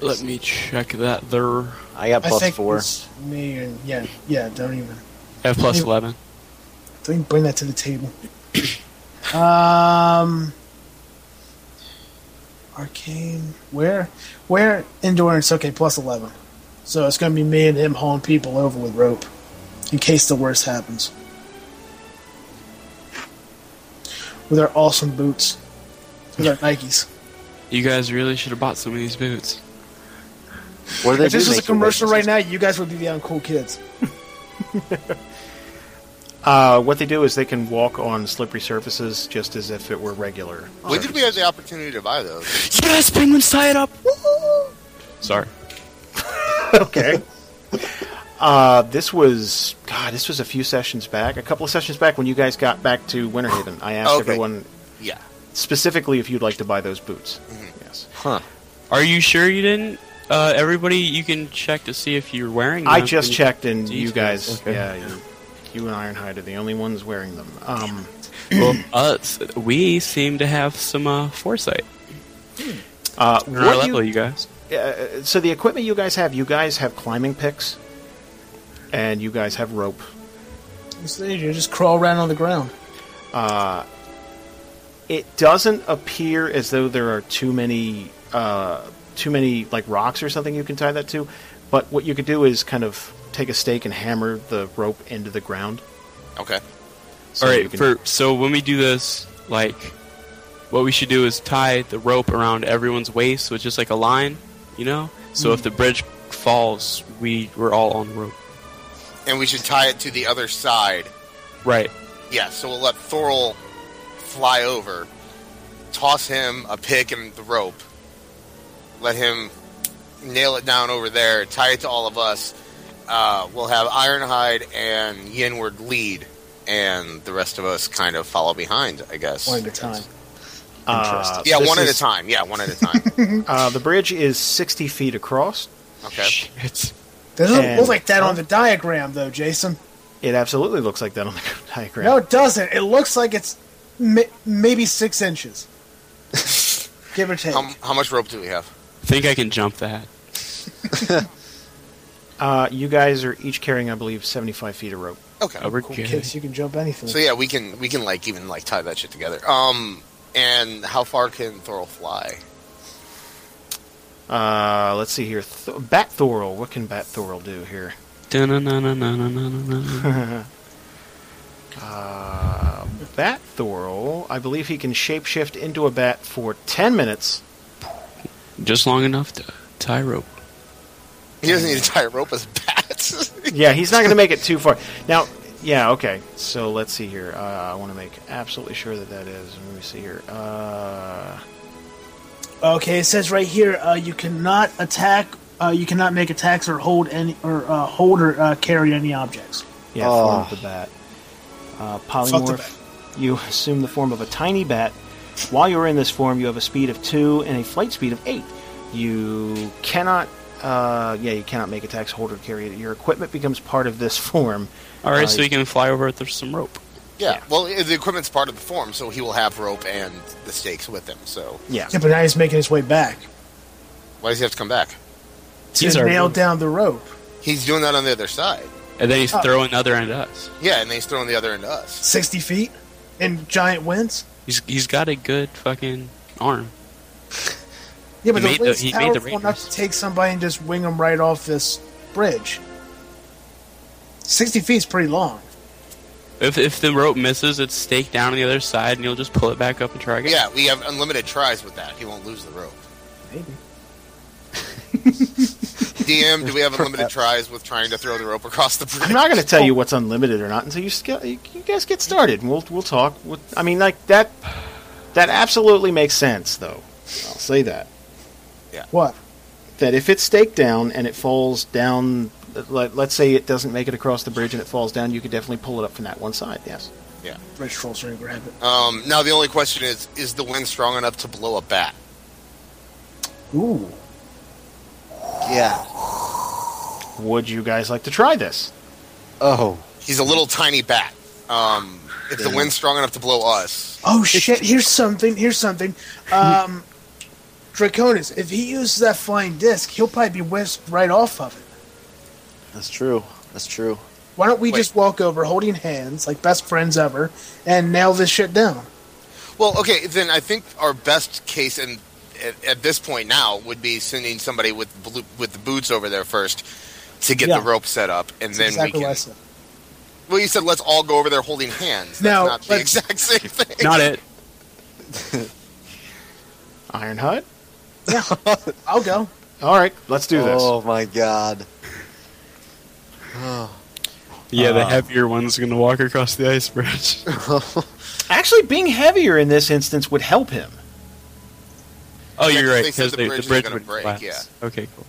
Speaker 8: Let me check that there.
Speaker 7: that. I got
Speaker 4: I
Speaker 7: plus
Speaker 4: think
Speaker 7: four.
Speaker 4: it's me and yeah, yeah. Don't even.
Speaker 8: I have plus
Speaker 4: You-
Speaker 8: 11.
Speaker 4: Don't even bring that to the table. <coughs> um. Arcane. Where? Where? Endurance. Okay, plus 11. So it's going to be me and him hauling people over with rope in case the worst happens. With our awesome boots. With our Nikes.
Speaker 8: You guys really should have bought some of these boots.
Speaker 7: What do <laughs> they
Speaker 4: If
Speaker 7: do
Speaker 4: this was a
Speaker 7: make you
Speaker 4: commercial
Speaker 7: racist?
Speaker 4: right now, you guys would be the uncool kids.
Speaker 3: Uh, what they do is they can walk on slippery surfaces just as if it were regular.
Speaker 1: When did we have the opportunity to buy those?
Speaker 10: Yes, penguins tie it up.
Speaker 8: Sorry.
Speaker 3: <laughs> okay. <laughs> Uh, this was God. This was a few sessions back, a couple of sessions back when you guys got back to Winterhaven. I asked
Speaker 1: Okay.
Speaker 3: everyone
Speaker 1: Yeah. Mm-hmm.
Speaker 3: specifically if you'd like to buy those boots. Yes,
Speaker 10: Huh.
Speaker 8: Are you sure you didn't? Uh, everybody, you can check to see if you're wearing.
Speaker 3: I
Speaker 8: them.
Speaker 3: just
Speaker 8: And-
Speaker 3: checked, and
Speaker 8: Jesus,
Speaker 3: you guys,
Speaker 10: okay.
Speaker 3: yeah, you, you and Ironhide are the only ones wearing them. Um,
Speaker 8: Well, us, we seem to have some uh, foresight.
Speaker 3: uh,
Speaker 8: We're our
Speaker 3: what do
Speaker 8: level,
Speaker 3: you-
Speaker 8: you guys.
Speaker 3: uh, so the equipment you guys have, you guys have climbing picks, and you guys have rope.
Speaker 4: It's easier. Just crawl around on the ground.
Speaker 3: it doesn't appear as though there are too many uh, too many like rocks or something you can tie that to. But what you could do is kind of take a stake and hammer the rope into the ground.
Speaker 1: Okay.
Speaker 3: So
Speaker 8: All
Speaker 3: you
Speaker 8: right.
Speaker 3: can-
Speaker 8: For so when we do this, like, what we should do is tie the rope around everyone's waist, so it's just like a line, you know. So
Speaker 3: Mm-hmm.
Speaker 8: if the bridge falls, we we're all on the rope.
Speaker 1: And we should tie it to the other side.
Speaker 8: Right.
Speaker 1: Yeah, so we'll let Thorl fly over, toss him a pick and the rope, let him nail it down over there, tie it to all of us. Uh, we'll have Ironhide and Yinward lead, and the rest of us kind of follow behind, I guess.
Speaker 4: One at a time.
Speaker 3: uh,
Speaker 1: yeah,
Speaker 3: this
Speaker 1: one at
Speaker 3: is-
Speaker 1: a time. Yeah, one at a
Speaker 3: <laughs>
Speaker 1: time.
Speaker 3: Uh, the bridge is sixty feet across.
Speaker 1: Okay.
Speaker 8: It's
Speaker 4: That doesn't
Speaker 3: And- oh.
Speaker 4: look like that on the diagram, though, Jason.
Speaker 3: It absolutely looks like that on the <laughs> diagram.
Speaker 4: No, it doesn't. It looks like it's ma- maybe
Speaker 3: <laughs>
Speaker 4: six inches, give or take.
Speaker 1: How, how much rope do we have?
Speaker 8: think I can jump that.
Speaker 3: Uh, you guys are each carrying, I believe, seventy-five feet of rope.
Speaker 1: Okay.
Speaker 8: Oh, we're
Speaker 4: In
Speaker 8: good.
Speaker 4: case you can jump anything.
Speaker 1: So yeah, we can we can like even like tie that shit together. Um, and how far can Thorl fly?
Speaker 3: Uh, let's see here. Th- Bat Thorl. What can Bat Thorl do here?
Speaker 8: Dun-dun-dun-dun-dun-dun-dun-dun.
Speaker 3: Uh, bat Thorl, I believe he can shapeshift into a bat for 10 minutes.
Speaker 8: <laughs> Just long enough to tie rope.
Speaker 1: He doesn't need to tie a rope as bats.
Speaker 3: Yeah, he's not going to make it too far. Now, yeah, okay. So let's see here. Uh, I want to make absolutely sure that that is. Let me see here. Uh,
Speaker 4: Okay, it says right here uh, you cannot attack, uh, you cannot make attacks or hold any or uh, hold or uh, carry any objects.
Speaker 3: yeah, form of the bat. Uh, polymorph.
Speaker 4: bat.
Speaker 3: You assume the form of a tiny bat. While you're in this form, you have a speed of two and a flight speed of eight. You cannot. Uh, yeah, you cannot make attacks, hold, or carry. Your equipment becomes part of this <laughs> form.
Speaker 8: All right,
Speaker 3: Uh,
Speaker 8: so we can fly over it. There's some rope.
Speaker 1: <laughs> Yeah. Well, the equipment's part of the form, so he will have rope and the stakes with him. So
Speaker 3: Yeah.
Speaker 4: Yeah, but now he's making his way back.
Speaker 1: why does he have to come back?
Speaker 4: He's
Speaker 8: our
Speaker 4: nailed
Speaker 8: rope.
Speaker 4: down the rope.
Speaker 1: He's doing that on the other side.
Speaker 8: And then he's
Speaker 3: Ah.
Speaker 8: throwing another end at us.
Speaker 1: Yeah, and then he's throwing the other end to us.
Speaker 4: Sixty feet in giant winds.
Speaker 8: He's he's got a good fucking arm.
Speaker 4: Yeah, but the
Speaker 8: He made the-
Speaker 4: wind's
Speaker 8: he made the
Speaker 4: powerful enough
Speaker 8: Rangers.
Speaker 4: to take somebody and just wing them right off this bridge. Sixty feet's pretty long.
Speaker 8: If if the rope misses, it's staked down on the other side, and you'll just pull it back up and try again.
Speaker 1: Yeah, we have unlimited tries with that. He won't lose the rope. <laughs>
Speaker 4: Maybe.
Speaker 1: DM, do we have unlimited tries with trying to throw the rope across the bridge?
Speaker 3: I'm not going to tell you what's unlimited or not until you sca- you guys get started. and We'll we'll talk. We'll- I mean, like that that absolutely makes sense, though. I'll say that
Speaker 4: What?
Speaker 3: that if it's staked down and it falls down, let, let's say it doesn't make it across the bridge and it falls down, you could definitely pull it up from that one side. Yes.
Speaker 4: Bridge trolls are gonna grab it.
Speaker 1: Um, now the only question is: Is the wind strong enough to blow a bat?
Speaker 4: Ooh.
Speaker 7: Yeah.
Speaker 3: Would you guys like to try this?
Speaker 7: Oh.
Speaker 1: He's a little tiny bat. Um, if the wind's strong enough to blow us,
Speaker 4: Oh shit! Here's something. Here's something. Um, Draconis, if he uses that flying disc, he'll probably be whisked right off of it.
Speaker 7: That's true. That's true.
Speaker 4: Why don't we
Speaker 1: Wait.
Speaker 4: just walk over, holding hands like best friends ever, and nail this shit down?
Speaker 1: Well, okay, then I think our best case in, at, at this point now would be sending somebody with blue, with the boots over there first to get
Speaker 4: Yeah.
Speaker 1: the rope set up, and
Speaker 4: That's
Speaker 1: then
Speaker 4: exactly
Speaker 1: we
Speaker 4: what I
Speaker 1: can.
Speaker 4: said.
Speaker 1: Well, you said let's all go over there holding hands. That's
Speaker 4: No,
Speaker 1: not the
Speaker 4: let's-
Speaker 1: exact same
Speaker 4: <laughs>
Speaker 1: thing.
Speaker 8: Not it.
Speaker 3: Iron Hut.
Speaker 4: I'll go.
Speaker 3: Oh, All right, let's do this.
Speaker 7: Oh my god.
Speaker 8: Yeah, the
Speaker 3: Uh,
Speaker 8: heavier one's gonna walk across the ice
Speaker 1: <laughs>
Speaker 8: bridge.
Speaker 3: Actually, being heavier in this instance would help him.
Speaker 8: oh, you're right.
Speaker 1: They said
Speaker 8: Because
Speaker 1: the
Speaker 8: the,
Speaker 1: bridge
Speaker 8: the
Speaker 1: is
Speaker 8: bridge
Speaker 1: gonna
Speaker 8: would
Speaker 1: break,
Speaker 8: collapse.
Speaker 1: yeah.
Speaker 8: Okay, cool.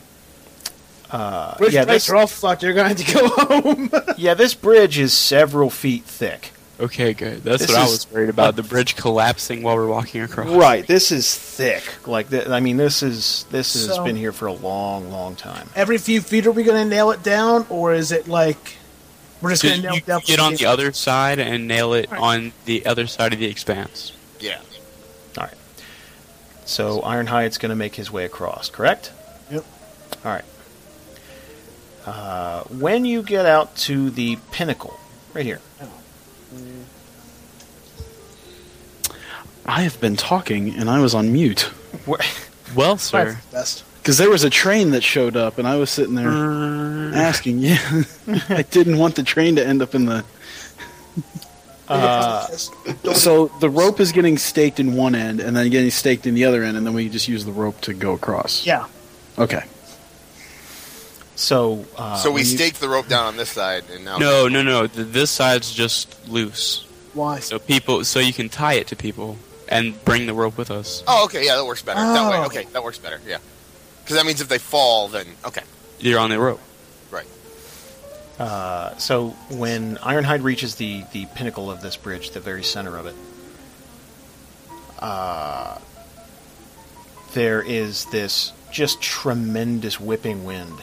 Speaker 3: Uh,
Speaker 4: Rich
Speaker 3: yeah,
Speaker 4: Rates
Speaker 3: this,
Speaker 4: are all fucked. You're going to have to go <laughs> home.
Speaker 3: yeah, this bridge is several feet thick.
Speaker 8: Okay, good. That's
Speaker 3: This
Speaker 8: what I
Speaker 3: is-
Speaker 8: was worried <laughs> about. The bridge collapsing while we're walking across.
Speaker 3: Right, this is thick. Like, th- I mean, this is this has
Speaker 4: So-
Speaker 3: been here for a long, long time.
Speaker 4: Every few feet, are we going to nail it down, or is it like we're just
Speaker 8: So
Speaker 4: going to nail
Speaker 8: you
Speaker 4: it down? for
Speaker 8: get on
Speaker 4: safety?
Speaker 8: the other side and nail it on the other side of the expanse.
Speaker 1: Yeah.
Speaker 3: All right. So Ironhide's going to make his way across, correct?
Speaker 4: Yep.
Speaker 3: All right. Uh, when you get out to the pinnacle, right here.
Speaker 5: I have been talking and I was on mute
Speaker 3: Where, <laughs>
Speaker 8: Well,
Speaker 4: That's
Speaker 8: sir.
Speaker 4: the Best.
Speaker 5: because there was a train that showed up and I was sitting there asking. Yeah, <laughs> I didn't want the train to end up in the.
Speaker 3: uh,
Speaker 5: So the rope is getting staked in one end and then getting staked in the other end, and then we just use the rope to go across.
Speaker 4: yeah.
Speaker 5: Okay.
Speaker 3: so uh,
Speaker 1: so we
Speaker 3: when you-
Speaker 1: staked the rope down on this side, and now
Speaker 8: No, no, no. Th this side's just loose,
Speaker 4: Why?
Speaker 8: so people, so you can tie it to people and bring the rope with us.
Speaker 1: Oh, okay, yeah, that works better that way.
Speaker 4: Oh.
Speaker 1: Okay, that works better. Yeah, because that means if they fall, then okay,
Speaker 8: You're on the rope.
Speaker 3: Uh, so when Ironhide reaches the, the pinnacle of this bridge, the very center of it, uh, there is this just tremendous whipping wind.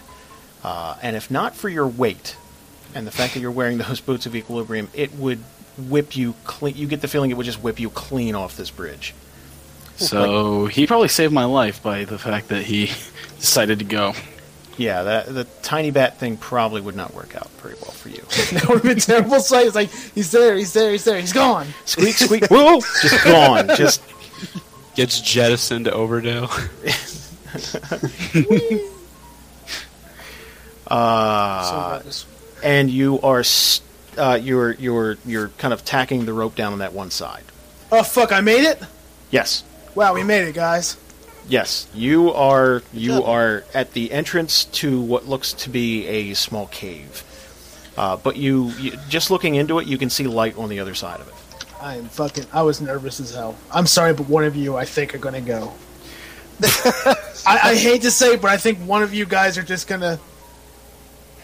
Speaker 3: Uh, and if not for your weight and the fact that you're wearing those boots of equilibrium, it would whip you clean. You get the feeling it would just whip you clean off this bridge.
Speaker 5: So he probably saved my life by the fact that he <laughs> decided to go.
Speaker 3: Yeah, that, the tiny bat thing probably would not work out very well for you.
Speaker 4: <laughs> that would have been terrible sight. It's like he's there, he's there, he's there, he's gone.
Speaker 3: squeak, squeak, woo! Just gone. Just
Speaker 8: Gets jettisoned to Overdale. <laughs>
Speaker 3: Uh, and you are s uh, you're you're you're kind of tacking the rope down on that one side.
Speaker 4: oh fuck! I made it.
Speaker 3: Yes,
Speaker 4: Wow, we made it, guys.
Speaker 3: yes, you are you are at the entrance to what looks to be a small cave. Uh, but you, you just looking into it, you can see light on the other side of it.
Speaker 4: I am fucking. I was nervous as hell. I'm sorry, but one of you, I think, are gonna go. <laughs> I, I hate to say, it, but I think one of you guys are just gonna.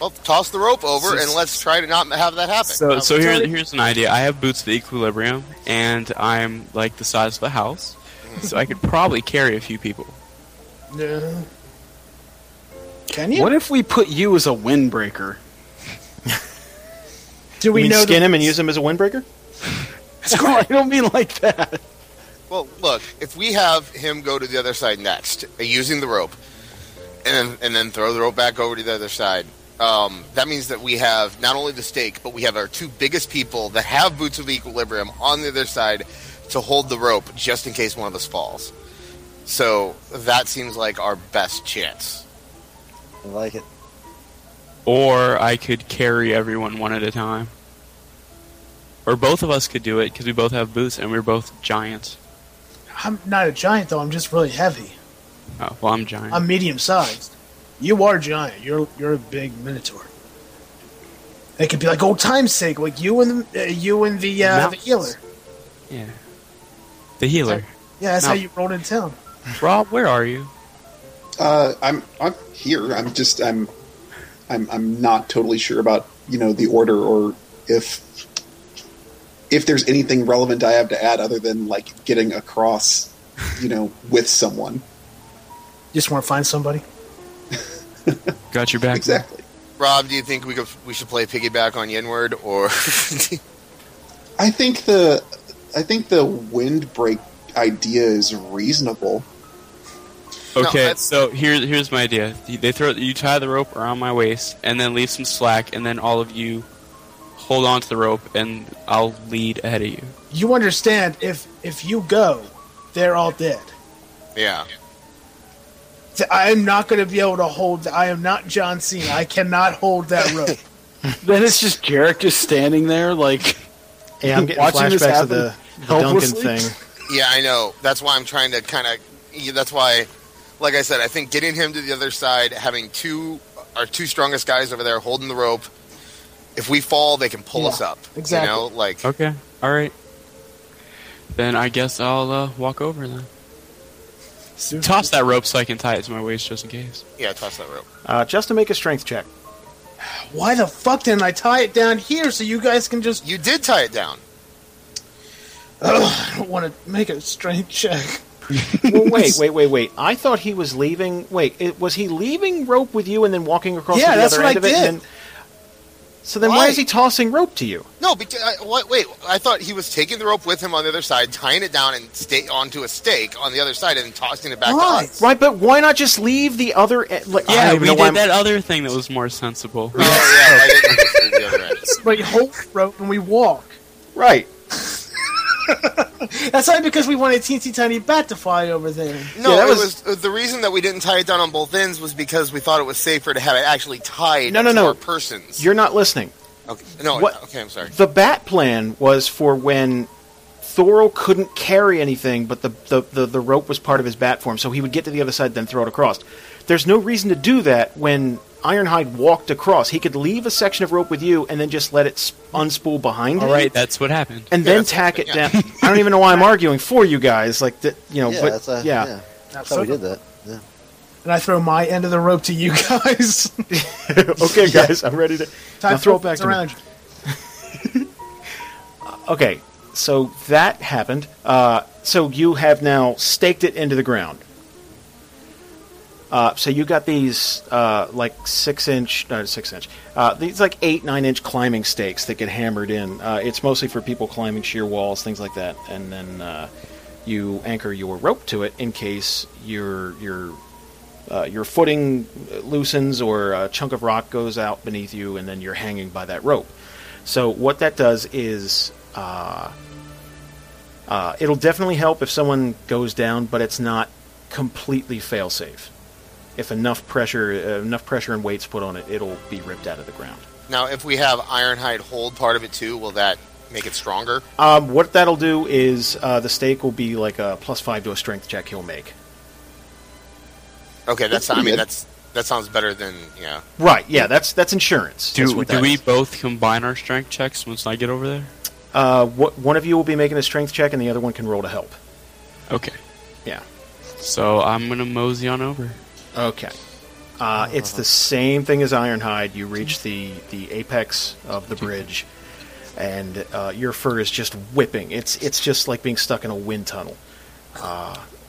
Speaker 1: well, toss the rope over and let's try to not have that happen.
Speaker 8: So,
Speaker 1: Um,
Speaker 8: so here, here's an idea. I have boots of equilibrium, and I'm like the size of a house, so I could probably carry a few people.
Speaker 4: No. Can you?
Speaker 5: What if we put you as a windbreaker?
Speaker 4: Do we
Speaker 3: you mean
Speaker 4: know?
Speaker 3: skin
Speaker 4: the-
Speaker 3: him and use him as a windbreaker?
Speaker 5: <laughs> I don't mean like that.
Speaker 1: well, look, if we have him go to the other side next uh, using the rope, and then, and then throw the rope back over to the other side. Um, that means that we have not only the stake, but we have our two biggest people that have boots of equilibrium on the other side to hold the rope just in case one of us falls. So that seems like our best chance.
Speaker 7: I like it.
Speaker 8: Or I could carry everyone one at a time. Or both of us could do it because we both have boots and we're both giants.
Speaker 4: I'm not a giant though. I'm just really heavy.
Speaker 8: Oh, well, I'm giant.
Speaker 4: I'm medium sized. You are giant. You're you're a big minotaur. It could be like old times' sake, like you and the, uh, you and the, uh, the
Speaker 8: Mountains.
Speaker 4: healer.
Speaker 8: yeah. The healer.
Speaker 4: Yeah, that's how
Speaker 8: Mount-
Speaker 4: you rolled in town.
Speaker 8: Rob, where are you?
Speaker 6: Uh, I'm I'm here. I'm just I'm I'm I'm not totally sure about you know the order or if if there's anything relevant I have to add other than like getting across, you know, with someone.
Speaker 4: Just want to find somebody.
Speaker 8: Got your back.
Speaker 6: Exactly.
Speaker 1: Rob, do you think we could, we should play piggyback on Yinward or <laughs>
Speaker 6: I think the I think the windbreak idea is reasonable.
Speaker 1: No,
Speaker 8: Okay,
Speaker 1: that's-
Speaker 8: so here's here's my idea. They throw you tie the rope around my waist and then leave some slack, and then all of you hold on to the rope, and I'll lead ahead of you.
Speaker 4: You understand? If if you go, they're all dead.
Speaker 1: yeah?
Speaker 4: Th- I am not going to be able to hold. I am not John Cena. I cannot hold that <laughs> rope.
Speaker 5: Then it's just Jarek just standing there like
Speaker 3: Yeah, I'm getting
Speaker 5: <laughs> Watching this
Speaker 3: flashbacks
Speaker 5: happen
Speaker 3: of the, the Duncan
Speaker 5: helplessly?
Speaker 3: thing.
Speaker 1: Yeah, I know. That's why I'm trying to kind of. That's why, like I said, I think getting him to the other side, having two our two strongest guys over there holding the rope, If we fall, they can pull
Speaker 4: Yeah,
Speaker 1: us up.
Speaker 4: exactly.
Speaker 1: You know, like
Speaker 8: Okay. All right. Then I guess I'll uh, walk over then. Toss that rope so I can tie it to my waist just in case.
Speaker 1: yeah, toss that rope.
Speaker 3: Uh, just to make a strength check.
Speaker 4: Why the fuck didn't I tie it down here so you guys can just?
Speaker 1: You did tie it down.
Speaker 4: I don't want to make a strength check.
Speaker 3: Well, wait, wait, wait, wait. I thought he was leaving. Wait, it, was he leaving rope with you and then walking across
Speaker 4: Yeah,
Speaker 3: to the
Speaker 4: that's
Speaker 3: other
Speaker 4: what
Speaker 3: end
Speaker 4: I
Speaker 3: of it?
Speaker 4: did.
Speaker 3: And then, so then why?
Speaker 1: Why?
Speaker 3: is he tossing rope to you?
Speaker 1: No, because I, what, wait, I thought he was taking the rope with him on the other side, tying it down and sta onto a stake on the other side, and then tossing it back
Speaker 4: Why?
Speaker 1: to us. Oh,
Speaker 3: Right, but why not just leave the other end? Like, I
Speaker 8: Yeah,
Speaker 3: don't
Speaker 8: we
Speaker 3: know
Speaker 8: did
Speaker 3: why I'm-
Speaker 8: that other thing that was more sensible.
Speaker 1: Oh yeah, why didn't we just do the other end?
Speaker 4: But hold the rope and we walk.
Speaker 3: Right.
Speaker 4: That's only because we want a teensy tiny bat to fly over there.
Speaker 1: No,
Speaker 3: Yeah, that
Speaker 1: it
Speaker 3: was-
Speaker 1: was... the reason that we didn't tie it down on both ends was because we thought it was safer to have it actually tied.
Speaker 3: No, no,
Speaker 1: to
Speaker 3: no.
Speaker 1: Our persons.
Speaker 3: You're not listening.
Speaker 1: Okay, no.
Speaker 3: What-
Speaker 1: Okay, I'm sorry.
Speaker 3: The bat plan was for when Thorol couldn't carry anything, but the, the, the, the rope was part of his bat form, so he would get to the other side, then throw it across. There's no reason to do that when Ironhide walked across. He could leave a section of rope with you and then just let it sp- unspool behind
Speaker 8: All
Speaker 3: him.
Speaker 8: right, that's what happened.
Speaker 3: and
Speaker 1: Yeah,
Speaker 3: then
Speaker 1: that's
Speaker 3: tack it
Speaker 1: something, yeah.
Speaker 3: down. I don't even know why I'm arguing for you guys. Like that, you know.
Speaker 7: yeah,
Speaker 3: but
Speaker 7: that's a,
Speaker 3: yeah.
Speaker 7: yeah. I thought we did that. Yeah.
Speaker 4: And I throw my end of the rope to you guys. <laughs>
Speaker 3: <laughs> okay, guys, I'm ready to now throw it back to me.
Speaker 4: around.
Speaker 3: Okay, so that happened. Uh, so you have now staked it into the ground. Uh, so you got these uh, like six inch, no, six inch. Uh, these like eight, nine inch climbing stakes that get hammered in. Uh, it's mostly for people climbing sheer walls, things like that. And then uh, you anchor your rope to it in case your your uh, your footing loosens or a chunk of rock goes out beneath you, and then you're hanging by that rope. So what that does is uh, uh, it'll definitely help if someone goes down, but it's not completely fail-safe. If enough pressure, uh, enough pressure and weight's put on it, it'll be ripped out of the ground.
Speaker 1: Now, if we have Ironhide hold part of it too, will that make it stronger?
Speaker 3: Um, what that'll do is uh, the stake will be like a plus five to a strength check he'll make.
Speaker 1: Okay, that's.
Speaker 6: That's pretty
Speaker 1: I mean,
Speaker 6: good.
Speaker 1: that's that sounds better than yeah.
Speaker 3: Right? Yeah, that's that's insurance. That's
Speaker 8: Do,
Speaker 3: what
Speaker 8: do
Speaker 3: that
Speaker 8: we
Speaker 3: is.
Speaker 8: both combine our strength checks once I get over there?
Speaker 3: Uh, what, one of you will be making a strength check, and the other one can roll to help.
Speaker 8: Okay.
Speaker 3: Yeah.
Speaker 8: So I'm gonna mosey on over.
Speaker 3: Okay. Uh, it's the same thing as Ironhide. You reach the, the apex of the bridge, and uh, your fur is just whipping. It's it's just like being stuck in a wind tunnel.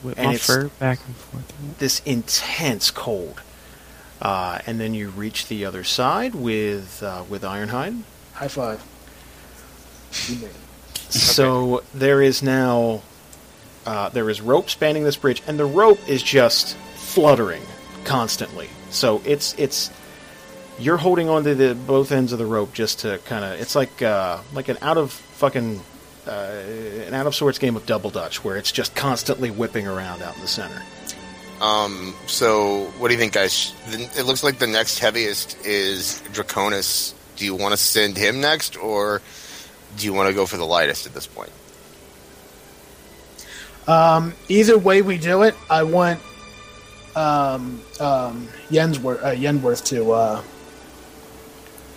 Speaker 8: Whip
Speaker 3: And
Speaker 8: my
Speaker 3: it's-
Speaker 8: fur back and forth.
Speaker 3: This intense cold, uh, and then you reach the other side with uh, with Ironhide.
Speaker 4: High five.
Speaker 3: So there is now uh, there is rope spanning this bridge, and the rope is just fluttering constantly. So it's it's you're holding onto the both ends of the rope just to kind of it's like uh, like an out of fucking uh, an out of sorts game of double dutch where it's just constantly whipping around out in the center.
Speaker 1: Um. So, what do you think, guys? The- It looks like the next heaviest is Draconis. Do you want to send him next, or do you want to go for the lightest at this point?
Speaker 4: Um, either way we do it, I want um, um, Yensworth, uh, Yenworth to. Uh,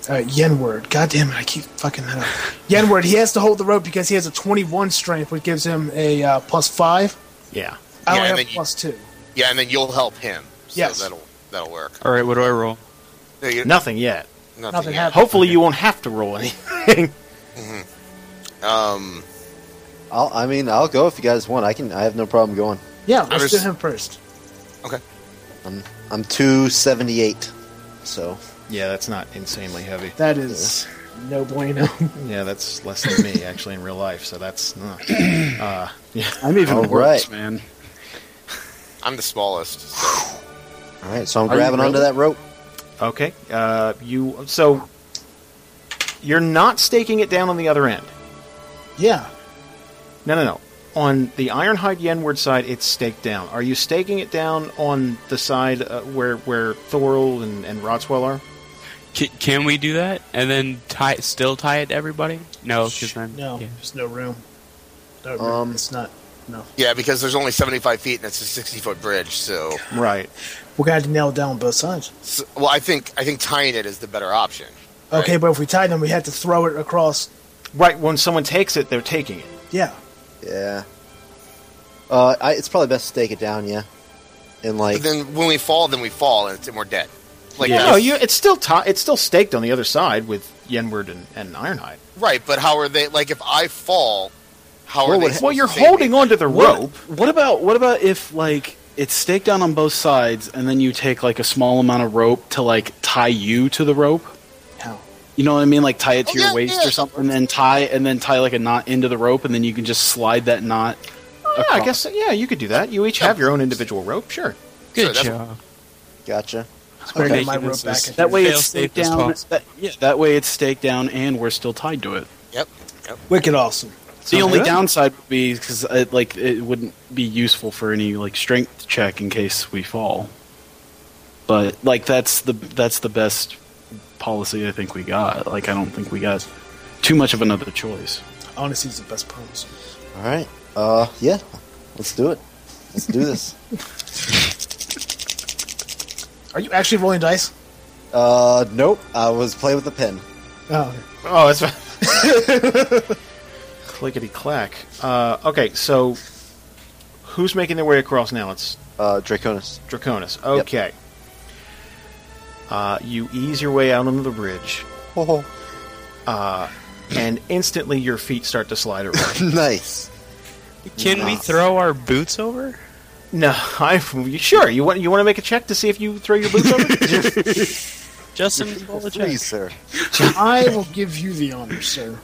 Speaker 4: uh, Yenward. God damn it, I keep
Speaker 3: <laughs>
Speaker 4: fucking that up. Yenward, he has to hold the rope because he has a 21 strength, which gives him a uh, plus 5.
Speaker 3: Yeah.
Speaker 4: I
Speaker 1: Yeah, and
Speaker 4: only
Speaker 1: then
Speaker 4: have
Speaker 1: you-
Speaker 4: plus 2.
Speaker 1: Yeah, and then you'll help him. So
Speaker 4: Yes.
Speaker 1: That'll that'll work.
Speaker 8: All right, what do I roll?
Speaker 1: No, you,
Speaker 3: Nothing yet.
Speaker 4: Nothing
Speaker 1: yet.
Speaker 4: happened.
Speaker 3: Hopefully you won't have to roll anything.
Speaker 1: Um.
Speaker 7: I'll, I mean, I'll go if you guys want. I can. I have no problem going.
Speaker 4: Yeah, let's
Speaker 1: was-
Speaker 4: do him first.
Speaker 7: I'm 278. So
Speaker 3: yeah, that's not insanely heavy.
Speaker 4: That is no bueno.
Speaker 3: Yeah, that's less than me actually in real life. So that's uh, uh, yeah.
Speaker 5: I'm even
Speaker 7: All
Speaker 5: worse,
Speaker 7: right.
Speaker 5: man.
Speaker 1: I'm the smallest. So.
Speaker 7: all right. So I'm
Speaker 5: Are you
Speaker 7: grabbing onto
Speaker 5: really?
Speaker 7: that rope.
Speaker 3: Okay. Uh, you so you're not staking it down on the other end.
Speaker 4: yeah.
Speaker 3: No, no, no. On the Ironhide Yenward side, it's staked down. Are you staking it down on the side uh, where where Thorl and, and Rotswell are?
Speaker 8: Can, can we do that and then tie still tie it to everybody? No, because then
Speaker 4: No,
Speaker 8: yeah.
Speaker 4: there's no room. No,
Speaker 7: Um,
Speaker 4: it's not. No.
Speaker 1: Yeah, because there's only 75 feet and it's a 60 foot bridge. So,
Speaker 3: Right.
Speaker 4: We're going to have to nail it down on both sides.
Speaker 1: so- well, I think I think tying it is the better option.
Speaker 4: Okay, but if we tied them, we had to throw it across.
Speaker 3: Right when someone takes it, they're taking it.
Speaker 4: Yeah.
Speaker 7: Yeah. Uh, I, it's probably best to take it down, yeah. And like,
Speaker 1: But then when we fall, then we fall, and, it's, and we're dead. Like
Speaker 3: yeah,
Speaker 1: that's-
Speaker 3: no, you, it's still ti it's still staked on the other side with Yenward and, and Ironhide.
Speaker 1: right? But how are they? Like if I fall, how are
Speaker 7: Well,
Speaker 1: they?
Speaker 7: what-
Speaker 1: supposed
Speaker 3: Well,
Speaker 1: to
Speaker 3: you're
Speaker 1: save me?
Speaker 3: holding onto the
Speaker 5: What-
Speaker 3: rope.
Speaker 5: What about what about if like it's staked down on both sides, and then you take like a small amount of rope to like tie you to the rope?
Speaker 4: How?
Speaker 5: You know what I mean? Like tie it to
Speaker 1: Oh,
Speaker 5: your
Speaker 1: yeah,
Speaker 5: waist
Speaker 1: yeah.
Speaker 5: or something, and then tie and then tie like a knot into the rope, and then you can just slide that knot.
Speaker 3: Yeah, I
Speaker 5: across.
Speaker 3: guess yeah, you could do that. You each have your own individual rope, sure.
Speaker 1: Good
Speaker 8: Good
Speaker 1: that's-
Speaker 8: job.
Speaker 7: gotcha.
Speaker 4: I got
Speaker 5: Okay.
Speaker 4: my rope back.
Speaker 5: That way it's
Speaker 8: Fail-safe
Speaker 5: staked
Speaker 8: as
Speaker 5: down.
Speaker 8: possible.
Speaker 5: That, yeah, that way it's staked down, and we're still tied to it.
Speaker 1: Yep. Yep.
Speaker 4: Wicked awesome.
Speaker 5: the only
Speaker 3: good.
Speaker 5: downside would be because it, like it wouldn't be useful for any like strength check in case we fall. But like that's the that's the best policy I think we got. Like I don't think we got too much of another choice.
Speaker 4: Honesty is the best promise.
Speaker 7: All right. Uh, yeah. Let's do it. Let's do this.
Speaker 4: Are you actually rolling dice?
Speaker 7: uh, nope. I was playing with a pen.
Speaker 4: Oh, okay.
Speaker 3: Oh, that's
Speaker 4: <laughs>
Speaker 3: clickety clack. Uh, okay, so who's making their way across now? It's
Speaker 7: Uh, Draconis.
Speaker 3: Draconis. Okay. Uh, you ease your way out onto the bridge,
Speaker 7: Oh,
Speaker 4: <clears throat>
Speaker 3: and instantly your feet start to slide
Speaker 4: <laughs>
Speaker 3: around.
Speaker 7: nice.
Speaker 8: Can we throw our boots over?
Speaker 3: no, I sure you want you want to make a check to see if you throw your boots
Speaker 4: <laughs>
Speaker 3: over.
Speaker 8: Justin, roll a check.
Speaker 7: Please, sir.
Speaker 4: <laughs> I will give you the honor, sir.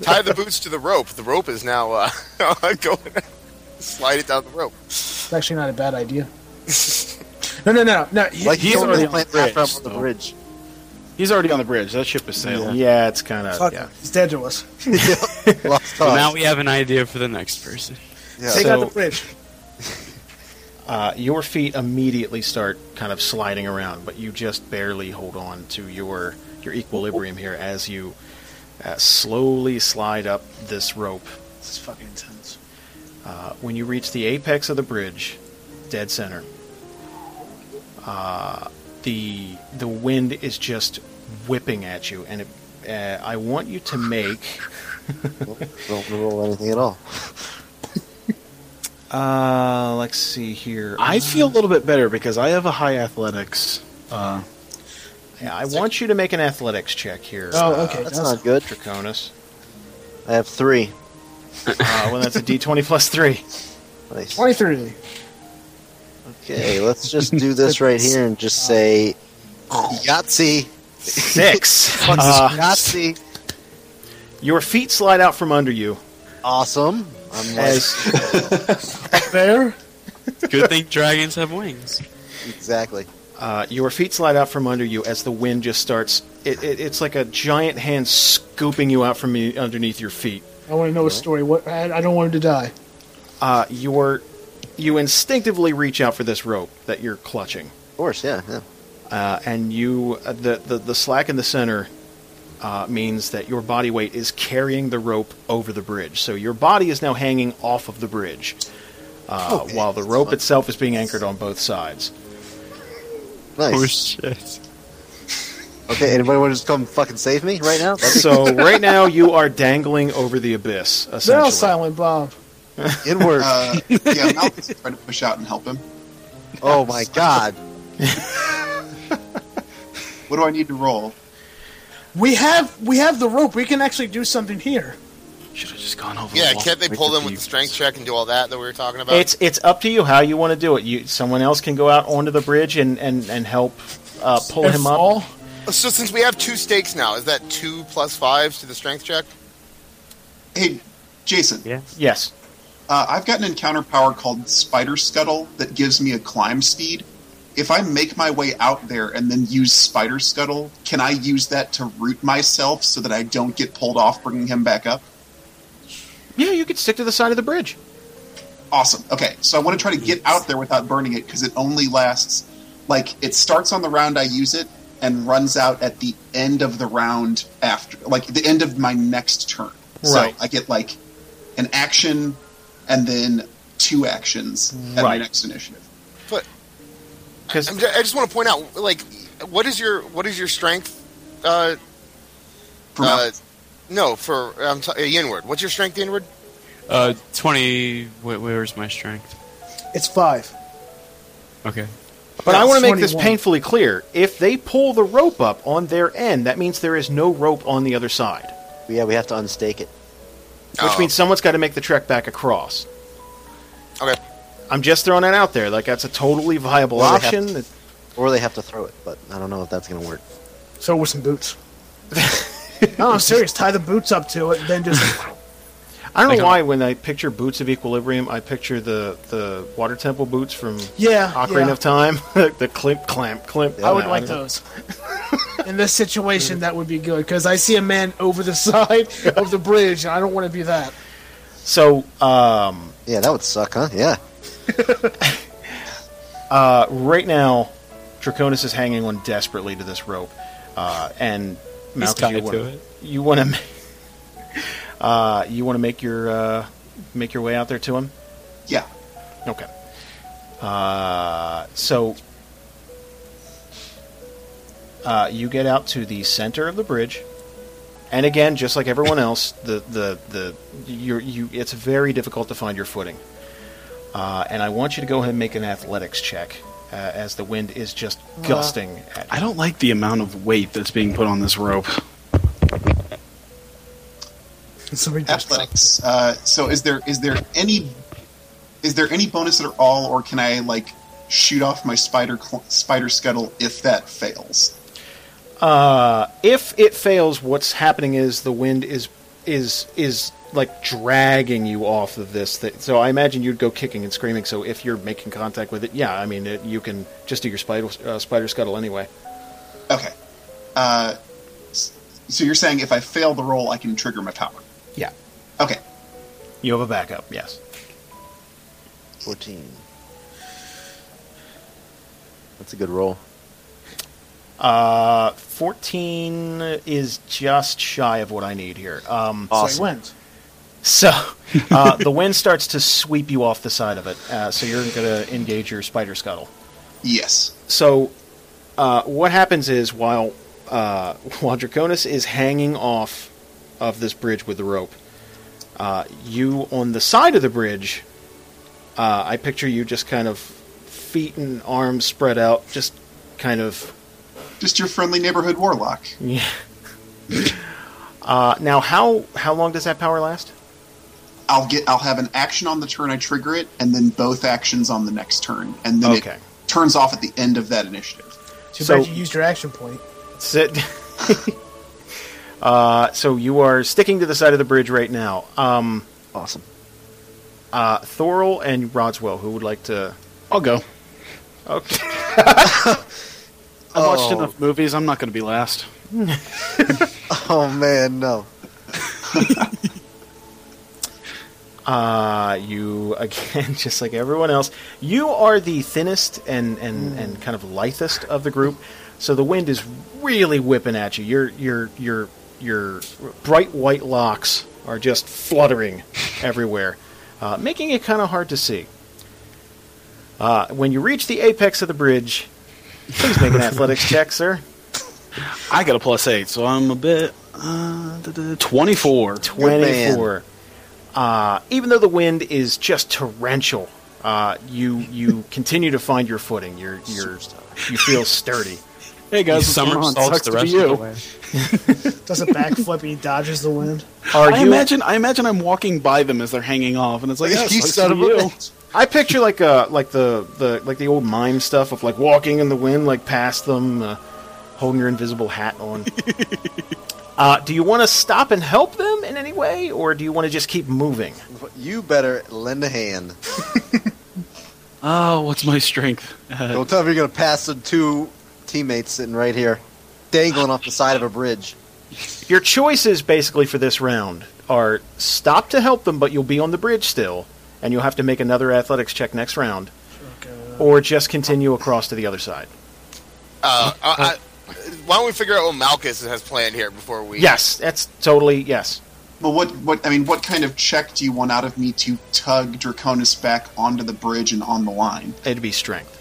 Speaker 1: Tie the boots to the rope. The rope is now uh, <laughs> going. Slide it down the rope.
Speaker 4: It's actually not a bad idea. No, no, no, no. He,
Speaker 7: Like
Speaker 4: he's
Speaker 7: he's
Speaker 4: already
Speaker 7: only
Speaker 4: on.
Speaker 7: playing half
Speaker 5: bridge,
Speaker 7: on the
Speaker 5: though.
Speaker 7: bridge.
Speaker 5: He's already on the bridge. That ship is sailing.
Speaker 3: yeah, it's kind of
Speaker 4: Fuck,
Speaker 3: yeah.
Speaker 4: he's dead to us.
Speaker 7: Lost
Speaker 8: Well,
Speaker 7: cause.
Speaker 8: now we have an idea for the next person.
Speaker 7: Yeah.
Speaker 4: Take
Speaker 3: So-
Speaker 4: out the bridge.
Speaker 3: Uh, your feet immediately start kind of sliding around, but you just barely hold on to your your equilibrium here as you uh, slowly slide up this rope
Speaker 5: This is fucking intense.
Speaker 3: Uh, when you reach the apex of the bridge, dead center, uh, the the wind is just whipping at you, and it, uh, I want you to make.
Speaker 7: <laughs> Don't roll anything at all.
Speaker 3: <laughs> Uh, let's see here. Uh,
Speaker 5: I feel a little bit better because I have a high athletics. Uh,
Speaker 3: Yeah, I want you to make an athletics check here.
Speaker 4: Oh,
Speaker 3: uh,
Speaker 4: okay.
Speaker 7: That's
Speaker 4: that's-
Speaker 7: not good.
Speaker 3: Draconis.
Speaker 7: I have three.
Speaker 3: Uh, well, that's a D20 plus three.
Speaker 7: Nice.
Speaker 4: Twenty-three.
Speaker 7: Okay, let's just do this right here and just say Yahtzee.
Speaker 3: Six.
Speaker 7: Uh,
Speaker 3: Uh,
Speaker 7: Yahtzee.
Speaker 3: your feet slide out from under you
Speaker 7: Awesome. I'm like,
Speaker 3: as
Speaker 4: There.
Speaker 8: Good thing dragons have wings.
Speaker 7: exactly.
Speaker 3: Uh, your feet slide out from under you as the wind just starts. It, it, it's like a giant hand scooping you out from me, underneath your feet.
Speaker 4: I want to know his story. What? I, I don't want him to die.
Speaker 3: Uh, your, you instinctively reach out for this rope that you're clutching,
Speaker 7: Of course, yeah, yeah.
Speaker 3: uh, and you uh, the, the the slack in the center uh, means that your body weight is carrying the rope over the bridge. So your body is now hanging off of the bridge, uh,
Speaker 7: Okay.
Speaker 3: while the rope itself is being anchored on both sides.
Speaker 7: Nice.
Speaker 8: Oh shit.
Speaker 7: Okay, anybody want to just come fucking save me right now? That's
Speaker 3: So right now you are dangling over the abyss.
Speaker 4: They're all
Speaker 3: Essentially.
Speaker 4: silent, Bob.
Speaker 7: inward.
Speaker 6: Uh, yeah, Malchus is trying to push out and help him.
Speaker 7: oh my god.
Speaker 6: What do I need to roll?
Speaker 4: We have we have the rope. We can actually do something here.
Speaker 5: should have just gone over. the
Speaker 1: Yeah,
Speaker 3: Oh,
Speaker 5: wall
Speaker 1: can't they
Speaker 5: like
Speaker 1: pull
Speaker 5: the
Speaker 1: them with the
Speaker 5: beavers.
Speaker 1: strength check and do all that that we were talking about?
Speaker 3: It's it's up to you how you want to do it. You someone else can go out onto the bridge and and and help uh, pull
Speaker 4: And
Speaker 3: him
Speaker 4: fall.
Speaker 3: up.
Speaker 1: so since we have two stakes now, is that two plus fives to the strength check?
Speaker 6: Hey, Jason,
Speaker 8: Yeah.
Speaker 3: Yes.
Speaker 6: uh, I've got an encounter power called Spider Scuttle that gives me a climb speed. If I make my way out there and then use Spider Scuttle, can I use that to root myself so that I don't get pulled off bringing him back up?
Speaker 3: Yeah, you could stick to the side of the bridge.
Speaker 6: Awesome. Okay, so I want to try to get out there without burning it because it only lasts, like, it starts on the round I use it and runs out at the end of the round after, like, the end of my next turn.
Speaker 3: Right.
Speaker 6: So I get, like, an action and then two actions at my
Speaker 3: Right.
Speaker 6: next initiative.
Speaker 3: Because
Speaker 1: I'm ju- I just want to point out, like, what is your what is your strength uh,
Speaker 3: From
Speaker 1: uh, no, for I'm t- uh, Yinward. What's your strength, Yinward?
Speaker 8: Uh, 20. Wait, where's my strength?
Speaker 4: It's five.
Speaker 8: Okay.
Speaker 9: But I
Speaker 4: That's
Speaker 9: want to make this
Speaker 4: 21.
Speaker 9: painfully clear. If they pull the rope up on their end, that means there is no rope on the other side,
Speaker 7: Yeah, we have to unstake it.
Speaker 9: which
Speaker 1: Oh.
Speaker 9: means someone's got to make the trek back across.
Speaker 1: Okay.
Speaker 9: I'm just throwing it out there. Like that's a totally viable
Speaker 7: Well, they have
Speaker 9: option.
Speaker 7: to-
Speaker 9: It-
Speaker 7: Or they have to throw it, but I don't know if that's going to work.
Speaker 4: So with some boots. no, I'm serious. Tie the boots up to it, then just
Speaker 9: I don't
Speaker 8: Like
Speaker 9: know
Speaker 8: on-
Speaker 9: why when I picture boots of equilibrium, I picture the the water temple boots from
Speaker 4: yeah.
Speaker 9: Ocarina
Speaker 4: yeah.
Speaker 9: of Time, <laughs> the climp, clamp, climp.
Speaker 4: I would
Speaker 9: No,
Speaker 4: like
Speaker 9: don't-
Speaker 4: those. In this situation, that would be good because I see a man over the <laughs> side of the bridge, and I don't want to be that.
Speaker 9: So, um,
Speaker 7: Yeah, that would suck, huh? Yeah.
Speaker 9: uh, right now, Draconis is hanging on desperately to this rope, uh, and Malchus, you
Speaker 8: tied to
Speaker 9: wanna- <laughs>
Speaker 8: it.
Speaker 9: you want to, uh, you want to make your uh, make your way out there to him.
Speaker 6: Yeah.
Speaker 9: Okay. Uh, so uh, you get out to the center of the bridge, and again, just like everyone
Speaker 3: <coughs>
Speaker 9: else, the the the you're, you it's very difficult to find your footing. Uh, and I want you to go ahead and make an athletics check, uh, as the wind is just gusting at you.
Speaker 3: I don't like the amount of weight that's being put on this rope.
Speaker 4: Somebody just-
Speaker 6: Athletics. Uh, so is there is there any is there any bonus at all, or can I like shoot off my spider cl- spider scuttle if that fails?
Speaker 9: Uh, if it fails, what's happening is the wind is is is like dragging you off of this. Thing. So I imagine you'd go kicking and screaming. So if you're making contact with it, yeah, I mean it, you can just do your spider uh, spider scuttle anyway.
Speaker 6: Okay. Uh, s- so you're saying if I fail the roll, I can trigger my power?
Speaker 9: Yeah,
Speaker 6: Okay.
Speaker 9: you have a backup. Yes.
Speaker 7: 14. That's a good roll.
Speaker 9: Uh, fourteen is just shy of what I need here. Um,
Speaker 4: So he wins.
Speaker 9: So uh, the wind starts to sweep you off the side of it. Uh, so you're going to engage your spider scuttle.
Speaker 6: Yes.
Speaker 9: So uh, what happens is while uh, <laughs> while Draconis is hanging off of this bridge with the rope, uh, you on the side of the bridge. Uh, I picture you just kind of feet and arms spread out, just kind of
Speaker 6: Just your friendly neighborhood warlock.
Speaker 9: yeah. Uh, now, how how long does that power last?
Speaker 6: I'll get. I'll have an action on the turn I trigger it, and then both actions on the next turn, and then
Speaker 9: Okay.
Speaker 6: it turns off at the end of that initiative.
Speaker 4: Too
Speaker 9: So-
Speaker 4: bad you used your action point.
Speaker 9: Sit. <laughs> uh, so you are sticking to the side of the bridge right now. Um,
Speaker 7: Awesome.
Speaker 9: uh, Thorol and Rodswell, who would like to?
Speaker 3: I'll go.
Speaker 9: Okay.
Speaker 3: I've watched enough movies. I'm not going to be last.
Speaker 7: Oh, man, no.
Speaker 9: Uh, you <laughs> again, just like everyone else, you are the thinnest and, and, and kind of lithest of the group. So the wind is really whipping at you. Your your your your bright white locks are just fluttering everywhere, uh, making it kind of hard to see. Uh, when you reach the apex of the bridge, please make an athletics check, sir.
Speaker 3: I got a plus eight, so I'm a bit uh, da- da- twenty-four.
Speaker 9: 24. Uh, even though the wind is just torrential, uh, you
Speaker 3: <laughs>
Speaker 9: you continue to find your footing. You're, you're you feel sturdy.
Speaker 3: Hey guys, what's going on?
Speaker 8: somersaults
Speaker 3: Sucks
Speaker 8: the
Speaker 3: to be
Speaker 8: rest of
Speaker 3: you.
Speaker 8: the way.
Speaker 4: Does a backflip and he dodges the wind.
Speaker 9: Are
Speaker 3: I
Speaker 9: you?
Speaker 3: imagine I imagine I'm walking by them as they're hanging off, and it's like,
Speaker 6: You
Speaker 3: yeah, sucks
Speaker 6: son
Speaker 3: to
Speaker 6: of
Speaker 3: be
Speaker 6: a
Speaker 3: you.
Speaker 6: bitch.
Speaker 9: I picture like uh like the, the like the old mime stuff of like walking in the wind, like past them, uh, holding your invisible hat
Speaker 3: <laughs>
Speaker 9: on. uh, do you want to stop and help them in any way, or do you want to just keep moving?
Speaker 7: You better lend a hand.
Speaker 3: Oh, what's my strength? Uh,
Speaker 7: Don't tell me you're going to pass the two teammates sitting right here, dangling off the side of a bridge.
Speaker 9: Your choices basically for this round are stop to help them, but you'll be on the bridge still, and you'll have to make another athletics check next round, or just continue across to the other side.
Speaker 1: Uh, I, I, why don't we figure out what Malchus has planned here before we?
Speaker 9: Yes, that's totally yes.
Speaker 6: Well, what what I mean, what kind of check do you want out of me to tug Draconis back onto the bridge and on the line?
Speaker 9: It'd be strength.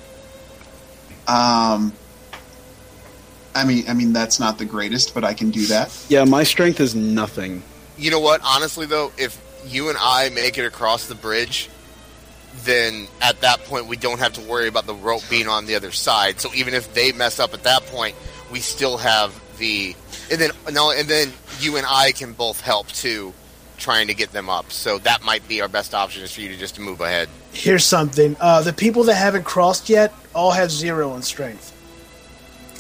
Speaker 6: Um, I mean, I mean that's not the greatest, but I can do that.
Speaker 3: Yeah, my strength is nothing.
Speaker 1: You know what? Honestly, though, if you and I make it across the bridge, then at that point we don't have to worry about the rope being on the other side. So even if they mess up at that point, we still have the and then no, and then you and I can both help too, trying to get them up. So that might be our best option is for you to just move ahead.
Speaker 4: Here's something. Uh, the people that haven't crossed yet all have zero on strength.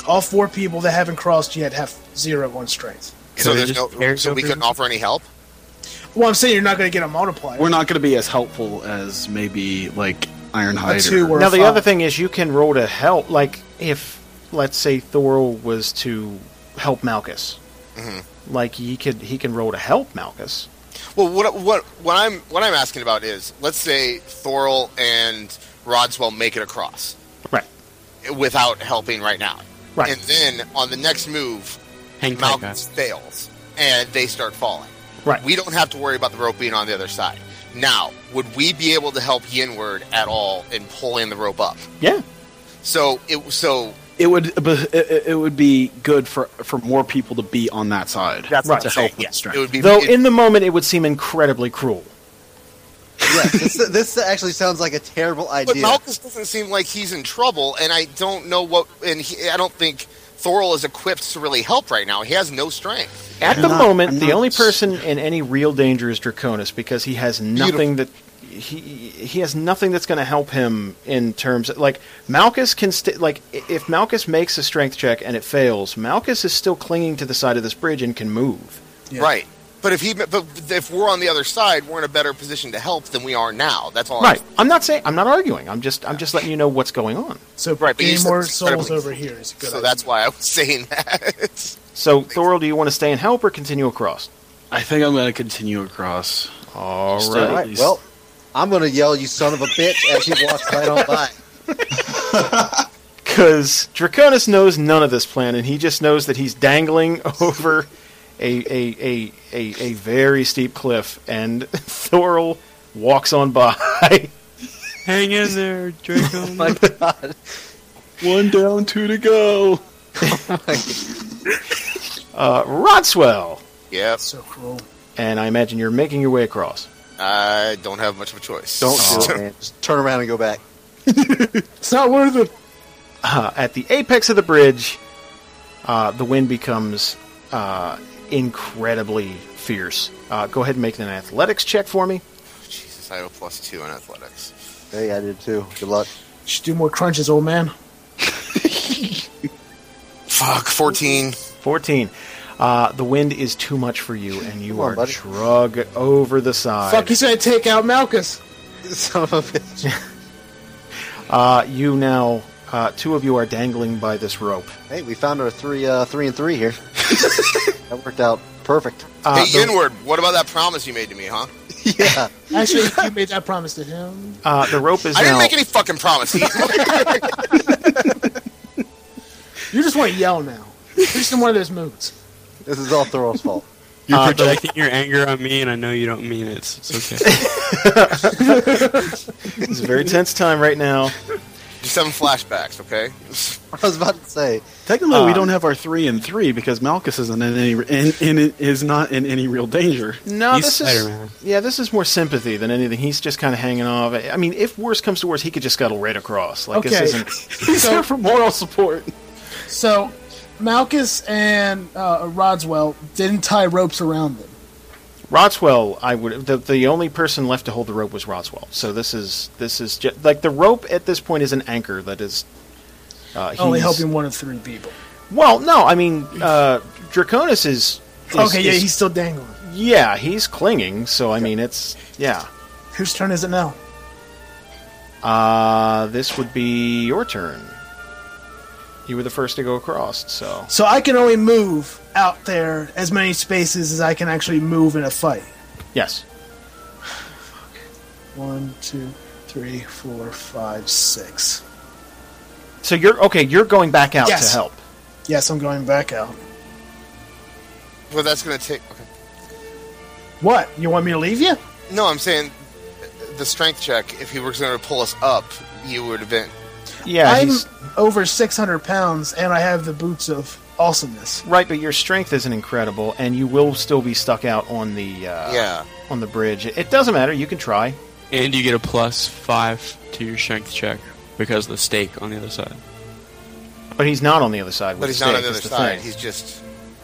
Speaker 4: All four people that haven't crossed yet have zero on strength.
Speaker 1: so
Speaker 8: we
Speaker 1: there's
Speaker 8: just
Speaker 1: no
Speaker 8: pair
Speaker 1: so we
Speaker 8: over
Speaker 1: couldn't
Speaker 8: them?
Speaker 1: offer any help.
Speaker 4: Well, I'm saying you're not going to get a multiplier.
Speaker 3: We're not going to be as helpful as maybe like Ironhide.
Speaker 4: A two
Speaker 3: or,
Speaker 4: or-
Speaker 9: Now the
Speaker 4: five.
Speaker 9: other thing is you can roll to help. Like if let's say Thorol was to help Malchus, like he could he can roll to help Malchus.
Speaker 1: Well, what what what I'm what I'm asking about is let's say Thorl and Rodswell make it across
Speaker 9: Right.
Speaker 1: without helping right now,
Speaker 9: Right.
Speaker 1: and then on the next move,
Speaker 8: Hang tight,
Speaker 1: Malcolm
Speaker 8: guys.
Speaker 1: fails and they start falling.
Speaker 9: Right.
Speaker 1: We don't have to worry about the rope being on the other side. Now, would we be able to help Yinward at all in pulling the rope up?
Speaker 9: Yeah.
Speaker 1: So it so
Speaker 3: it would but it, it- it would be good for for more people to be on that side.
Speaker 1: that's
Speaker 9: what
Speaker 1: right.
Speaker 3: I'm saying, yeah.
Speaker 1: It would be
Speaker 9: Though
Speaker 1: it-
Speaker 9: in the moment it would seem incredibly cruel.
Speaker 7: Yes, this, this actually sounds like a terrible
Speaker 1: but
Speaker 7: idea.
Speaker 1: Malchus doesn't seem like he's in trouble, and I don't know what. And he, I don't think Thorol is equipped to really help right now. He has no strength.
Speaker 9: At
Speaker 3: I'm
Speaker 9: the
Speaker 3: not-
Speaker 9: moment,
Speaker 3: I'm
Speaker 9: the
Speaker 3: not-
Speaker 9: only person in any real danger is Draconis because he has nothing that he he has nothing that's going to help him in terms like Malchus can st- like i- if Malchus makes a strength check and it fails, Malchus is still clinging to the side of this bridge and can move.
Speaker 4: Yeah.
Speaker 1: Right. But if he, but if we're on the other side, we're in a better position to help than we are now. That's all. I'm
Speaker 9: Right. I'm not saying I'm not arguing. I'm just I'm just letting you know what's going on.
Speaker 4: So
Speaker 1: Right, but you
Speaker 4: getting
Speaker 1: said
Speaker 4: more
Speaker 1: it's
Speaker 4: souls
Speaker 1: incredibly-
Speaker 4: over here is a good.
Speaker 1: so
Speaker 4: idea.
Speaker 1: that's why I was <laughs> saying that.
Speaker 9: So Thorol, do you want to stay and help or continue across?
Speaker 3: I think I'm going to continue across.
Speaker 9: All
Speaker 3: Just
Speaker 9: right.
Speaker 3: at
Speaker 7: All right,
Speaker 3: least-
Speaker 7: well, I'm going to yell, you son of a bitch, as he walks right on by.
Speaker 9: Because Draconis knows none of this plan, and he just knows that he's dangling <laughs> over a a, a, a, a very steep cliff, and <laughs> Thorol walks on by. <laughs> Oh
Speaker 8: Hang in there, Draco.
Speaker 3: one down, two to go.
Speaker 9: <laughs> Uh, Rodswell!
Speaker 1: yep.
Speaker 4: so cruel.
Speaker 9: And I imagine you're making your way across.
Speaker 1: I don't have much of a choice. Oh,
Speaker 7: Don't do it, man. Just turn around and go back.
Speaker 4: It's not worth it.
Speaker 9: Uh, at the apex of the bridge, uh, the wind becomes uh, incredibly fierce. Uh, go ahead and make an athletics check for me.
Speaker 1: Jesus, I have a plus two in athletics.
Speaker 7: Hey, I did too. Good luck.
Speaker 4: You should do more crunches, old man.
Speaker 1: Fuck, fourteen.
Speaker 9: 14. Uh, the wind is too much for you, and you
Speaker 7: Come on,
Speaker 9: are
Speaker 7: buddy.
Speaker 9: drug over the side.
Speaker 4: Fuck, he's going to take out Malchus.
Speaker 7: Son of a bitch.
Speaker 9: Uh, you now, uh, two of you are dangling by this rope.
Speaker 7: Hey, we found our three, uh, three and three here. <laughs> that worked out perfect.
Speaker 9: Uh,
Speaker 1: hey,
Speaker 9: the,
Speaker 1: inward. What about that promise you made to me, huh?
Speaker 7: Yeah.
Speaker 4: Actually, you made that promise to him.
Speaker 9: uh, the rope is
Speaker 1: I didn't
Speaker 9: now.
Speaker 1: make any fucking promises.
Speaker 4: You just want to yell now. You're just in one of those moods.
Speaker 7: This is all Thorol's fault.
Speaker 8: You're
Speaker 9: Uh, the-
Speaker 8: projecting your anger on me, and I know you don't mean it. So it's okay.
Speaker 9: It's a very tense time right now.
Speaker 1: <laughs> Just having flashbacks, okay?
Speaker 7: <laughs> I was about to say,
Speaker 3: Technically, we
Speaker 9: Uh,
Speaker 3: don't have our three and three because Malchus isn't in any in, in, is not in any real danger.
Speaker 9: No,
Speaker 8: He's
Speaker 9: this
Speaker 8: Spider-Man.
Speaker 9: is yeah, this is more sympathy than anything. He's just kind of hanging off. I mean, if worse comes to worse, he could just scuttle right across. Like this
Speaker 4: Okay.
Speaker 9: isn't.
Speaker 3: He's there for moral support.
Speaker 4: So, Malchus and uh, Rodswell didn't tie ropes around them.
Speaker 9: Rotswell, I would the, the only person left to hold the rope was Rotswell. So this is this is just, like the rope at this point is an anchor that is. Uh,
Speaker 4: Only
Speaker 9: he's-
Speaker 4: helping one of three people.
Speaker 9: Well, no, I mean uh, Draconis is. is-
Speaker 4: Okay, yeah,
Speaker 9: is-
Speaker 4: he's still dangling.
Speaker 9: Yeah, he's clinging, so I mean, it's. Yeah.
Speaker 4: Whose turn is it now?
Speaker 9: Uh, this would be your turn. You were the first to go across, so.
Speaker 4: So I can only move out there as many spaces as I can actually move in a fight.
Speaker 9: Yes.
Speaker 4: One, two, three, four, five, six.
Speaker 9: So you're. Okay, you're going back out
Speaker 4: Yes.
Speaker 9: to help.
Speaker 4: Yes, I'm going back out.
Speaker 1: Well, that's gonna take. Okay.
Speaker 4: What? You want me to leave you?
Speaker 1: uh, No, I'm saying the strength check. If he was gonna pull us up, you would have been.
Speaker 9: Yeah,
Speaker 4: I'm
Speaker 9: he's-
Speaker 4: over 600 pounds, and I have the boots of awesomeness.
Speaker 9: Right, but your strength isn't incredible, and you will still be stuck out on the uh,
Speaker 1: Yeah.
Speaker 9: on the bridge. It it doesn't matter. You can try.
Speaker 8: And you get a plus five to your strength check because of the stake on the other side.
Speaker 9: But he's not on the other side. With
Speaker 1: But he's
Speaker 9: the
Speaker 1: not on
Speaker 9: stake,
Speaker 1: the other
Speaker 9: is
Speaker 1: side.
Speaker 9: thing.
Speaker 1: He's just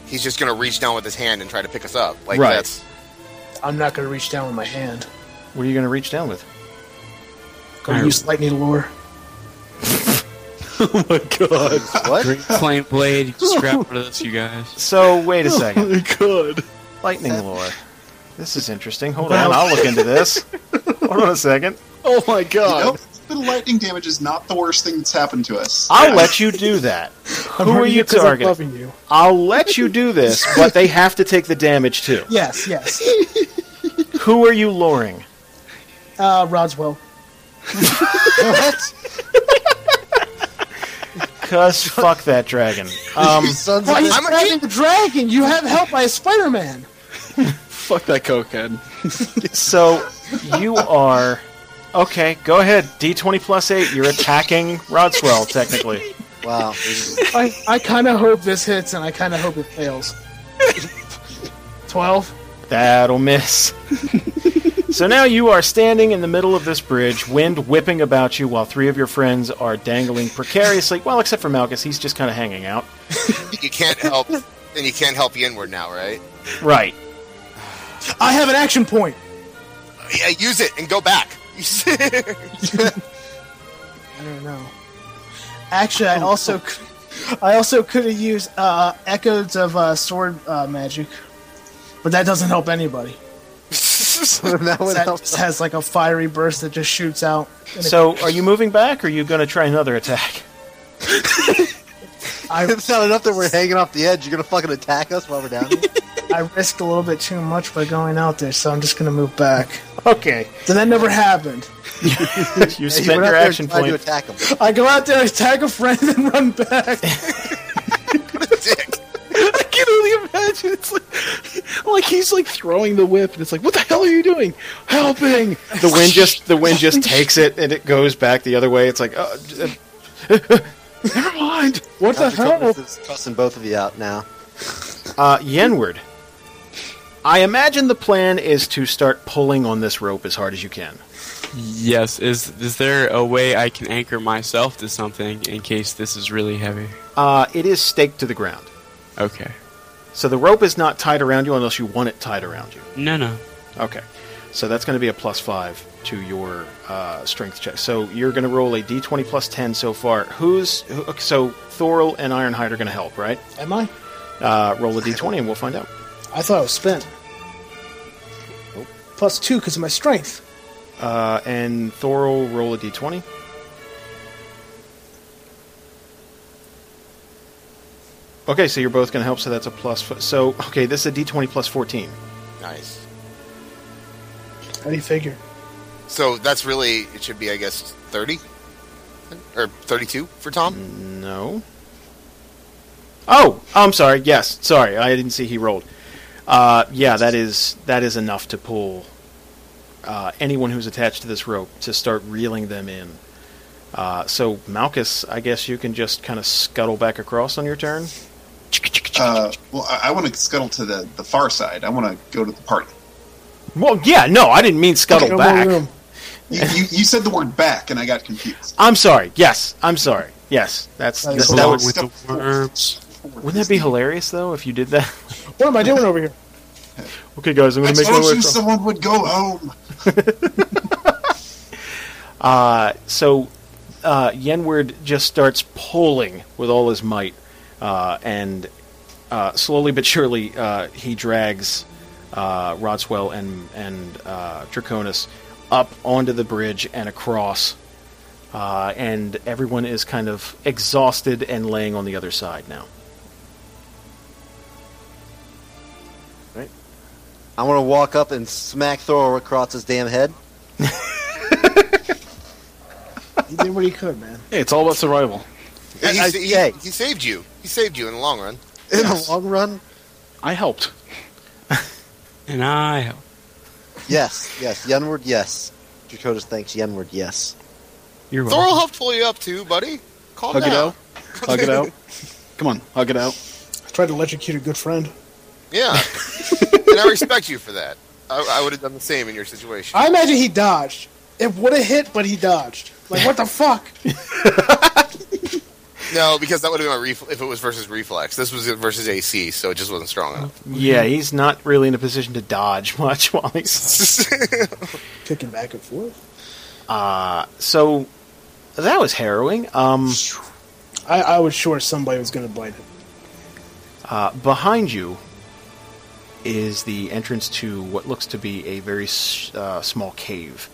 Speaker 1: he's just gonna reach down with his hand and try to pick us up. Like
Speaker 9: Right.
Speaker 1: that's
Speaker 4: I'm not going to reach down with my hand.
Speaker 9: What are you going to reach down with?
Speaker 4: Going to
Speaker 8: Alright.
Speaker 4: use lightning lure.
Speaker 7: What?
Speaker 8: Flame blade, scrap rid of this, you guys.
Speaker 9: So wait a second.
Speaker 11: my god.
Speaker 9: Lightning lore. This is interesting. Hold on, I'll look into this. Hold on a second.
Speaker 11: Oh my
Speaker 6: You know,
Speaker 11: god.
Speaker 6: a bit of lightning damage is not the worst thing that's happened to us.
Speaker 9: I'll let you do that.
Speaker 4: I'm
Speaker 9: Who are
Speaker 4: hurting
Speaker 9: you
Speaker 4: 'cause I'm
Speaker 9: targeting?
Speaker 4: loving you.
Speaker 9: I'll let you do this, but they have to take the damage too.
Speaker 4: Yes, <laughs> yes.
Speaker 9: Who are you luring?
Speaker 4: Uh, Rodswell.
Speaker 7: what?
Speaker 9: Cuz fuck that dragon. Um,
Speaker 7: Sons
Speaker 4: Why
Speaker 7: of
Speaker 4: he's
Speaker 7: a-
Speaker 1: I'm a
Speaker 4: grabbing the dragon? You have help by Spider-Man.
Speaker 11: Fuck that cokehead.
Speaker 9: so you are. Okay, go ahead. D20 plus 8. You're attacking Rodswell, technically.
Speaker 7: wow. this
Speaker 4: <laughs>
Speaker 7: is-
Speaker 4: I, I kind of hope this hits, and I kind of hope it fails. <laughs> Twelve.
Speaker 9: That'll miss. so now you are standing in the middle of this bridge, wind whipping about you while three of your friends are dangling precariously. Well, except for Malchus, he's just kind of hanging out.
Speaker 1: you can't help and you can't help Yinward now, right?
Speaker 9: Right.
Speaker 4: I have an action point.
Speaker 1: Yeah, use it and go back. <laughs>
Speaker 4: I don't know. Actually, I also, c- I also could have used uh, echoes of uh, sword uh, magic, but that doesn't help anybody.
Speaker 7: that would
Speaker 4: That
Speaker 7: help.
Speaker 4: just has like a fiery burst that just shoots out. And it-
Speaker 9: So are you moving back or are you going to try another attack?
Speaker 4: I,
Speaker 7: <laughs> It's not enough that we're hanging off the edge. You're gonna fucking attack us while we're down here.
Speaker 4: I risked a little bit too much by going out there, so I'm just gonna move back.
Speaker 9: Okay.
Speaker 4: So that never happened.
Speaker 9: <laughs> You
Speaker 7: Hey,
Speaker 9: spent
Speaker 7: we're not
Speaker 9: your
Speaker 7: there
Speaker 9: action
Speaker 7: trying
Speaker 9: point.
Speaker 7: to attack him.
Speaker 4: I go out there, attack a friend, <laughs> and run back.
Speaker 11: I can only imagine. It's like, like he's like throwing the whip, and it's like, what the hell are you doing? Helping!
Speaker 9: The wind just the wind just takes it and it goes back the other way. It's like uh, uh, <laughs>
Speaker 11: Never mind.
Speaker 4: What the
Speaker 7: Dr.
Speaker 4: hell?
Speaker 7: Thomas is Cussing both of you out now.
Speaker 9: uh yenward. I imagine the plan is to start pulling on this rope as hard as you can.
Speaker 8: Yes, is is there a way I can anchor myself to something in case this is really heavy?
Speaker 9: Uh, it is staked to the ground.
Speaker 8: Okay.
Speaker 9: So the rope is not tied around you unless you want it tied around you.
Speaker 8: No, no.
Speaker 9: Okay. So that's going to be a plus five to your uh, strength check. So you're going to roll a d20 plus 10 so far. Who's who, okay, so Thorl and Ironhide are going to help, right?
Speaker 4: Am I?
Speaker 9: Uh, roll a d20 and we'll find out.
Speaker 4: I thought I was spent. Oh. Plus two because of my strength.
Speaker 9: Uh, and Thorl, roll a d20. Okay, so you're both going to help. So that's a plus. F- so okay, this is a d20 plus 14.
Speaker 1: nice.
Speaker 4: How do you figure?
Speaker 1: So that's really it should be I guess thirty or thirty-two for Tom.
Speaker 9: No. Oh, I'm sorry. Yes, sorry. I didn't see he rolled. Uh, yeah, that is that is enough to pull uh, anyone who's attached to this rope to start reeling them in. Uh, so Malchus, I guess you can just kind of scuttle back across on your turn.
Speaker 6: Uh, well, I, I want to scuttle to the, the far side. I want to go to the party.
Speaker 9: Well, yeah, no, I didn't mean scuttle
Speaker 4: Okay,
Speaker 9: back.
Speaker 4: room.
Speaker 6: You, you, you said the word back, and I got confused.
Speaker 9: I'm sorry. Yes, I'm sorry. Yes, that's,
Speaker 4: That
Speaker 9: that's
Speaker 4: is
Speaker 9: that
Speaker 8: Along
Speaker 9: would,
Speaker 8: with
Speaker 6: step
Speaker 8: the worms.
Speaker 6: forward.
Speaker 9: wouldn't that be hilarious though if you did that?
Speaker 4: What am I doing over here?
Speaker 9: okay, guys, I'm
Speaker 6: I
Speaker 9: gonna make my
Speaker 6: told
Speaker 9: way.
Speaker 6: you
Speaker 9: across.
Speaker 6: someone would go home.
Speaker 9: Uh, so uh, Yenward just starts pulling with all his might, uh, and uh, slowly but surely uh, he drags uh, Rodswell and and uh, Draconis up onto the bridge and across. Uh, and everyone is kind of exhausted and laying on the other side now.
Speaker 7: I want to walk up and smack Thor across his damn head.
Speaker 4: He did what he could, man.
Speaker 11: Hey, it's all about survival.
Speaker 1: He,
Speaker 7: I-
Speaker 1: he-
Speaker 7: hey.
Speaker 1: he saved you. He saved you in the long run.
Speaker 7: In
Speaker 11: Yes.
Speaker 7: the long run,
Speaker 11: I helped.
Speaker 8: And I help.
Speaker 7: yes, yes. Yenward, yes. Dracotis thanks Yenward, yes.
Speaker 9: You're
Speaker 1: Thor will
Speaker 9: welcome.
Speaker 1: help pull you up too, buddy. Calm
Speaker 3: Hug it
Speaker 1: down.
Speaker 3: out. Hug
Speaker 9: <laughs>
Speaker 3: it out. Come on, hug it out.
Speaker 4: I tried to electrocute a good friend.
Speaker 1: Yeah. and I respect you for that. I, I would have done the same in your situation.
Speaker 4: I imagine he dodged. It would have hit, but he dodged.
Speaker 9: <laughs>
Speaker 4: Like what the fuck?
Speaker 1: no, because that would have been my reflex if it was versus reflex. This was versus AC, so it just wasn't strong enough. <laughs>
Speaker 9: Yeah, he's not really in a position to dodge <laughs> much while he's.
Speaker 4: Kicking back and forth.
Speaker 9: Uh, so that was harrowing. Um,
Speaker 4: I, I was sure somebody was gonna bite him.
Speaker 9: uh, behind you is the entrance to what looks to be a very s- uh, small cave.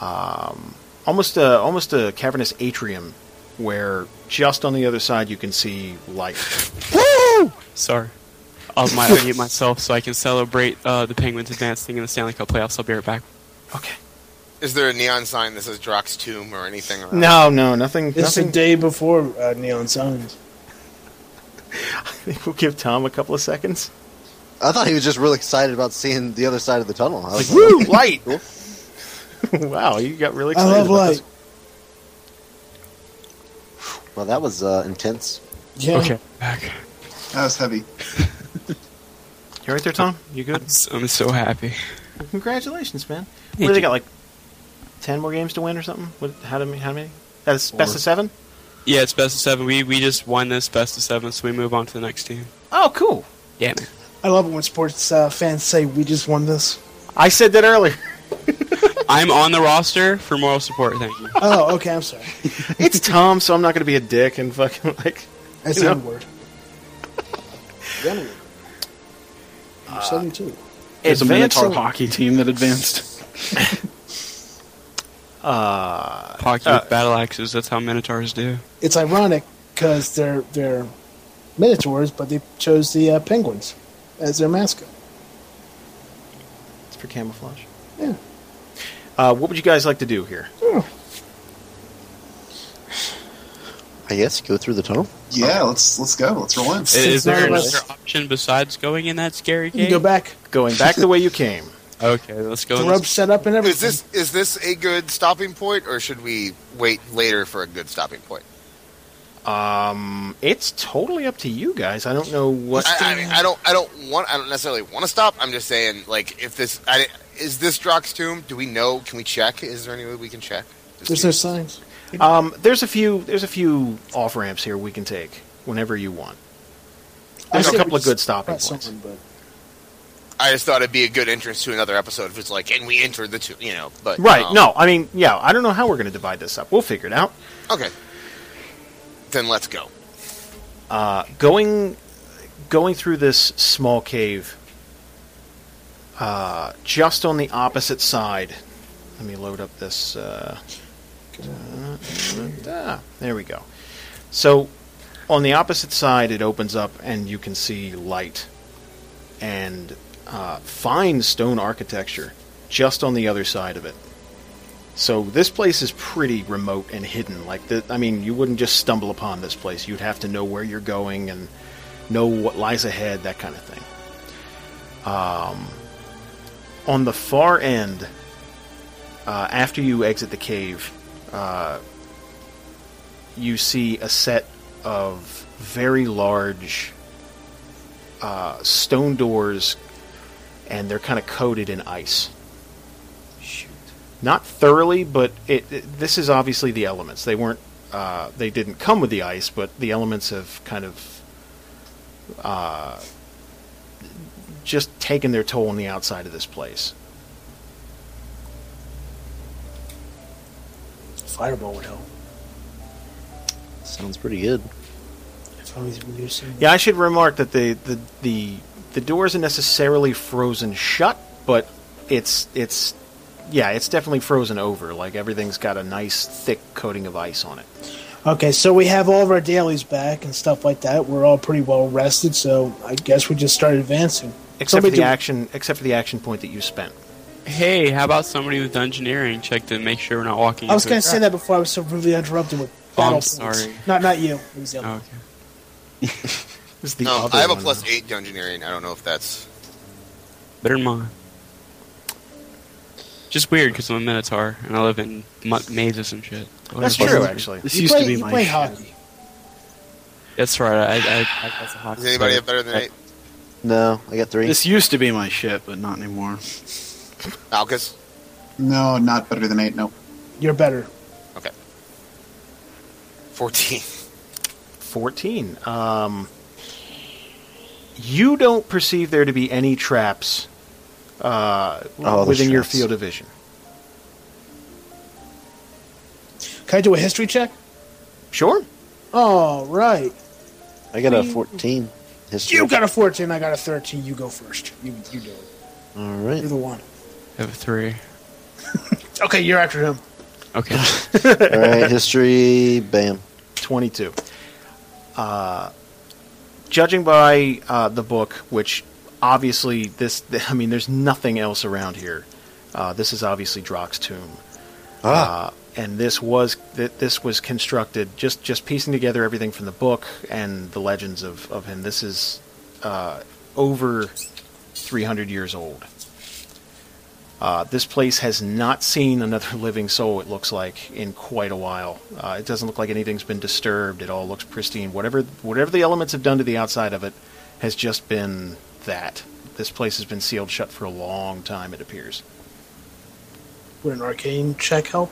Speaker 9: Um, almost a almost a cavernous atrium, where just on the other side you can see light.
Speaker 8: Sorry. I'll <laughs> mute myself so I can celebrate uh, the Penguins advancing in the Stanley Cup playoffs. I'll be right back.
Speaker 9: Okay.
Speaker 1: Is there a neon sign that says Drock's tomb or anything? around?
Speaker 9: No, no, nothing.
Speaker 4: It's the
Speaker 9: nothing.
Speaker 4: day before uh, Neon Signs.
Speaker 9: I <laughs> think we'll give Tom a couple of seconds.
Speaker 7: I thought he was just real excited about seeing the other side of the tunnel. I was like,
Speaker 9: Woo, light! <laughs> wow, you got really
Speaker 4: I
Speaker 9: excited.
Speaker 4: love
Speaker 9: about
Speaker 4: light.
Speaker 9: this.
Speaker 7: well, that was uh, intense.
Speaker 4: Yeah.
Speaker 8: Okay. Back.
Speaker 6: That was heavy.
Speaker 9: You right there, Tom? You good?
Speaker 8: I'm so, I'm so happy.
Speaker 9: Congratulations, man.
Speaker 8: Thank
Speaker 9: what do they
Speaker 8: you.
Speaker 9: got? Like ten more games to win or something? What? How do How many? That's best of seven.
Speaker 8: Yeah, it's best of seven. We we just won this best of seven, so we move on to the next team.
Speaker 9: Oh, cool.
Speaker 8: Yeah, man.
Speaker 4: I love it when sports uh, fans say we just won this.
Speaker 9: I said that earlier.
Speaker 8: <laughs> I'm on the roster for moral support. Thank <laughs> you.
Speaker 4: Oh, okay. I'm sorry.
Speaker 9: it's Tom, so I'm not going to be a dick and fucking like.
Speaker 4: That's
Speaker 9: You
Speaker 4: the
Speaker 9: know?
Speaker 4: N word. Gentlemen.
Speaker 10: Uh,
Speaker 4: I'm 72.
Speaker 3: There's a Minotaur
Speaker 9: advancing-
Speaker 3: hockey team that advanced.
Speaker 9: Uh,
Speaker 8: Hockey
Speaker 9: Uh,
Speaker 8: with battle axes. That's how minotaurs do.
Speaker 4: It's ironic because they're they're minotaurs, but they chose the uh, penguins as their mascot.
Speaker 9: it's for camouflage.
Speaker 4: Yeah.
Speaker 9: Uh, what would you guys like to do here?
Speaker 7: I guess go through the tunnel.
Speaker 6: Yeah, let's let's go. Let's roll in.
Speaker 8: Is, is there
Speaker 4: nervous.
Speaker 8: another option besides going in that scary
Speaker 4: You
Speaker 8: cave?
Speaker 4: can go back,
Speaker 9: Going back the way you came. <laughs>
Speaker 8: Okay, let's go. in
Speaker 4: grub
Speaker 8: this-
Speaker 4: set up, and everything.
Speaker 1: Is this is this a good stopping point, or should we wait later for a good stopping point?
Speaker 9: Um, it's totally up to you guys. I don't know what.
Speaker 1: I, I mean, I don't, I don't want, I don't necessarily want to stop. I'm just saying, like, if this, I, is this Drock's tomb? Do we know? Can we check? Is there any way we can check? Just
Speaker 4: There's no
Speaker 1: curious.
Speaker 4: signs.
Speaker 9: Um, there's a few. There's a few off ramps here we can take whenever you want. There's
Speaker 4: I
Speaker 9: a
Speaker 4: say
Speaker 9: couple
Speaker 4: we
Speaker 9: of good
Speaker 4: just
Speaker 9: stopping
Speaker 4: got
Speaker 9: points.
Speaker 4: something,
Speaker 1: I just thought it'd be a good entrance to another episode if it's like, and we entered the tomb, you know. But
Speaker 9: Right.
Speaker 1: um,
Speaker 9: no, I mean, yeah, I don't know how we're going to divide this up. We'll figure it out.
Speaker 1: okay. Then let's go.
Speaker 9: Uh, going, going through this small cave, uh, just on the opposite side. Let me load up this. Uh, ah, there we go. So, on the opposite side, it opens up, and you can see light and uh, fine stone architecture just on the other side of it. So this place is pretty remote and hidden. Like the, I mean, you wouldn't just stumble upon this place. You'd have to know where you're going and know what lies ahead, that kind of thing. Um, on the far end, uh, after you exit the cave, uh, you see a set of very large uh, stone doors, and they're kind of coated in ice not thoroughly, but it, it- this is obviously the elements. They weren't uh, they didn't come with the ice, but the elements have kind of uh, just taken their toll on the outside of this place.
Speaker 4: but Fireball would help.
Speaker 7: Sounds pretty good.
Speaker 4: That's why he's reducing.
Speaker 9: Yeah, I should remark that the the the, the door isn't necessarily frozen shut, but it's it's yeah, it's definitely frozen over. Like everything's got a nice thick coating of ice on it.
Speaker 4: Okay, so we have all of our dailies back and stuff like that. We're all pretty well rested, so I guess we just start advancing.
Speaker 9: Except
Speaker 4: Somebody
Speaker 9: for the
Speaker 4: do-
Speaker 9: action except for the action point that you spent.
Speaker 8: Hey, how about somebody with dungeoneering check to make sure we're not walking?
Speaker 4: I was
Speaker 8: into
Speaker 4: going
Speaker 8: a
Speaker 4: to say
Speaker 8: trap?
Speaker 4: that before I was so rudely interrupted with
Speaker 8: Oh,
Speaker 4: battle
Speaker 8: I'm
Speaker 4: points.
Speaker 8: sorry.
Speaker 4: Not not you. It was the other
Speaker 8: Oh,
Speaker 4: one.
Speaker 8: okay.
Speaker 9: It's the
Speaker 1: Um,
Speaker 9: other
Speaker 1: I have a
Speaker 9: one.
Speaker 1: plus eight to engineering. I don't know if that's
Speaker 8: Better than mine. Just weird because I'm a minotaur and I live in mu- mazes and shit.
Speaker 9: That's
Speaker 8: Whatever.
Speaker 9: true, actually.
Speaker 12: This
Speaker 4: you
Speaker 12: used
Speaker 4: play,
Speaker 12: to be
Speaker 4: you
Speaker 12: my
Speaker 4: play
Speaker 12: shit.
Speaker 4: hockey.
Speaker 8: That's right. I, I, I, that's a hockey
Speaker 1: Does anybody
Speaker 8: player.
Speaker 1: have better than eight?
Speaker 7: No, I got three.
Speaker 12: This used to be my shit, but not anymore.
Speaker 1: Malchus?
Speaker 6: No, not better than eight. No.
Speaker 4: You're better.
Speaker 1: 14.
Speaker 9: 14. Um, you don't perceive there to be any traps uh,
Speaker 7: Oh, the
Speaker 9: within your
Speaker 7: traps.
Speaker 9: field of vision.
Speaker 4: Can I do a history check?
Speaker 9: Sure.
Speaker 4: All right.
Speaker 7: I got a 14. History.
Speaker 4: You got a 14, I got a 13. You go first. You, you do it.
Speaker 7: All
Speaker 4: You're
Speaker 7: right.
Speaker 4: the one.
Speaker 8: I have a three.
Speaker 4: Okay, you're after him.
Speaker 8: Okay. <laughs>
Speaker 7: All right. History. Bam.
Speaker 9: 22. Uh, judging by uh, the book, which obviously this, <laughs> I mean, there's nothing else around here. Uh, this is obviously Drock's tomb.
Speaker 12: Ah.
Speaker 9: Uh, and this was th- this was constructed just just piecing together everything from the book and the legends of, of him. This is uh, over 300 years old. Uh, this place has not seen another <laughs> living soul, it looks like, in quite a while. Uh, it doesn't look like anything's been disturbed. It all looks pristine. Whatever, whatever the elements have done to the outside of it has just been that. This place has been sealed shut for a long time, it appears.
Speaker 4: Would an arcane check help?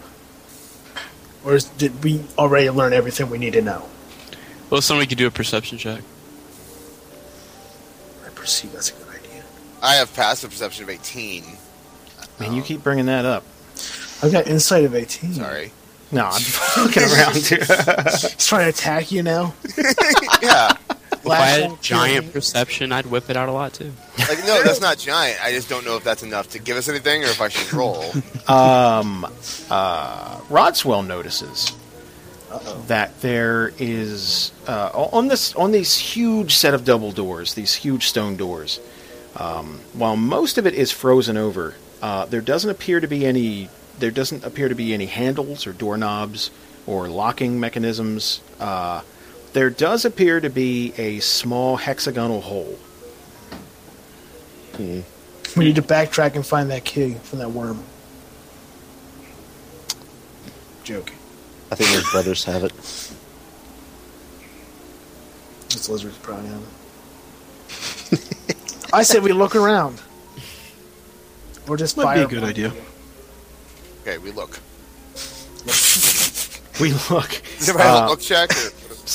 Speaker 4: Or is, did we already learn everything we need to know?
Speaker 8: well, somebody could do a perception check.
Speaker 4: I perceive that's a good idea.
Speaker 1: <laughs> I have passive perception of 18.
Speaker 9: Man, you keep bringing that up.
Speaker 4: I've got insight of 18.
Speaker 9: Hmm.
Speaker 1: Sorry.
Speaker 9: No, I'm fucking
Speaker 8: <laughs>
Speaker 9: around. dude.
Speaker 4: He's trying to attack you now.
Speaker 1: yeah.
Speaker 8: If I had a
Speaker 4: Flashlight,
Speaker 8: giant
Speaker 4: yeah.
Speaker 8: perception, I'd whip it out a lot too.
Speaker 1: Like, no, that's not giant. I just don't know if that's enough to give us anything or if I should
Speaker 9: <laughs>
Speaker 1: roll.
Speaker 9: Rodswell notices that there is uh, on this on these huge set of double doors, these huge stone doors. Um, while most of it is frozen over, uh, there doesn't appear to be any there doesn't appear to be any handles or doorknobs or locking mechanisms. Uh, there does appear to be a small hexagonal hole.
Speaker 4: We need to backtrack and find that key from that worm. Joke.
Speaker 7: I think his brothers have it.
Speaker 4: This lizard's probably on it. <laughs> I said we look around. Or just
Speaker 12: Might be a
Speaker 4: fire.
Speaker 12: good idea.
Speaker 1: Okay, we look. <laughs>
Speaker 9: We look.
Speaker 1: Does anybody have
Speaker 9: Uh,
Speaker 1: a look check? Or...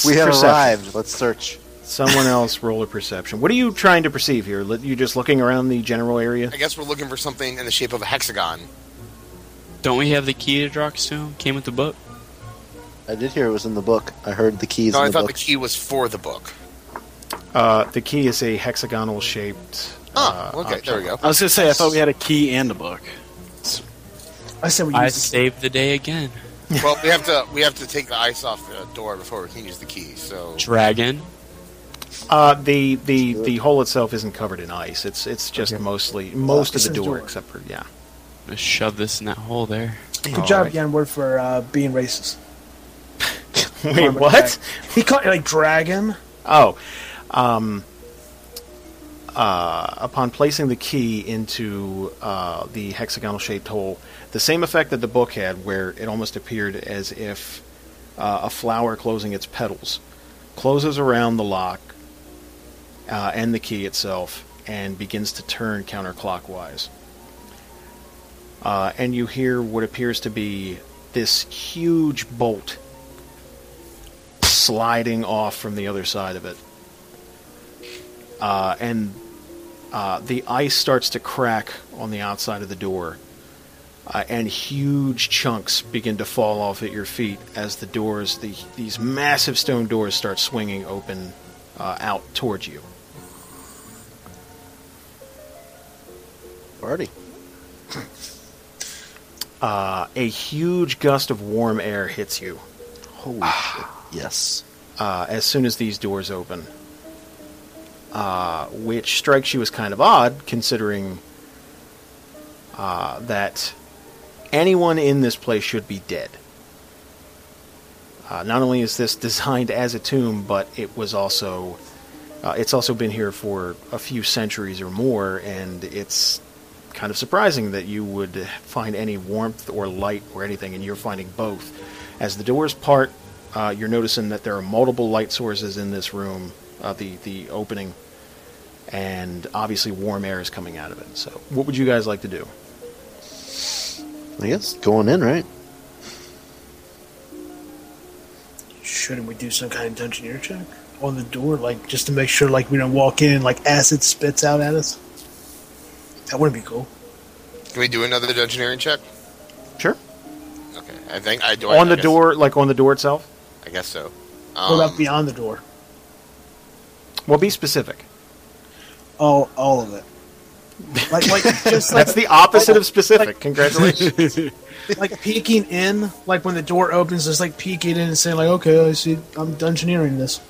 Speaker 7: We have
Speaker 9: Perception.
Speaker 7: arrived. Let's search.
Speaker 9: Someone else roll a perception. What are you trying to perceive here? Li- You just looking around the general area?
Speaker 1: I guess we're looking for something in the shape of a hexagon.
Speaker 8: Don't we have the key to Drock's tomb? Came with the book.
Speaker 7: I did hear it was in the book. I heard the keys
Speaker 1: No, I
Speaker 7: in the
Speaker 1: thought
Speaker 7: book.
Speaker 1: the key was for the book.
Speaker 9: Uh, the key is a hexagonal shaped.
Speaker 1: Oh,
Speaker 9: uh,
Speaker 1: okay, there we go.
Speaker 12: I was gonna say I thought we had a key and a book.
Speaker 4: I said we
Speaker 8: I
Speaker 4: use the
Speaker 8: saved the day again.
Speaker 1: well, we have to we have to take the ice off the door before we can use the key. So
Speaker 8: Dragon.
Speaker 9: Uh, the the the hole itself isn't covered in ice. It's it's just mostly most of
Speaker 4: It's
Speaker 9: the
Speaker 4: a
Speaker 9: door,
Speaker 4: door.
Speaker 9: except for yeah.
Speaker 8: I'm gonna shove this in that hole there.
Speaker 4: Good job, Jan Word, for uh, being
Speaker 12: <laughs>
Speaker 4: racist.
Speaker 9: Wait,
Speaker 4: Armored
Speaker 9: what?
Speaker 4: drag- He called it like dragon.
Speaker 9: Oh, um, uh, upon placing the key into uh, the hexagonal shaped hole, the same effect that the book had, where it almost appeared as if uh, a flower closing its petals, closes around the lock uh, and the key itself, and begins to turn counterclockwise. Uh, and you hear what appears to be this huge bolt sliding off from the other side of it. Uh, and uh, the ice starts to crack on the outside of the door, uh, and huge chunks begin to fall off at your feet as the doors, the, these massive stone doors, start swinging open uh, out towards you.
Speaker 7: Party.
Speaker 9: Uh, a huge gust of warm air hits you. Ah.
Speaker 7: Holy shit. Yes.
Speaker 9: uh, as soon as these doors open, uh, which strikes you as kind of odd, considering uh, that anyone in this place should be dead. Uh, not only is this <laughs> designed as a tomb, but it was also uh, it's also been here for a few centuries or more, and it's kind of surprising that you would find any warmth or light or anything, and you're finding both. As the doors part, uh, you're noticing that there are multiple light sources in this room, uh, the the opening, and obviously warm air is coming out of it. So, what would you guys like to do?
Speaker 7: I guess going in, right?
Speaker 4: Shouldn't we do some kind of dungeoneer check on the door, like just to make sure, like we don't walk in and like acid spits out at us? That wouldn't be cool.
Speaker 1: Can we do another dungeoneering check?
Speaker 9: Sure.
Speaker 1: Okay, I think I do. I-
Speaker 9: on
Speaker 1: I
Speaker 9: the
Speaker 1: guess-
Speaker 9: door, like on the door itself.
Speaker 1: I guess so.
Speaker 4: What
Speaker 1: Um,
Speaker 4: about beyond the door?
Speaker 9: Well, be specific.
Speaker 4: All, all of it. Like,
Speaker 9: <laughs>
Speaker 4: like just like
Speaker 9: That's the opposite of specific. Congratulations.
Speaker 4: like peeking in, like when the door opens, just like peeking in and saying, like, okay, I see, I'm dungeoneering this.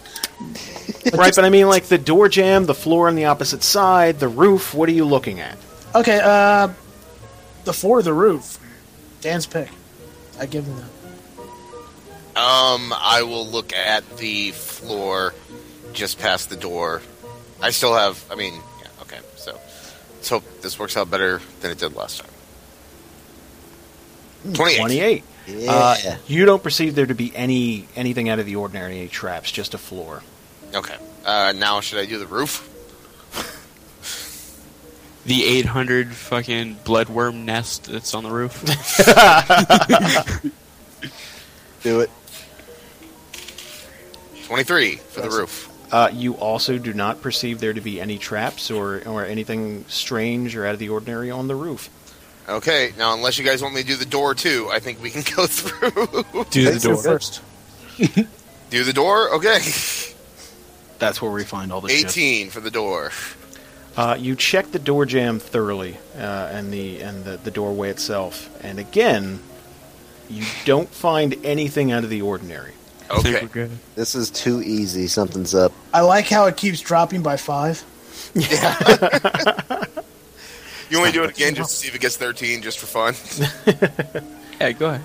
Speaker 9: right, but I mean, like the door jam, the floor on the opposite side, the roof. What are you looking at?
Speaker 4: Okay, uh, the four of the roof. Dan's pick. I give him that.
Speaker 1: Um, I will look at the floor just past the door. I still have. I mean, yeah, okay. So let's hope this works out better than it did last time. Twenty-eight.
Speaker 9: Twenty-eight.
Speaker 7: Yeah.
Speaker 9: Uh, you don't perceive there to be any anything out of the ordinary, any traps, just a floor.
Speaker 1: Okay. Uh, now should I do the roof?
Speaker 8: The 800 fucking bloodworm nest that's on the <laughs> roof.
Speaker 7: Do it.
Speaker 1: Twenty-three for the roof.
Speaker 9: Uh, you also do not perceive there to be any traps or, or anything strange or out of the ordinary on the roof.
Speaker 1: Okay. Now, unless you guys want me to do the door too, I think we can <laughs> go through.
Speaker 8: Do the
Speaker 4: Let's go
Speaker 8: door.
Speaker 4: first.
Speaker 1: do the door.
Speaker 13: <laughs>
Speaker 1: Okay.
Speaker 13: That's where we find all the shit.
Speaker 1: Eighteen for the door.
Speaker 9: Uh, you check the door jamb thoroughly uh, and the and the, the doorway itself, and again, you don't find anything out of the ordinary.
Speaker 8: I think
Speaker 1: Okay.
Speaker 8: we're good.
Speaker 7: This is too easy. Something's up.
Speaker 4: I like how it keeps dropping by five.
Speaker 1: You only do it again just to see if it gets thirteen, just for fun.
Speaker 8: <laughs> Yeah, go ahead.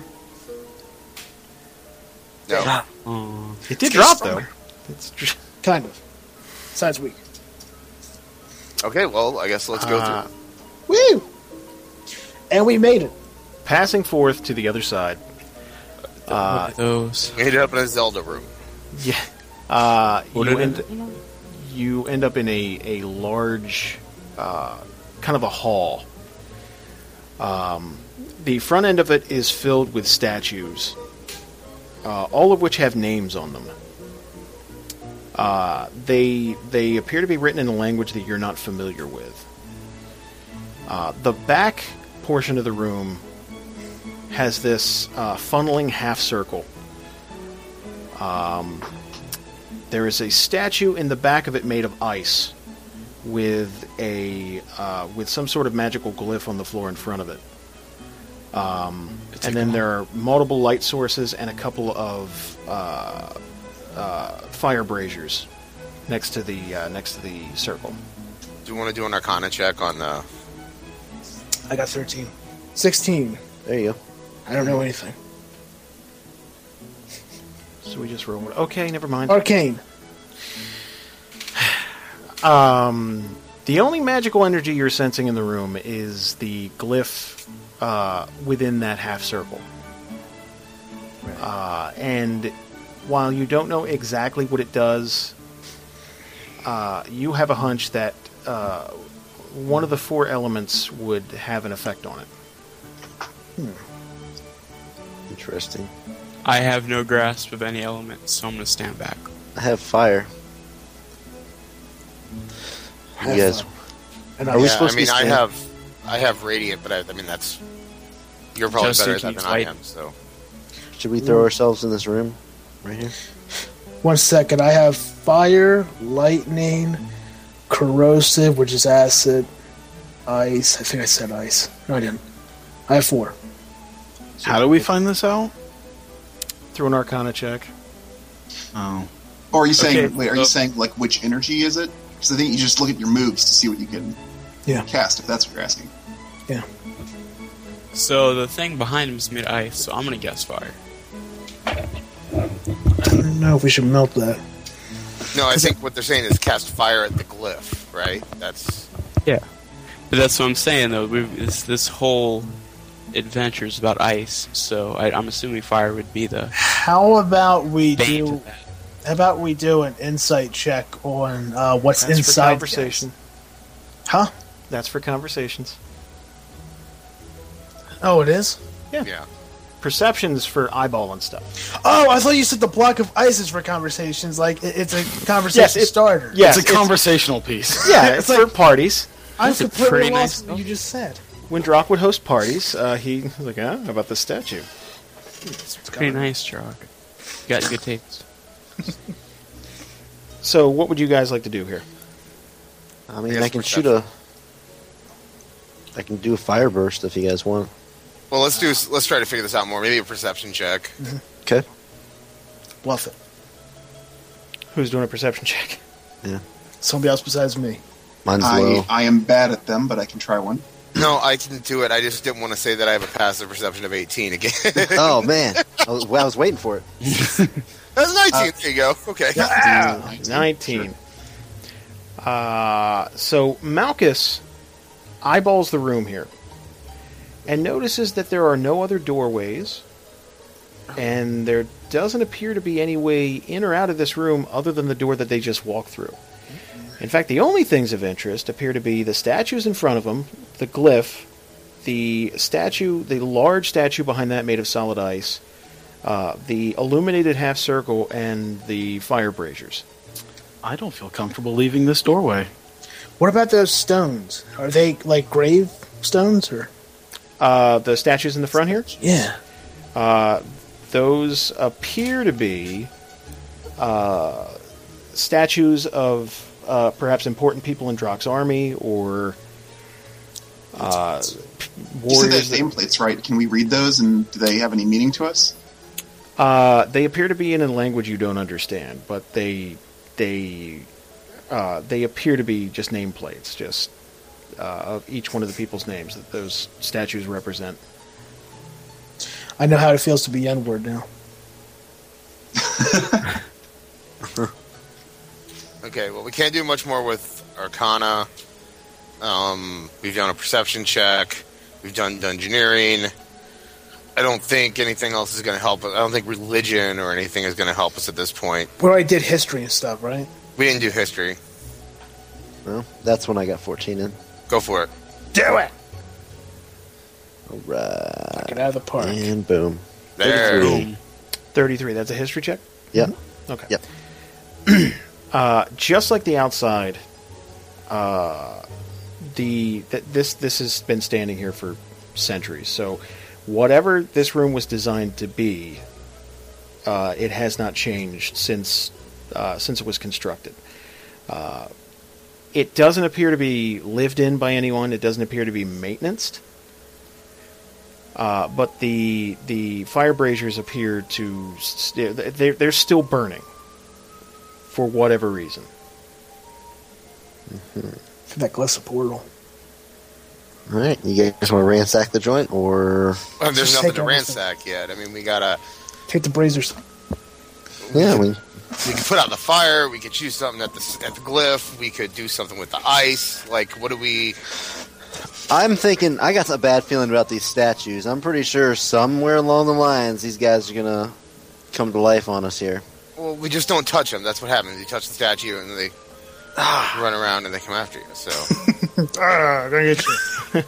Speaker 1: No.
Speaker 13: Uh,
Speaker 8: Oh,
Speaker 9: It did
Speaker 4: getting
Speaker 9: drop though.
Speaker 4: stronger.
Speaker 9: It's dr-
Speaker 4: Kind of. Besides weak.
Speaker 1: Okay. Well, I guess let's go
Speaker 9: Uh,
Speaker 1: through.
Speaker 4: Woo! And we made it.
Speaker 9: passing forth to the other side.
Speaker 8: one of those.
Speaker 1: We ended up in a Zelda room.
Speaker 9: Yeah. Uh, you,
Speaker 8: What did
Speaker 9: end, you end up in a, a large, uh, kind of a hall. Um, the front end of it is filled with statues, uh, all of which have names on them. Uh, they they appear to be written in a language that you're not familiar with. Uh, the back portion of the room has this uh, funneling half circle There is a statue in the back of it made of ice, with a uh, with some sort of magical glyph on the floor in front of it. Um, and then there are multiple light sources and a couple of uh, uh, fire braziers next to the uh, next to the circle.
Speaker 1: Do you want to do an Arcana check on the?
Speaker 4: I got 13. 16.
Speaker 7: There you go.
Speaker 4: I don't know anything.
Speaker 9: So we just rolled. Okay, never mind.
Speaker 4: Arcane.
Speaker 9: <sighs> Um, the only magical energy you're sensing in the room is the glyph uh, within that half circle. Uh, and while you don't know exactly what it does, uh, you have a hunch that uh, one of the four elements would have an effect on it.
Speaker 7: Interesting.
Speaker 8: I have no grasp of any element, so I'm gonna stand back.
Speaker 7: I have fire. You guys,
Speaker 4: And
Speaker 7: are we
Speaker 1: Yeah,
Speaker 7: supposed
Speaker 1: I mean,
Speaker 7: to be
Speaker 1: I
Speaker 7: standing?
Speaker 1: have, I have radiant, but I, I mean that's. You're probably
Speaker 8: Just
Speaker 1: better at
Speaker 8: so
Speaker 1: that
Speaker 8: he's
Speaker 1: than I
Speaker 8: white.
Speaker 1: am. So
Speaker 7: Should we throw ourselves in this room? Right here?
Speaker 4: One second. I have fire, lightning, corrosive, which is acid, ice. I think I said ice. No, I didn't. I have four.
Speaker 13: How do we find this out?
Speaker 9: Through an arcana check.
Speaker 13: Oh.
Speaker 6: Or are you saying?
Speaker 8: Okay.
Speaker 6: Wait, are you saying like which energy is it? Because I think you just look at your moves to see what you can
Speaker 4: Yeah.
Speaker 6: cast. If that's what you're asking.
Speaker 8: So the thing behind him is made of ice, so I'm gonna guess fire.
Speaker 4: I don't know if we should melt that.
Speaker 1: no, I think what they're saying is cast fire at the glyph, right? That's
Speaker 8: But that's what I'm saying, though. We've, this, this whole adventure is about ice, so I, I'm assuming fire would be the
Speaker 4: How about we
Speaker 8: bane to
Speaker 4: do?
Speaker 8: that.
Speaker 4: How about we do an insight check on uh, what's
Speaker 9: That's for
Speaker 4: inside?
Speaker 9: conversation.
Speaker 4: Huh?
Speaker 9: That's for conversations.
Speaker 4: Oh, it is.
Speaker 1: Yeah.
Speaker 9: Perceptions for eyeballing stuff.
Speaker 4: Oh, I thought you said the block of ice is for conversations. Like it, it's a conversation
Speaker 9: Yes, it-
Speaker 4: starter.
Speaker 9: Yes,
Speaker 3: it's a conversational piece.
Speaker 9: yeah, it's for parties.
Speaker 4: I'm
Speaker 8: That's a
Speaker 4: completely
Speaker 8: pretty
Speaker 4: lost.
Speaker 8: nice
Speaker 4: in what you just said.
Speaker 9: When Drock would host parties, uh, he was like, "Ah, how about the statue?"
Speaker 8: It's pretty nice, Jock. You got good taste.
Speaker 9: So, what would you guys like to do here?
Speaker 7: I mean,
Speaker 1: Yes,
Speaker 7: I can shoot a. I can do a fire burst if you guys want.
Speaker 1: Well, let's do. Let's try to figure this out more. Maybe a perception check.
Speaker 7: Okay.
Speaker 4: Bluff it.
Speaker 9: Who's doing a perception check?
Speaker 4: Somebody else besides me.
Speaker 7: Mine's
Speaker 6: I, <laughs>
Speaker 7: low.
Speaker 6: I am bad at them, but I can try one.
Speaker 1: No, I can do it. I just didn't want to say that I have a passive perception of 18 <laughs> again. That's
Speaker 7: oh man, I was, well, I was waiting for it.
Speaker 1: 19. there you go. Okay.
Speaker 9: Nineteen. Uh, so Malchus eyeballs the room here and notices that there are no other doorways, and there doesn't appear to be any way in or out of this room other than the door that they just walked through. In fact, the only things of interest appear to be the statues in front of them, the glyph, the statue, the large statue behind that made of solid ice, uh, the illuminated half circle, and the fire braziers.
Speaker 3: I don't feel comfortable leaving this doorway.
Speaker 4: What about those stones? Are they like grave stones or?
Speaker 9: Uh, the statues in the front here,
Speaker 4: Yeah.
Speaker 9: uh, those appear to be uh, statues of uh, perhaps important people in Drock's army or uh, p-
Speaker 6: You said
Speaker 9: warriors.
Speaker 6: there's
Speaker 9: that-
Speaker 6: nameplates, right? Can we read those, and do they have any meaning to us? <laughs>
Speaker 9: Uh, they appear to be in a language you don't understand, but they they uh, they appear to be just nameplates, just uh, of each one of the people's names that those statues represent.
Speaker 4: I know how it feels to be N word now.
Speaker 1: Okay. Well, we can't do much more with Arcana. Um, we've done a perception check. We've done dungeoneering. I don't think anything else is going to help. us. I don't think religion or anything is going to help us at this point.
Speaker 4: Where I did history and stuff, right?
Speaker 1: We didn't do history.
Speaker 7: Well, that's when I got 14 in.
Speaker 1: Go for it.
Speaker 4: Do it.
Speaker 7: All right,
Speaker 4: Get out of the park.
Speaker 7: and boom.
Speaker 1: There.
Speaker 7: Boom.
Speaker 9: Thirty-three. That's a history check. Mm-hmm.
Speaker 7: Yep.
Speaker 9: Okay.
Speaker 7: Yep.
Speaker 9: <clears throat> uh, just like the outside, uh, the th- this this has been standing here for centuries. So, whatever this room was designed to be, uh, it has not changed since uh, since it was constructed. Uh, it doesn't appear to be lived in by anyone. It doesn't appear to be maintenanced. Uh, but the the fire braziers appear to st- they're, they're still burning for whatever reason.
Speaker 4: For that glissa portal.
Speaker 7: All right, you guys want to ransack the joint or?
Speaker 1: Well, <laughs> there's
Speaker 4: Just
Speaker 1: nothing
Speaker 4: take
Speaker 1: to
Speaker 4: everything.
Speaker 1: ransack yet. I mean, we gotta.
Speaker 4: Take the brazers.
Speaker 7: Yeah, we.
Speaker 1: We could put out the fire. We could choose something at the at the glyph. We could do something with the ice. Like, what do we?
Speaker 7: I'm thinking. I got a bad feeling about these statues. I'm pretty sure somewhere along the lines these guys are gonna come to life on us here.
Speaker 1: Well, we just don't touch them. That's what happens. You touch the statue, and they run around and they come after you.
Speaker 4: <laughs>
Speaker 1: So,
Speaker 4: Ah, gonna get you.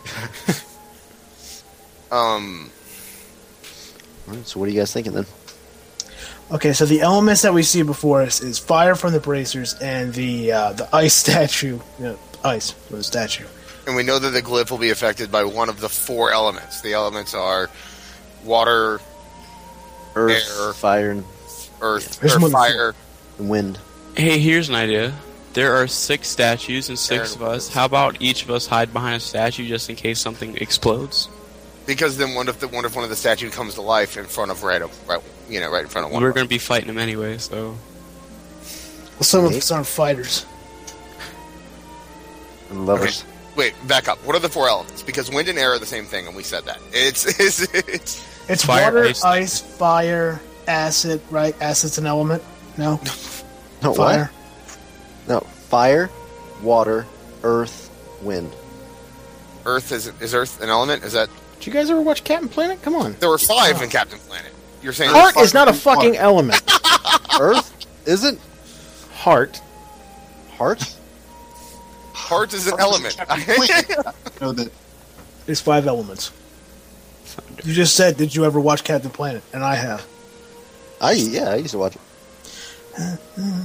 Speaker 1: um,
Speaker 7: All right, so what are you guys thinking then?
Speaker 4: Okay, so the elements that we see before us is fire from the bracers and the uh, the ice <laughs> statue. Yeah, ice from the statue.
Speaker 1: and we know that the glyph will be affected by one of the four elements. The elements are water,
Speaker 7: Earth,
Speaker 1: Air.
Speaker 7: fire, and,
Speaker 1: earth,
Speaker 4: There's
Speaker 1: or
Speaker 4: more than
Speaker 1: fire.
Speaker 7: and wind.
Speaker 8: Hey, here's an idea. There are six statues and six of
Speaker 1: Terrible.
Speaker 8: us. How about each of us hide behind a statue just in case something explodes?
Speaker 1: Because then, one if the one if one of the statue comes to life in front of right, of, right, you know, right in front of one.
Speaker 8: We're
Speaker 1: of us.
Speaker 8: going to be fighting them anyway, so
Speaker 4: Well, some of
Speaker 7: Okay.
Speaker 4: us aren't fighters.
Speaker 7: And lovers.
Speaker 1: Wait, back up. What are the four elements? Because wind and air are the same thing, and we said that. It's <laughs> it's, it's
Speaker 4: It's
Speaker 8: Fire,
Speaker 4: water,
Speaker 8: ice.
Speaker 4: ice. fire, acid. Right? Acid's an element. No,
Speaker 7: No
Speaker 4: fire.
Speaker 7: what? No fire, water, earth, wind.
Speaker 1: Earth is is Earth an element? Is that
Speaker 9: Did you guys ever watch Captain Planet? Come on.
Speaker 1: there were five in Captain Planet? You're saying
Speaker 9: Heart
Speaker 1: there's
Speaker 9: is not a
Speaker 1: five-
Speaker 9: fucking element.
Speaker 7: <laughs> Earth isn't
Speaker 9: Heart.
Speaker 7: heart.
Speaker 1: Heart is an element.
Speaker 6: know that
Speaker 4: There's five elements. You just said, did you ever watch Captain Planet? And I have.
Speaker 7: I yeah, I used to watch it.
Speaker 1: <laughs>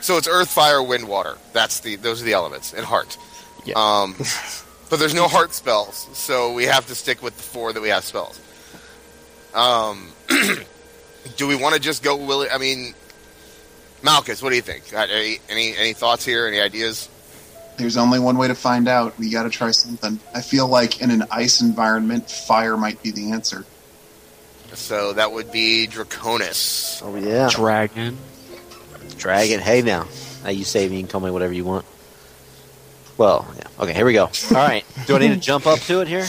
Speaker 1: so it's Earth, Fire, Wind, Water. That's the those are the elements and Heart.
Speaker 8: Yeah.
Speaker 1: Um, but there's no Heart spells, so we have to stick with the four that we have spells. Um, <clears throat> do we want to just go? Will I mean, Malchus, what do you think? Got Any any any thoughts here? Any ideas?
Speaker 6: there's only one way to find out. We got to try something. I feel like in an ice environment, fire might be the answer.
Speaker 1: So that would be Draconis.
Speaker 7: Oh yeah,
Speaker 8: Dragon.
Speaker 7: dragon. Hey now, now you save me. You can call me whatever you want. Well, yeah. Okay, here we go. All right. Do I need to jump up to it here?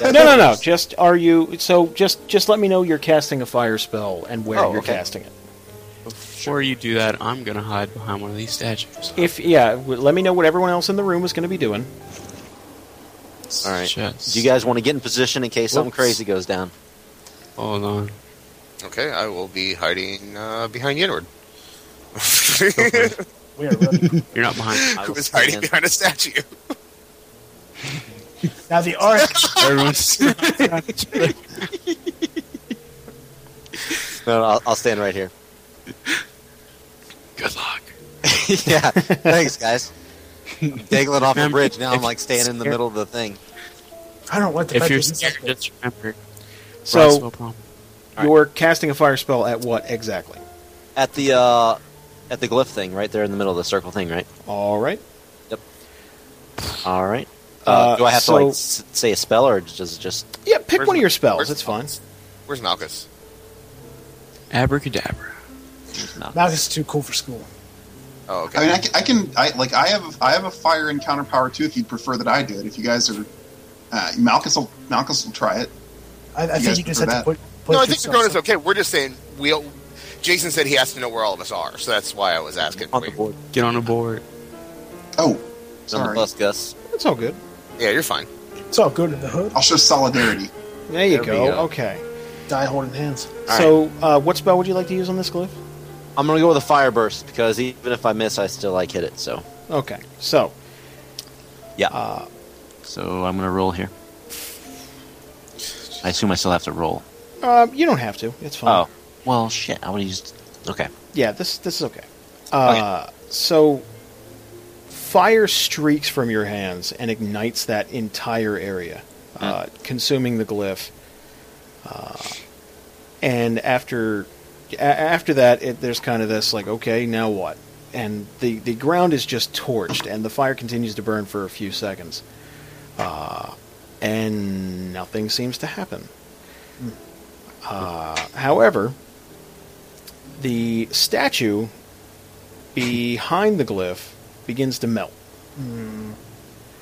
Speaker 9: No, no, no. Just are you? So just just let me know you're casting a fire spell and where
Speaker 7: Oh,
Speaker 9: you're
Speaker 7: okay.
Speaker 9: casting it.
Speaker 8: Before you do that, I'm gonna hide behind one of these statues.
Speaker 9: If yeah, w- let me know what everyone else in the room is going to be doing.
Speaker 7: All right.
Speaker 8: Just-
Speaker 7: Do you guys want to get in position in case something
Speaker 8: Whoops.
Speaker 7: crazy goes
Speaker 1: <laughs>
Speaker 7: down?
Speaker 8: Hold on.
Speaker 1: Okay, I will be hiding uh, behind Yenward. <laughs>
Speaker 4: We are ready.
Speaker 8: You're not
Speaker 7: <laughs>
Speaker 8: behind.
Speaker 7: I
Speaker 1: Who
Speaker 7: will
Speaker 1: is hiding
Speaker 7: stand.
Speaker 1: behind
Speaker 7: <laughs>
Speaker 1: a statue?
Speaker 4: now the arc.
Speaker 8: Everyone's
Speaker 7: No, no I'll, I'll stand right here.
Speaker 8: good luck.
Speaker 7: <laughs> yeah. Thanks, guys. I'm dangling off a
Speaker 8: Remember,
Speaker 7: bridge now.
Speaker 8: if
Speaker 7: I'm like standing in the
Speaker 8: you're-
Speaker 7: middle of the thing.
Speaker 4: I don't know what the
Speaker 8: If
Speaker 4: fuck
Speaker 8: you're
Speaker 4: this is.
Speaker 8: scared, just remember.
Speaker 9: So
Speaker 8: Roswell problem.
Speaker 9: you're casting a fire spell at what exactly?
Speaker 7: At the uh, at the glyph thing, right there in the middle of the circle thing, right?
Speaker 9: All right.
Speaker 7: All right. Uh,
Speaker 9: Uh,
Speaker 7: do I have to
Speaker 9: so-
Speaker 7: like s- say a spell or does it just
Speaker 9: Yeah, pick
Speaker 1: Where's
Speaker 9: one of
Speaker 1: my-
Speaker 9: your spells.
Speaker 7: Oh,
Speaker 1: where's
Speaker 9: It's fine.
Speaker 1: Where's Malchus?
Speaker 8: Abracadabra.
Speaker 4: Now this is too cool for school.
Speaker 1: Oh, okay.
Speaker 6: I mean, I can, I can, I like, I have, I have a fire encounter power too. If you'd prefer that I do it, if you guys are, uh, Malchus will, Malchus will try it.
Speaker 4: I, I
Speaker 6: You
Speaker 4: think
Speaker 6: guys
Speaker 4: you just
Speaker 6: prefer
Speaker 4: have to
Speaker 6: that?
Speaker 4: put. put
Speaker 1: no, I think
Speaker 4: yourself-
Speaker 1: Draconis is okay. We're just saying we. all Jason said he has to know where all of us are, so that's why I was asking.
Speaker 7: on the board?
Speaker 8: Get on the board.
Speaker 6: Oh,
Speaker 7: On the
Speaker 6: sorry.
Speaker 7: bus, Gus.
Speaker 9: It's all good.
Speaker 1: Yeah, you're fine.
Speaker 4: It's all good in the hood.
Speaker 6: I'll show solidarity.
Speaker 9: There you
Speaker 7: There we
Speaker 9: go.
Speaker 7: go.
Speaker 9: Okay.
Speaker 4: Die holding hands.
Speaker 7: All
Speaker 9: so uh, what spell would you like to use on this glyph?
Speaker 7: I'm gonna go with a fire burst because even if I miss, I still like hit it. So
Speaker 9: Okay. So
Speaker 7: yeah,
Speaker 9: uh,
Speaker 10: So I'm gonna roll here. I assume I still have to roll.
Speaker 9: uh, you don't have to. It's fine.
Speaker 10: Oh, well, shit. I would have used. Okay.
Speaker 9: Yeah, this this is okay. Uh, So, fire streaks from your hands and ignites that entire area, uh, consuming the glyph. Uh, and after a- after that, it, there's kind of this like, okay, now what? And the the ground is just torched, and the fire continues to burn for a few seconds, uh, and nothing seems to happen. Uh, however, the statue behind the glyph begins to melt.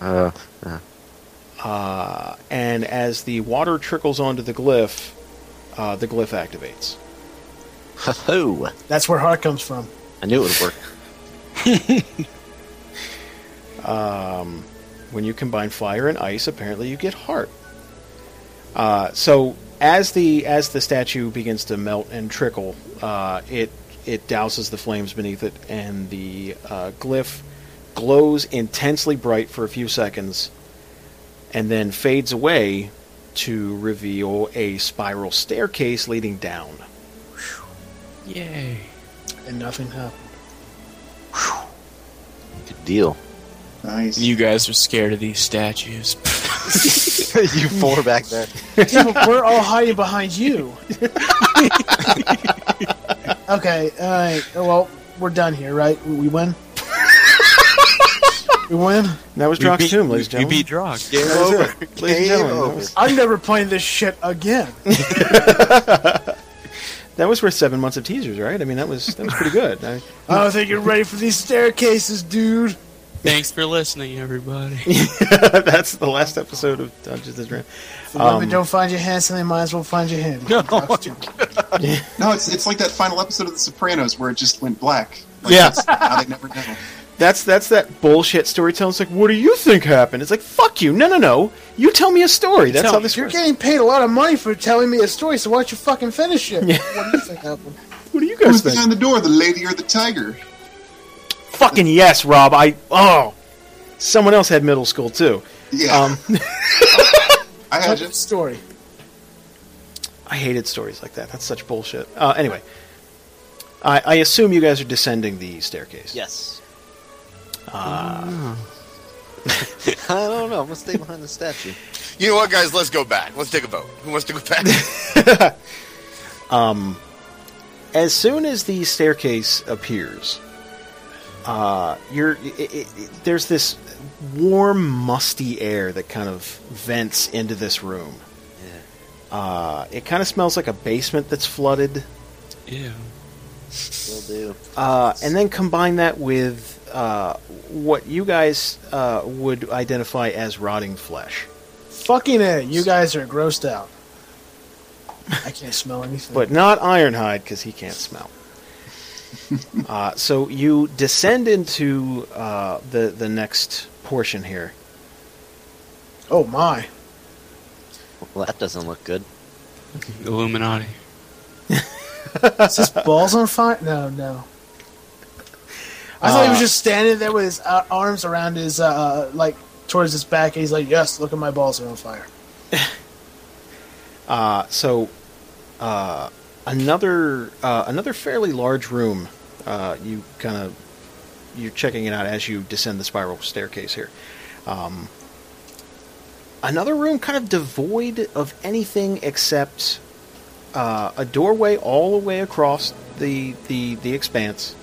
Speaker 7: uh,
Speaker 9: Uh, and as the water trickles onto the glyph, uh, the glyph activates.
Speaker 7: ho!
Speaker 4: That's where heart comes from.
Speaker 7: oh. I knew it would work.
Speaker 9: Um, when you combine fire and ice, apparently you get heart. Uh, so as the as the statue begins to melt and trickle, uh, it it douses the flames beneath it, and the uh, glyph glows intensely bright for a few seconds, and then fades away to reveal a spiral staircase leading down.
Speaker 8: Yay.
Speaker 4: And nothing happened.
Speaker 7: Good deal.
Speaker 6: Nice.
Speaker 8: You guys are scared of these statues.
Speaker 7: you four back there.
Speaker 4: Yeah, but we're all hiding behind you. okay, alright. Well, we're done here, right? We we win? we win?
Speaker 9: And that was Drox Tomb,
Speaker 8: <laughs>
Speaker 9: ladies and gentlemen.
Speaker 8: We beat Drox.
Speaker 7: Game
Speaker 9: That was
Speaker 7: over.
Speaker 9: it. Ladies and gentlemen, that was,
Speaker 4: I'm never playing this shit again.
Speaker 9: that was worth seven months of teasers, right? I mean, that was that was pretty good. I,
Speaker 4: I don't think you're ready for these staircases, dude.
Speaker 8: Thanks for listening, everybody.
Speaker 9: <laughs> That's the last episode of Dungeons and Dragons.
Speaker 4: If women don't find you handsome, they might as well find you handy.
Speaker 6: No, it's it's like that final episode of The Sopranos where it just went black. Like,
Speaker 9: Yeah. <laughs>
Speaker 6: that's- Now they never know.
Speaker 9: That's that's that bullshit storytelling. It's like, what do you think happened? It's like, fuck you. No, no, no. You tell me a story. That's how this
Speaker 4: You're
Speaker 9: works.
Speaker 4: getting paid a lot of money for telling me a story, so why don't you fucking finish it? What do you think happened?
Speaker 9: What do you
Speaker 6: Who's
Speaker 9: guys think?
Speaker 6: behind the door, the lady or the tiger?
Speaker 9: Fucking yes, Rob. I oh, someone else had middle school too.
Speaker 6: Yeah,
Speaker 9: Um, <laughs>
Speaker 6: I
Speaker 4: Tell
Speaker 6: had
Speaker 4: the
Speaker 6: you.
Speaker 4: story.
Speaker 9: I hated stories like that. That's such bullshit. Uh, anyway, I, I assume you guys are descending the staircase.
Speaker 7: Yes.
Speaker 1: Ah.
Speaker 7: <laughs> I don't know. I'm gonna stay behind the statue.
Speaker 1: You know what, guys? Let's go back. Let's take a vote. Who wants to go
Speaker 7: <laughs>
Speaker 1: back?
Speaker 9: As soon as the staircase appears, uh, you're i i i there's this warm, musty air that kind of vents into this room. Uh, it kind of smells like a basement that's flooded.
Speaker 8: Ew.
Speaker 7: Will do.
Speaker 9: Uh, and then combine that with uh, what you guys uh, would identify as rotting flesh.
Speaker 4: Fucking A, you guys are grossed out. I can't smell anything.
Speaker 9: but not Ironhide because he can't smell. uh, so you descend into uh, the the next portion here.
Speaker 4: oh my.
Speaker 7: Well, that doesn't look good.
Speaker 8: Illuminati.
Speaker 4: Is his balls on fire? No, no. I thought he was just standing there with his uh, arms around his, uh, like, towards his back, and he's like, yes, look at my balls are on fire.
Speaker 9: Uh, so uh, another uh, another fairly large room. Uh, you kind of you're checking it out as you descend the spiral staircase here. Um, another room, kind of devoid of anything except uh, a doorway all the way across the the the expanse.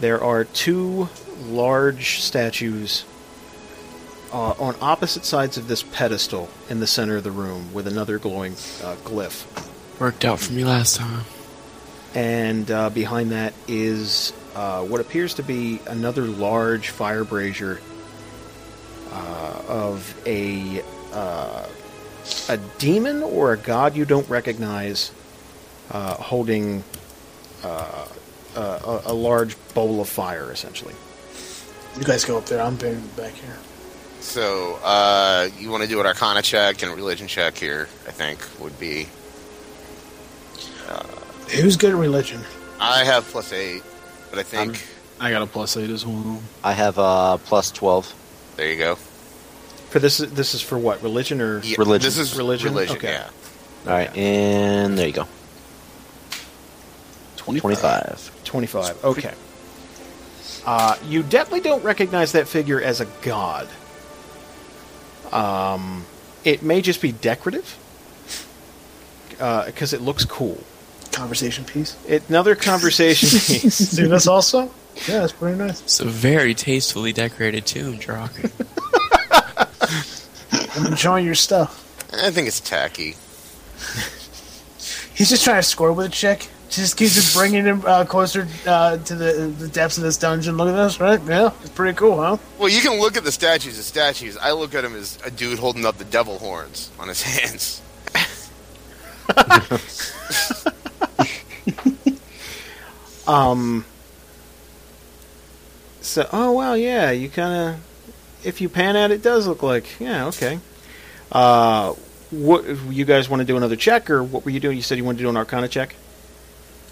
Speaker 9: There are two large statues uh, on opposite sides of this pedestal in the center of the room with another glowing uh, glyph.
Speaker 8: Worked out for me last time.
Speaker 9: And uh, behind that is uh, what appears to be another large fire brazier uh, of a uh, a demon or a god you don't recognize, uh, holding uh, a, a- a large bowl of fire, essentially.
Speaker 4: You guys go up there. I'm buried back here.
Speaker 1: so, uh, you want to do an Arcana check and a Religion check here? I think would be.
Speaker 4: Who's good at religion?
Speaker 1: I have plus eight, but I think
Speaker 7: Um,
Speaker 5: I got a plus eight as well.
Speaker 7: I have uh plus twelve.
Speaker 1: there you go.
Speaker 9: For this, this is for what religion or
Speaker 1: Yeah,
Speaker 7: Religion.
Speaker 1: This is
Speaker 9: Religion?
Speaker 1: religion.
Speaker 9: Okay.
Speaker 1: Yeah.
Speaker 7: All right, and there you go.
Speaker 5: 25.
Speaker 7: Twenty-five.
Speaker 9: 25. Okay. Uh, you definitely don't recognize that figure as a god. Um, it may just be decorative because it looks cool.
Speaker 4: Conversation piece.
Speaker 9: It, another conversation piece.
Speaker 4: Do this also? Yeah, that's pretty nice.
Speaker 8: So very tastefully decorated tomb, Drock.
Speaker 4: I'm enjoying your stuff.
Speaker 1: I think it's tacky.
Speaker 4: He's just trying to score with a chick. Just keeps just bringing him uh, closer uh, to the, the depths of this dungeon. Look at this, right? Yeah, it's pretty cool, huh?
Speaker 1: Well, you can look at the statues as statues. I look at him as a dude holding up the devil horns on his <laughs> hands.
Speaker 9: Um, so, oh well, yeah, you kind of, if you pan out, it does look like, yeah, okay. Uh, what you guys want to do another check, or what were you doing? You said you wanted to do an Arcana check.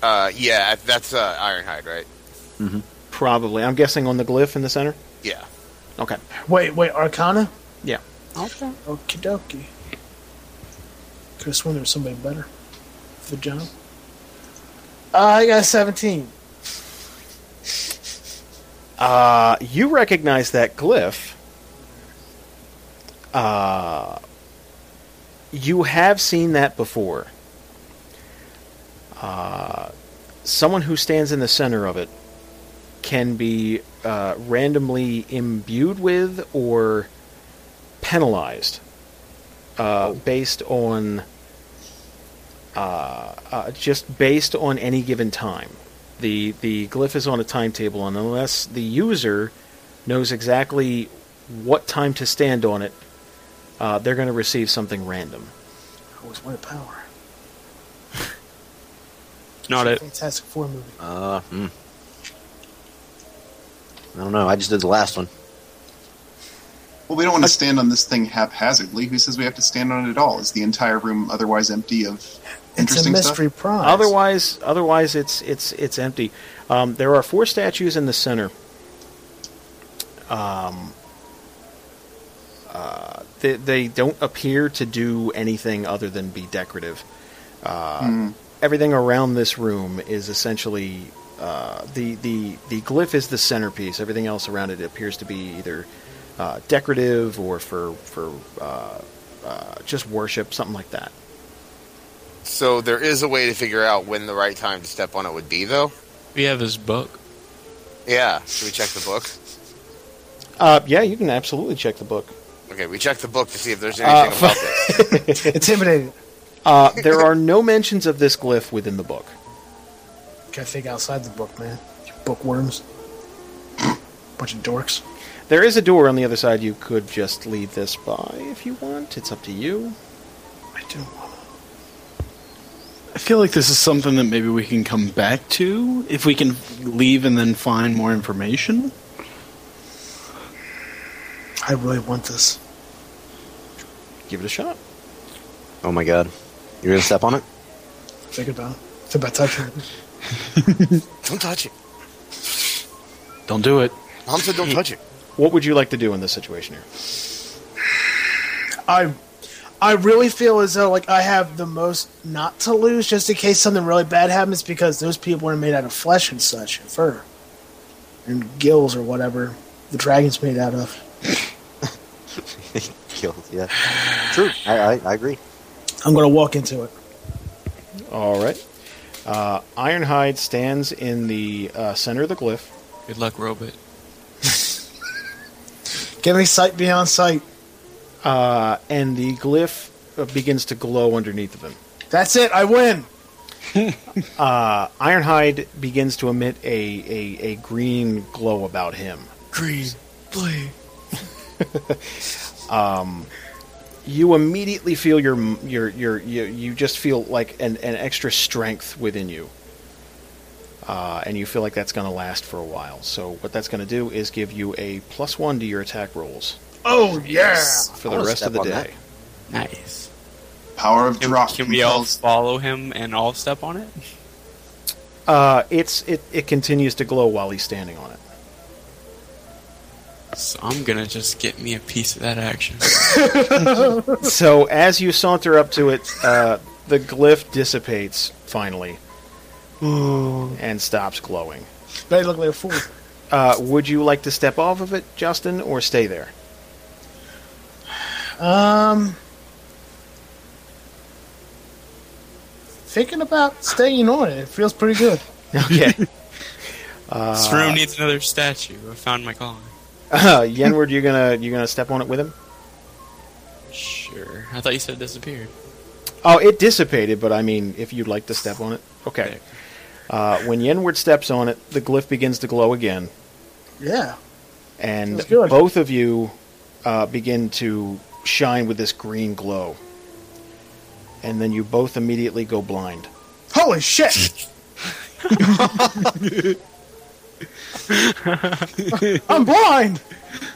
Speaker 1: Uh, yeah, that's uh, Ironhide, right?
Speaker 9: Probably, I'm guessing on the glyph in the center.
Speaker 1: Yeah.
Speaker 9: Okay.
Speaker 4: Wait, wait, Arcana?
Speaker 9: Yeah.
Speaker 4: Okay. Okie dokie. Could have sworn there was somebody better for the job. Uh, I got 17.
Speaker 9: Uh, you recognize that glyph. Uh, you have seen that before. Uh, someone who stands in the center of it can be uh, randomly imbued with or penalized uh, based on uh, uh, just based on any given time. The the glyph is on a timetable, and unless the user knows exactly what time to stand on it, uh, they're going to receive something random.
Speaker 4: I always wanted power.
Speaker 8: Not it.
Speaker 14: Uh,
Speaker 4: Fantastic Four movie.
Speaker 7: Uh, hmm. Uh, I don't know. I just did the last one.
Speaker 14: Well, we don't want to stand on this thing haphazardly. Who says we have to stand on it at all? Is the entire room otherwise empty of
Speaker 4: It's a
Speaker 14: interesting
Speaker 4: mystery
Speaker 14: stuff?
Speaker 4: prize. <laughs>
Speaker 9: Otherwise, otherwise it's it's it's empty. Um, there are four statues in the center. Um, uh, they, they don't appear to do anything other than be decorative. Uh, Everything around this room is essentially uh, the the the glyph is the centerpiece. Everything else around it appears to be either uh, decorative or for for uh, uh, just worship, something like that.
Speaker 1: So there is a way to figure out when the right time to step on it would be, though.
Speaker 8: We have his book.
Speaker 1: Yeah. Should we check the book?
Speaker 9: Uh, yeah, you can absolutely check the book.
Speaker 1: Okay, we check the book to see if there's anything
Speaker 9: Uh,
Speaker 1: about this.
Speaker 4: Intimidating.
Speaker 9: Uh, there are no mentions of this glyph within the book.
Speaker 4: Gotta think outside the book, man. You
Speaker 14: <laughs>
Speaker 4: bookworms. Bunch of dorks.
Speaker 9: There is a door on the other side you could just leave this by if you want. It's up to you.
Speaker 5: I do. I feel like this is something that maybe we can come back to if we can leave and then find more information.
Speaker 4: I really want this.
Speaker 9: Give it a shot.
Speaker 7: Oh my god. You're going to step on it?
Speaker 4: Think about it. Think about touching it.
Speaker 1: Don't touch it.
Speaker 5: Don't do it.
Speaker 1: Mom said don't touch it.
Speaker 9: What would you like to do in this situation here?
Speaker 4: I I really feel as though like I have the most not to lose just in case something really bad happens because those people are made out of flesh and such and fur. And gills or whatever the dragon's made out of.
Speaker 7: Killed, yeah. True. I, I, I agree.
Speaker 4: I'm gonna walk into it.
Speaker 9: All right. Uh, Ironhide stands in the uh, center of the glyph.
Speaker 8: Good luck, Robot.
Speaker 4: Give me sight beyond sight.
Speaker 9: Uh, and the glyph uh, begins to glow underneath of him.
Speaker 4: That's it, I win.
Speaker 9: Uh, Ironhide begins to emit a, a, a green glow about him.
Speaker 8: Green,
Speaker 9: <laughs>
Speaker 8: play.
Speaker 9: Um, You immediately feel your your your you, you just feel like an, an extra strength within you, uh, and you feel like that's going to last for a while. So what that's going to do is give you a plus one to your attack rolls
Speaker 4: Oh yeah.
Speaker 9: for
Speaker 7: I
Speaker 9: the
Speaker 7: wanna
Speaker 9: rest of
Speaker 7: step
Speaker 9: the
Speaker 7: on that.
Speaker 9: day.
Speaker 8: Nice.
Speaker 14: Power of
Speaker 8: Can,
Speaker 14: drop.
Speaker 8: can we all
Speaker 14: compels-
Speaker 8: follow him and all step on it?
Speaker 9: Uh, it's it, it continues to glow while he's standing on it.
Speaker 8: So I'm gonna just get me a piece of that action.
Speaker 9: so as you saunter up to it, uh, the glyph dissipates finally and stops glowing.
Speaker 4: But I look like a fool.
Speaker 9: Uh, would you like to step off of it, Justin, or stay there?
Speaker 4: Um Thinking about staying on it, it feels pretty good.
Speaker 9: Okay.
Speaker 8: this room needs another statue. I found my calling.
Speaker 9: Uh, Yenward, you gonna you gonna step on it with him?
Speaker 8: Sure. I thought you said it disappeared.
Speaker 9: Oh, it dissipated, but I mean, if you'd like to step on it, okay. Uh, when Yenward steps on it, the glyph begins to glow again,
Speaker 4: Yeah.
Speaker 9: and
Speaker 4: Sounds good.
Speaker 9: both of you uh, begin to shine with this green glow, and then you both immediately go blind.
Speaker 4: Holy shit! I'm blind!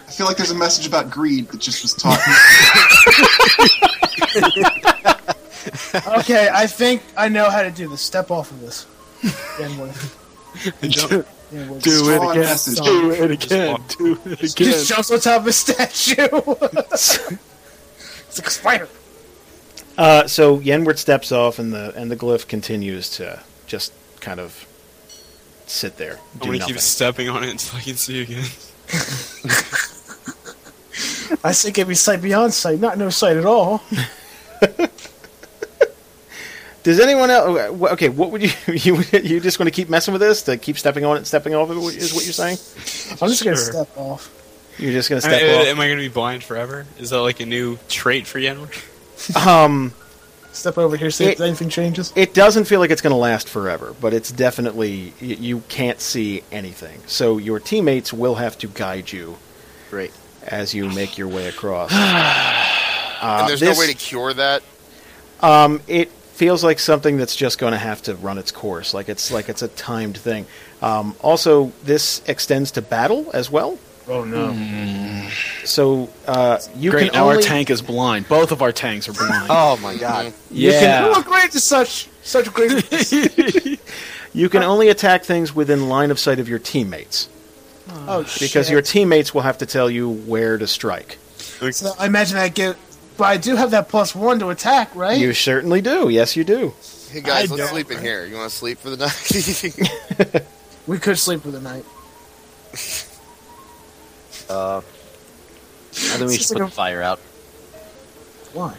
Speaker 14: I feel like there's a message about greed that just was
Speaker 5: <laughs>
Speaker 14: taught.
Speaker 4: Okay, I think I know how to do this. Step off of <laughs> this. Inward.
Speaker 5: do
Speaker 4: Inward.
Speaker 5: do it
Speaker 14: Strong
Speaker 5: again.
Speaker 14: message.
Speaker 5: Do it again. Do it
Speaker 4: He
Speaker 5: again.
Speaker 4: just jumps on top of a statue. it's like a spider.
Speaker 9: Uh, so Yenward steps off, and the and the glyph continues to just kind of sit there.
Speaker 8: I'm
Speaker 9: Do
Speaker 8: gonna
Speaker 9: nothing.
Speaker 8: keep stepping on it until I can see again.
Speaker 4: I say give me sight beyond sight, not no sight at all.
Speaker 9: Does anyone else? Okay, what would you <laughs> you you just going to keep messing with this? To keep stepping on it, stepping off it is what you're saying?
Speaker 4: I'm just gonna
Speaker 8: Sure.
Speaker 4: step off.
Speaker 9: You're just going to
Speaker 8: I mean,
Speaker 9: step
Speaker 8: <laughs> am I gonna be blind forever? Is that like a new trait for Yenward?
Speaker 9: off. Um,
Speaker 4: Step over here, see if
Speaker 9: It-
Speaker 4: anything changes.
Speaker 9: it doesn't feel like it's going to last forever, but it's definitely y- you can't see anything. So your teammates will have to guide you
Speaker 7: Great.
Speaker 9: as you make your way across.
Speaker 1: and there's
Speaker 9: this-
Speaker 1: no way to cure that.
Speaker 9: Um, it feels like something that's just going to have to run its course. Like it's like it's a timed thing. Um, also, this extends to battle as well. Mm.
Speaker 5: Oh no!
Speaker 9: So uh, you
Speaker 5: Great.
Speaker 9: can
Speaker 5: now
Speaker 9: only Uh,
Speaker 5: our tank is blind. Both of our
Speaker 9: <laughs>
Speaker 5: tanks are blind.
Speaker 6: Oh my god!
Speaker 9: You
Speaker 5: Yeah.
Speaker 9: can,
Speaker 4: Oh, great to such such great.
Speaker 9: you can only attack things within line of sight of your teammates
Speaker 4: oh shit!
Speaker 9: because your teammates will have to tell you where to strike.
Speaker 4: So I imagine I get, but I do have that plus one to attack, right?
Speaker 9: You certainly do. Yes, you do.
Speaker 1: Hey guys,
Speaker 4: I
Speaker 1: let's
Speaker 4: don't,
Speaker 1: sleep in here. You want to sleep for the night? <laughs>
Speaker 4: we could sleep for the night.
Speaker 10: Uh, I think we
Speaker 4: Just
Speaker 10: should
Speaker 4: like
Speaker 10: put
Speaker 4: a-
Speaker 10: the fire out.
Speaker 4: Why?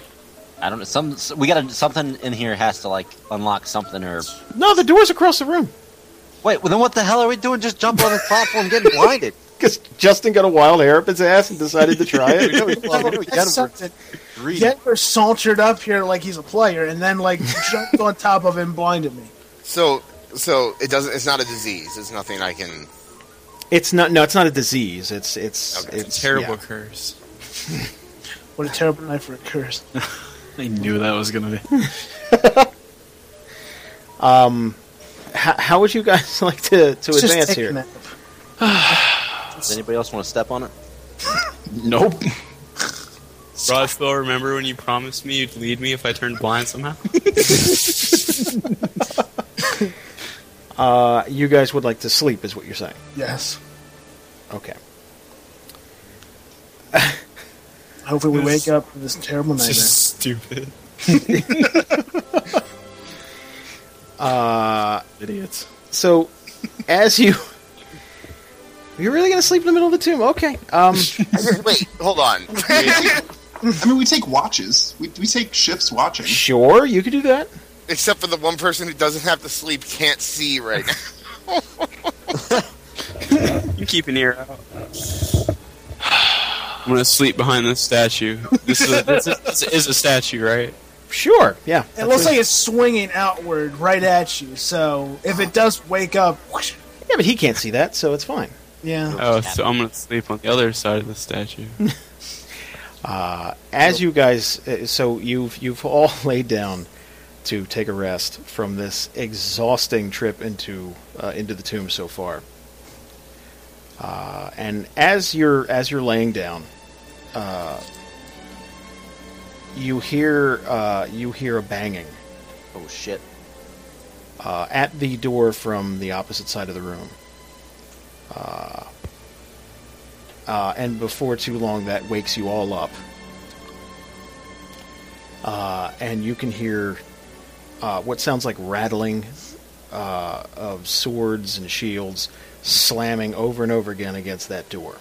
Speaker 10: I don't know. Some s- we got to something in here has to like unlock something or
Speaker 9: No, the door's across the room.
Speaker 10: wait. Well, then what the hell are we doing? Just jump on this platform, getting blinded.
Speaker 9: Because Justin got a wild hair up his ass and decided to try it.
Speaker 5: <laughs>
Speaker 4: That's something. Denver sauntered up here like he's a player, and then like <laughs> jumped on top of him, blinded me.
Speaker 1: so, so it doesn't. It's not a disease. It's nothing I can.
Speaker 9: It's not. No, it's not a disease. It's it's it's
Speaker 8: Terrible
Speaker 9: yeah.
Speaker 8: curse.
Speaker 4: What a terrible night for a curse!
Speaker 5: I knew that was gonna be.
Speaker 9: How, how would you guys <laughs> like to to
Speaker 4: Let's just
Speaker 9: advance
Speaker 4: take a
Speaker 9: here?
Speaker 4: nap.
Speaker 10: <laughs> Does anybody else want to step on it?
Speaker 5: Nope.
Speaker 8: Bro, I still remember when you promised me you'd lead me if I turned blind somehow.
Speaker 9: Uh, you guys would like to sleep, is what you're saying?
Speaker 4: Yes.
Speaker 9: Okay.
Speaker 4: Hopefully, we
Speaker 8: This-
Speaker 4: wake up from this terrible nightmare.
Speaker 8: Just stupid.
Speaker 9: Uh,
Speaker 5: Idiots.
Speaker 9: so as you, <laughs> you're really gonna sleep in the middle of the tomb? Okay. Um,
Speaker 1: Wait, hold on.
Speaker 14: I mean, we take watches. We, we take shifts watching.
Speaker 9: sure, you could do that.
Speaker 1: <laughs> Except for the one person who doesn't have to sleep can't see right now.
Speaker 8: You keep an ear out. <sighs> I'm gonna sleep behind this statue. This is, this is, this is a statue, right?
Speaker 9: Sure. Yeah.
Speaker 4: It looks like it's swinging outward right at you. So if it does wake up, whoosh,
Speaker 9: Yeah, but he can't see that, so it's fine.
Speaker 4: yeah,
Speaker 8: Oh, so I'm gonna sleep on the other side of the statue.
Speaker 9: As you guys, uh, so you've you've all <laughs> laid down to take a rest from this exhausting trip into uh, into the tomb so far. Uh, and as you're as you're laying down, uh, you hear uh, you hear a banging
Speaker 10: Oh shit!
Speaker 9: uh, at the door from the opposite side of the room. Uh, uh, and before too long, that wakes you all up. Uh, and you can hear uh, what sounds like rattling uh, of swords and shields slamming over and over again against that door.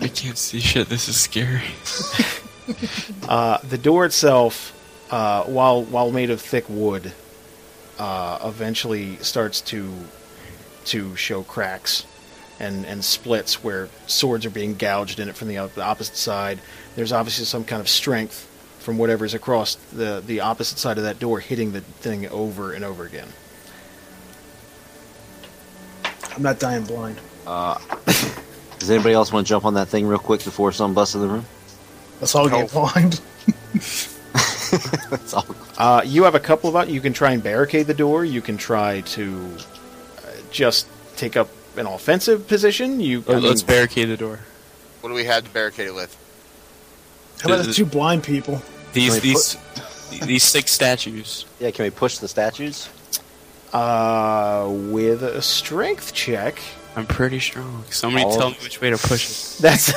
Speaker 8: I can't see shit. This is scary.
Speaker 9: Uh, the door itself, uh, while while made of thick wood, uh, eventually starts to to show cracks and and splits where swords are being gouged in it from the, op- the opposite side. There's obviously some kind of strength from whatever's across the the opposite side of that door hitting the thing over and over again. Oh.
Speaker 4: I'm not dying blind.
Speaker 10: Does anybody else want to jump on that thing real quick before some busts in the room? <laughs>
Speaker 4: Let's all
Speaker 9: Oh.
Speaker 4: get blind.
Speaker 10: That's all.
Speaker 9: Uh, you have a couple of op- you can try and barricade the door. You can try to uh, just take up an offensive position. You I
Speaker 8: let's
Speaker 9: mean-
Speaker 8: barricade the door.
Speaker 1: What do we have to barricade it with?
Speaker 4: How about
Speaker 8: Is
Speaker 4: the
Speaker 8: it-
Speaker 4: two blind people?
Speaker 8: These
Speaker 10: Can we
Speaker 8: these these six statues.
Speaker 10: Yeah, can we push the statues?
Speaker 9: Uh, with a strength check.
Speaker 8: I'm pretty strong. Somebody
Speaker 10: All-
Speaker 8: tell me which way to push it.
Speaker 9: That's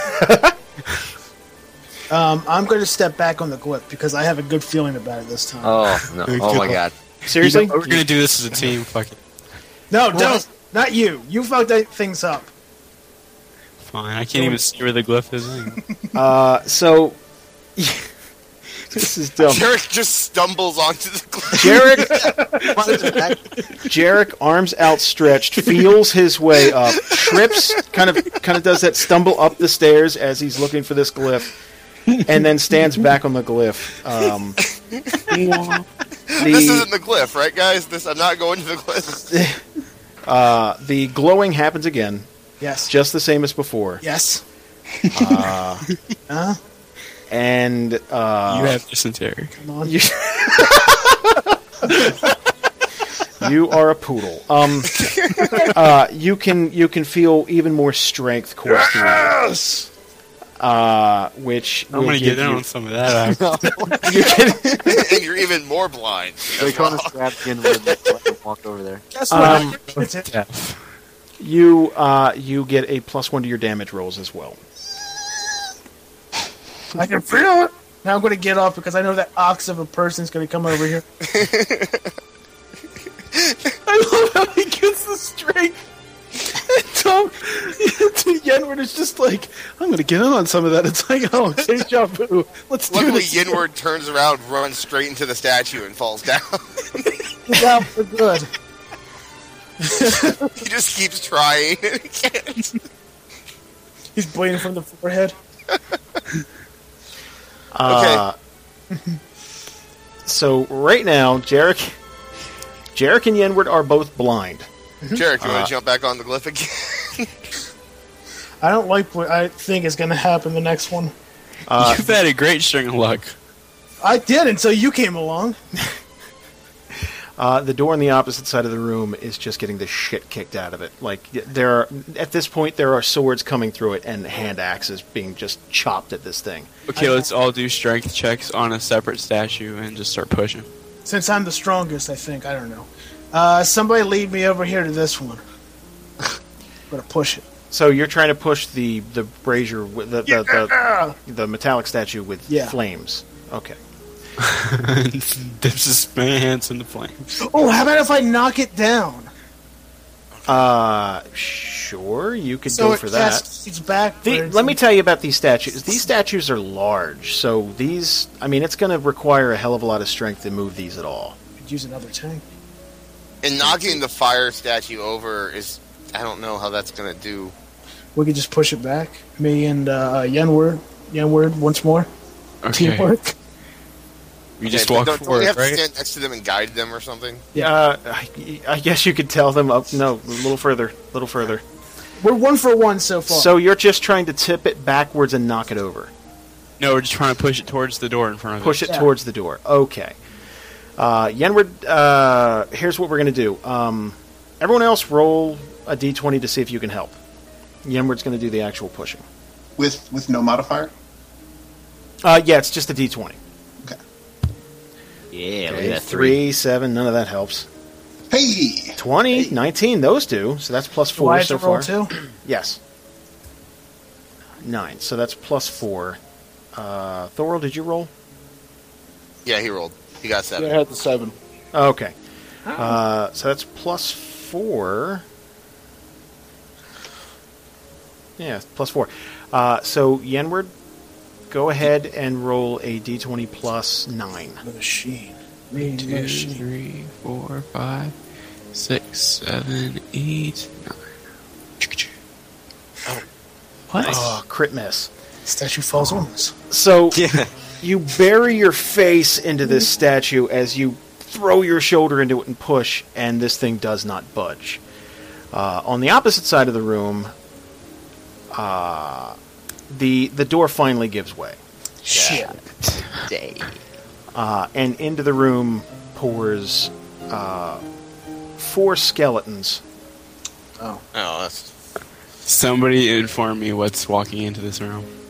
Speaker 4: Um, I'm going to step back on the glyph because I have a good feeling about it this
Speaker 9: Uh,
Speaker 4: time.
Speaker 10: Oh no! Oh my god!
Speaker 9: seriously.
Speaker 8: You know, we're gonna do this as a team. Fuck it.
Speaker 4: no, don't. Not you. You fucked that things up.
Speaker 8: Fine. I can't even see where the glyph <laughs> is.
Speaker 9: Uh, so <laughs> this is
Speaker 1: <laughs>
Speaker 9: dumb.
Speaker 1: Derek just stumbles onto the glass.
Speaker 9: Jarek, Jarek, arms outstretched, feels his way up, trips, kind of, kind of does that stumble up the stairs as he's looking for this glyph, and then stands back on the glyph. Um, the-
Speaker 1: <laughs> This isn't the glyph, right, guys? This I'm not going to the glyph.
Speaker 5: <laughs>
Speaker 9: uh, the glowing happens again,
Speaker 4: Yes.
Speaker 9: <laughs> Ah. just the same as before.
Speaker 4: yes.
Speaker 9: and uh,
Speaker 8: you have <laughs> dysentery.
Speaker 9: Come on. You, you are a poodle. Um, uh, you can you can feel even more strength course through you. Uh, which
Speaker 8: I'm
Speaker 9: will
Speaker 8: gonna
Speaker 9: give
Speaker 8: get in
Speaker 9: you-
Speaker 8: on some of <laughs> that.
Speaker 1: and you're even more blind.
Speaker 10: Draconis grabbed Ginwood and walked over there.
Speaker 4: That's
Speaker 9: Um,
Speaker 4: what I
Speaker 9: You uh, you get a plus one to your damage rolls as well.
Speaker 4: I can feel it. Now I'm going to get off because I know that ox of a person's going to come over <laughs> here.
Speaker 5: I love how he gets the strength. And Tom, to Yenward is just like, I'm going to get in on some of that. It's like, oh, deja vu. <laughs> Let's do
Speaker 1: Luckily,
Speaker 5: this.
Speaker 1: Yinward turns around, runs straight into the statue, and falls down. <laughs>
Speaker 4: He's out for good.
Speaker 1: he just keeps trying. he can't.
Speaker 4: He's bleeding from the forehead.
Speaker 9: Uh, so right now, Jarek, Jarek and Yenward are both blind.
Speaker 5: mhm.
Speaker 1: Jarek, you want
Speaker 9: Uh,
Speaker 1: to jump back on the glyph again? <laughs>
Speaker 4: I don't like what I think is going to happen the next one.
Speaker 9: Uh,
Speaker 8: You've had a great string of luck.
Speaker 4: I did until you came along.
Speaker 9: Uh, the door on the opposite side of the room is just getting the shit kicked out of it. Like y- there are at this point, there are swords coming through it and hand axes being just chopped at this thing.
Speaker 8: Okay, let's all do strength checks on a separate statue and just start <laughs> pushing.
Speaker 4: Since I'm the strongest, I think. I don't know. Uh, somebody lead me over here to this one. <sighs> I'm going to push it.
Speaker 9: So you're trying to push the the brazier, with the the,
Speaker 4: Yeah.
Speaker 9: the, the metallic statue with
Speaker 4: Yeah.
Speaker 9: flames. Okay.
Speaker 8: Dips his pants in the flames.
Speaker 4: Oh, how about if I knock it down?
Speaker 9: Uh, sure, you could go for that.
Speaker 4: It's back.
Speaker 9: The, let me tell you about these statues. These statues are large, so these. I mean, it's going to require a hell of a lot of strength to move these at all.
Speaker 4: Could use another tank.
Speaker 1: and knocking the fire statue over is. I don't know how that's going to do.
Speaker 4: We could just push it back. Me and uh, Yenward. Yenward once more.
Speaker 8: Okay,
Speaker 4: Teamwork.
Speaker 8: you just
Speaker 1: Okay,
Speaker 8: walk
Speaker 1: don't, don't we
Speaker 8: forward,
Speaker 1: have to
Speaker 8: right?
Speaker 1: stand next to them and guide them or something?
Speaker 9: Yeah, uh, I, I guess you could tell them up. No, a little further, a little further.
Speaker 4: We're one for one so far.
Speaker 9: So you're just trying to tip it backwards and knock it over.
Speaker 8: No, we're just trying to push it towards the door in front of
Speaker 9: Push it
Speaker 4: Yeah.
Speaker 9: towards the door. Okay. Uh, Yenward, uh, here's what we're going to do. Um, everyone else, roll a d20 to see if you can help. Yenward's going to do the actual pushing.
Speaker 14: with with no modifier.
Speaker 9: Uh, yeah, it's just a d20.
Speaker 10: Yeah, look
Speaker 9: Okay,
Speaker 10: at that three.
Speaker 9: three, seven, none of that helps.
Speaker 14: Hey,
Speaker 9: 20, 19, those do. So that's plus
Speaker 4: Do I
Speaker 9: four
Speaker 4: have
Speaker 9: so
Speaker 4: to roll
Speaker 9: far.
Speaker 4: too?
Speaker 9: Yes. Nine. So that's plus four. Uh, Thorol, did you roll?
Speaker 1: Yeah, he rolled. He got
Speaker 5: I
Speaker 1: seven.
Speaker 5: had the seven.
Speaker 9: Oh, Okay. Uh, so that's plus four. Yeah, plus four. Uh, so Yenward, go ahead and roll a d20 plus nine.
Speaker 4: Machine. Me,
Speaker 8: Two,
Speaker 4: machine.
Speaker 8: three, four, five, six, seven, eight, nine. What?
Speaker 9: Oh, crit miss.
Speaker 4: Statue falls on us.
Speaker 9: So you bury your face into this statue as you throw your shoulder into it and push, and this thing does not budge. Uh, on the opposite side of the room, uh, the the door finally gives way,
Speaker 4: Shit.
Speaker 9: uh, and into the room pours uh, four skeletons.
Speaker 1: Oh, that's
Speaker 8: Somebody inform me what's walking into this room.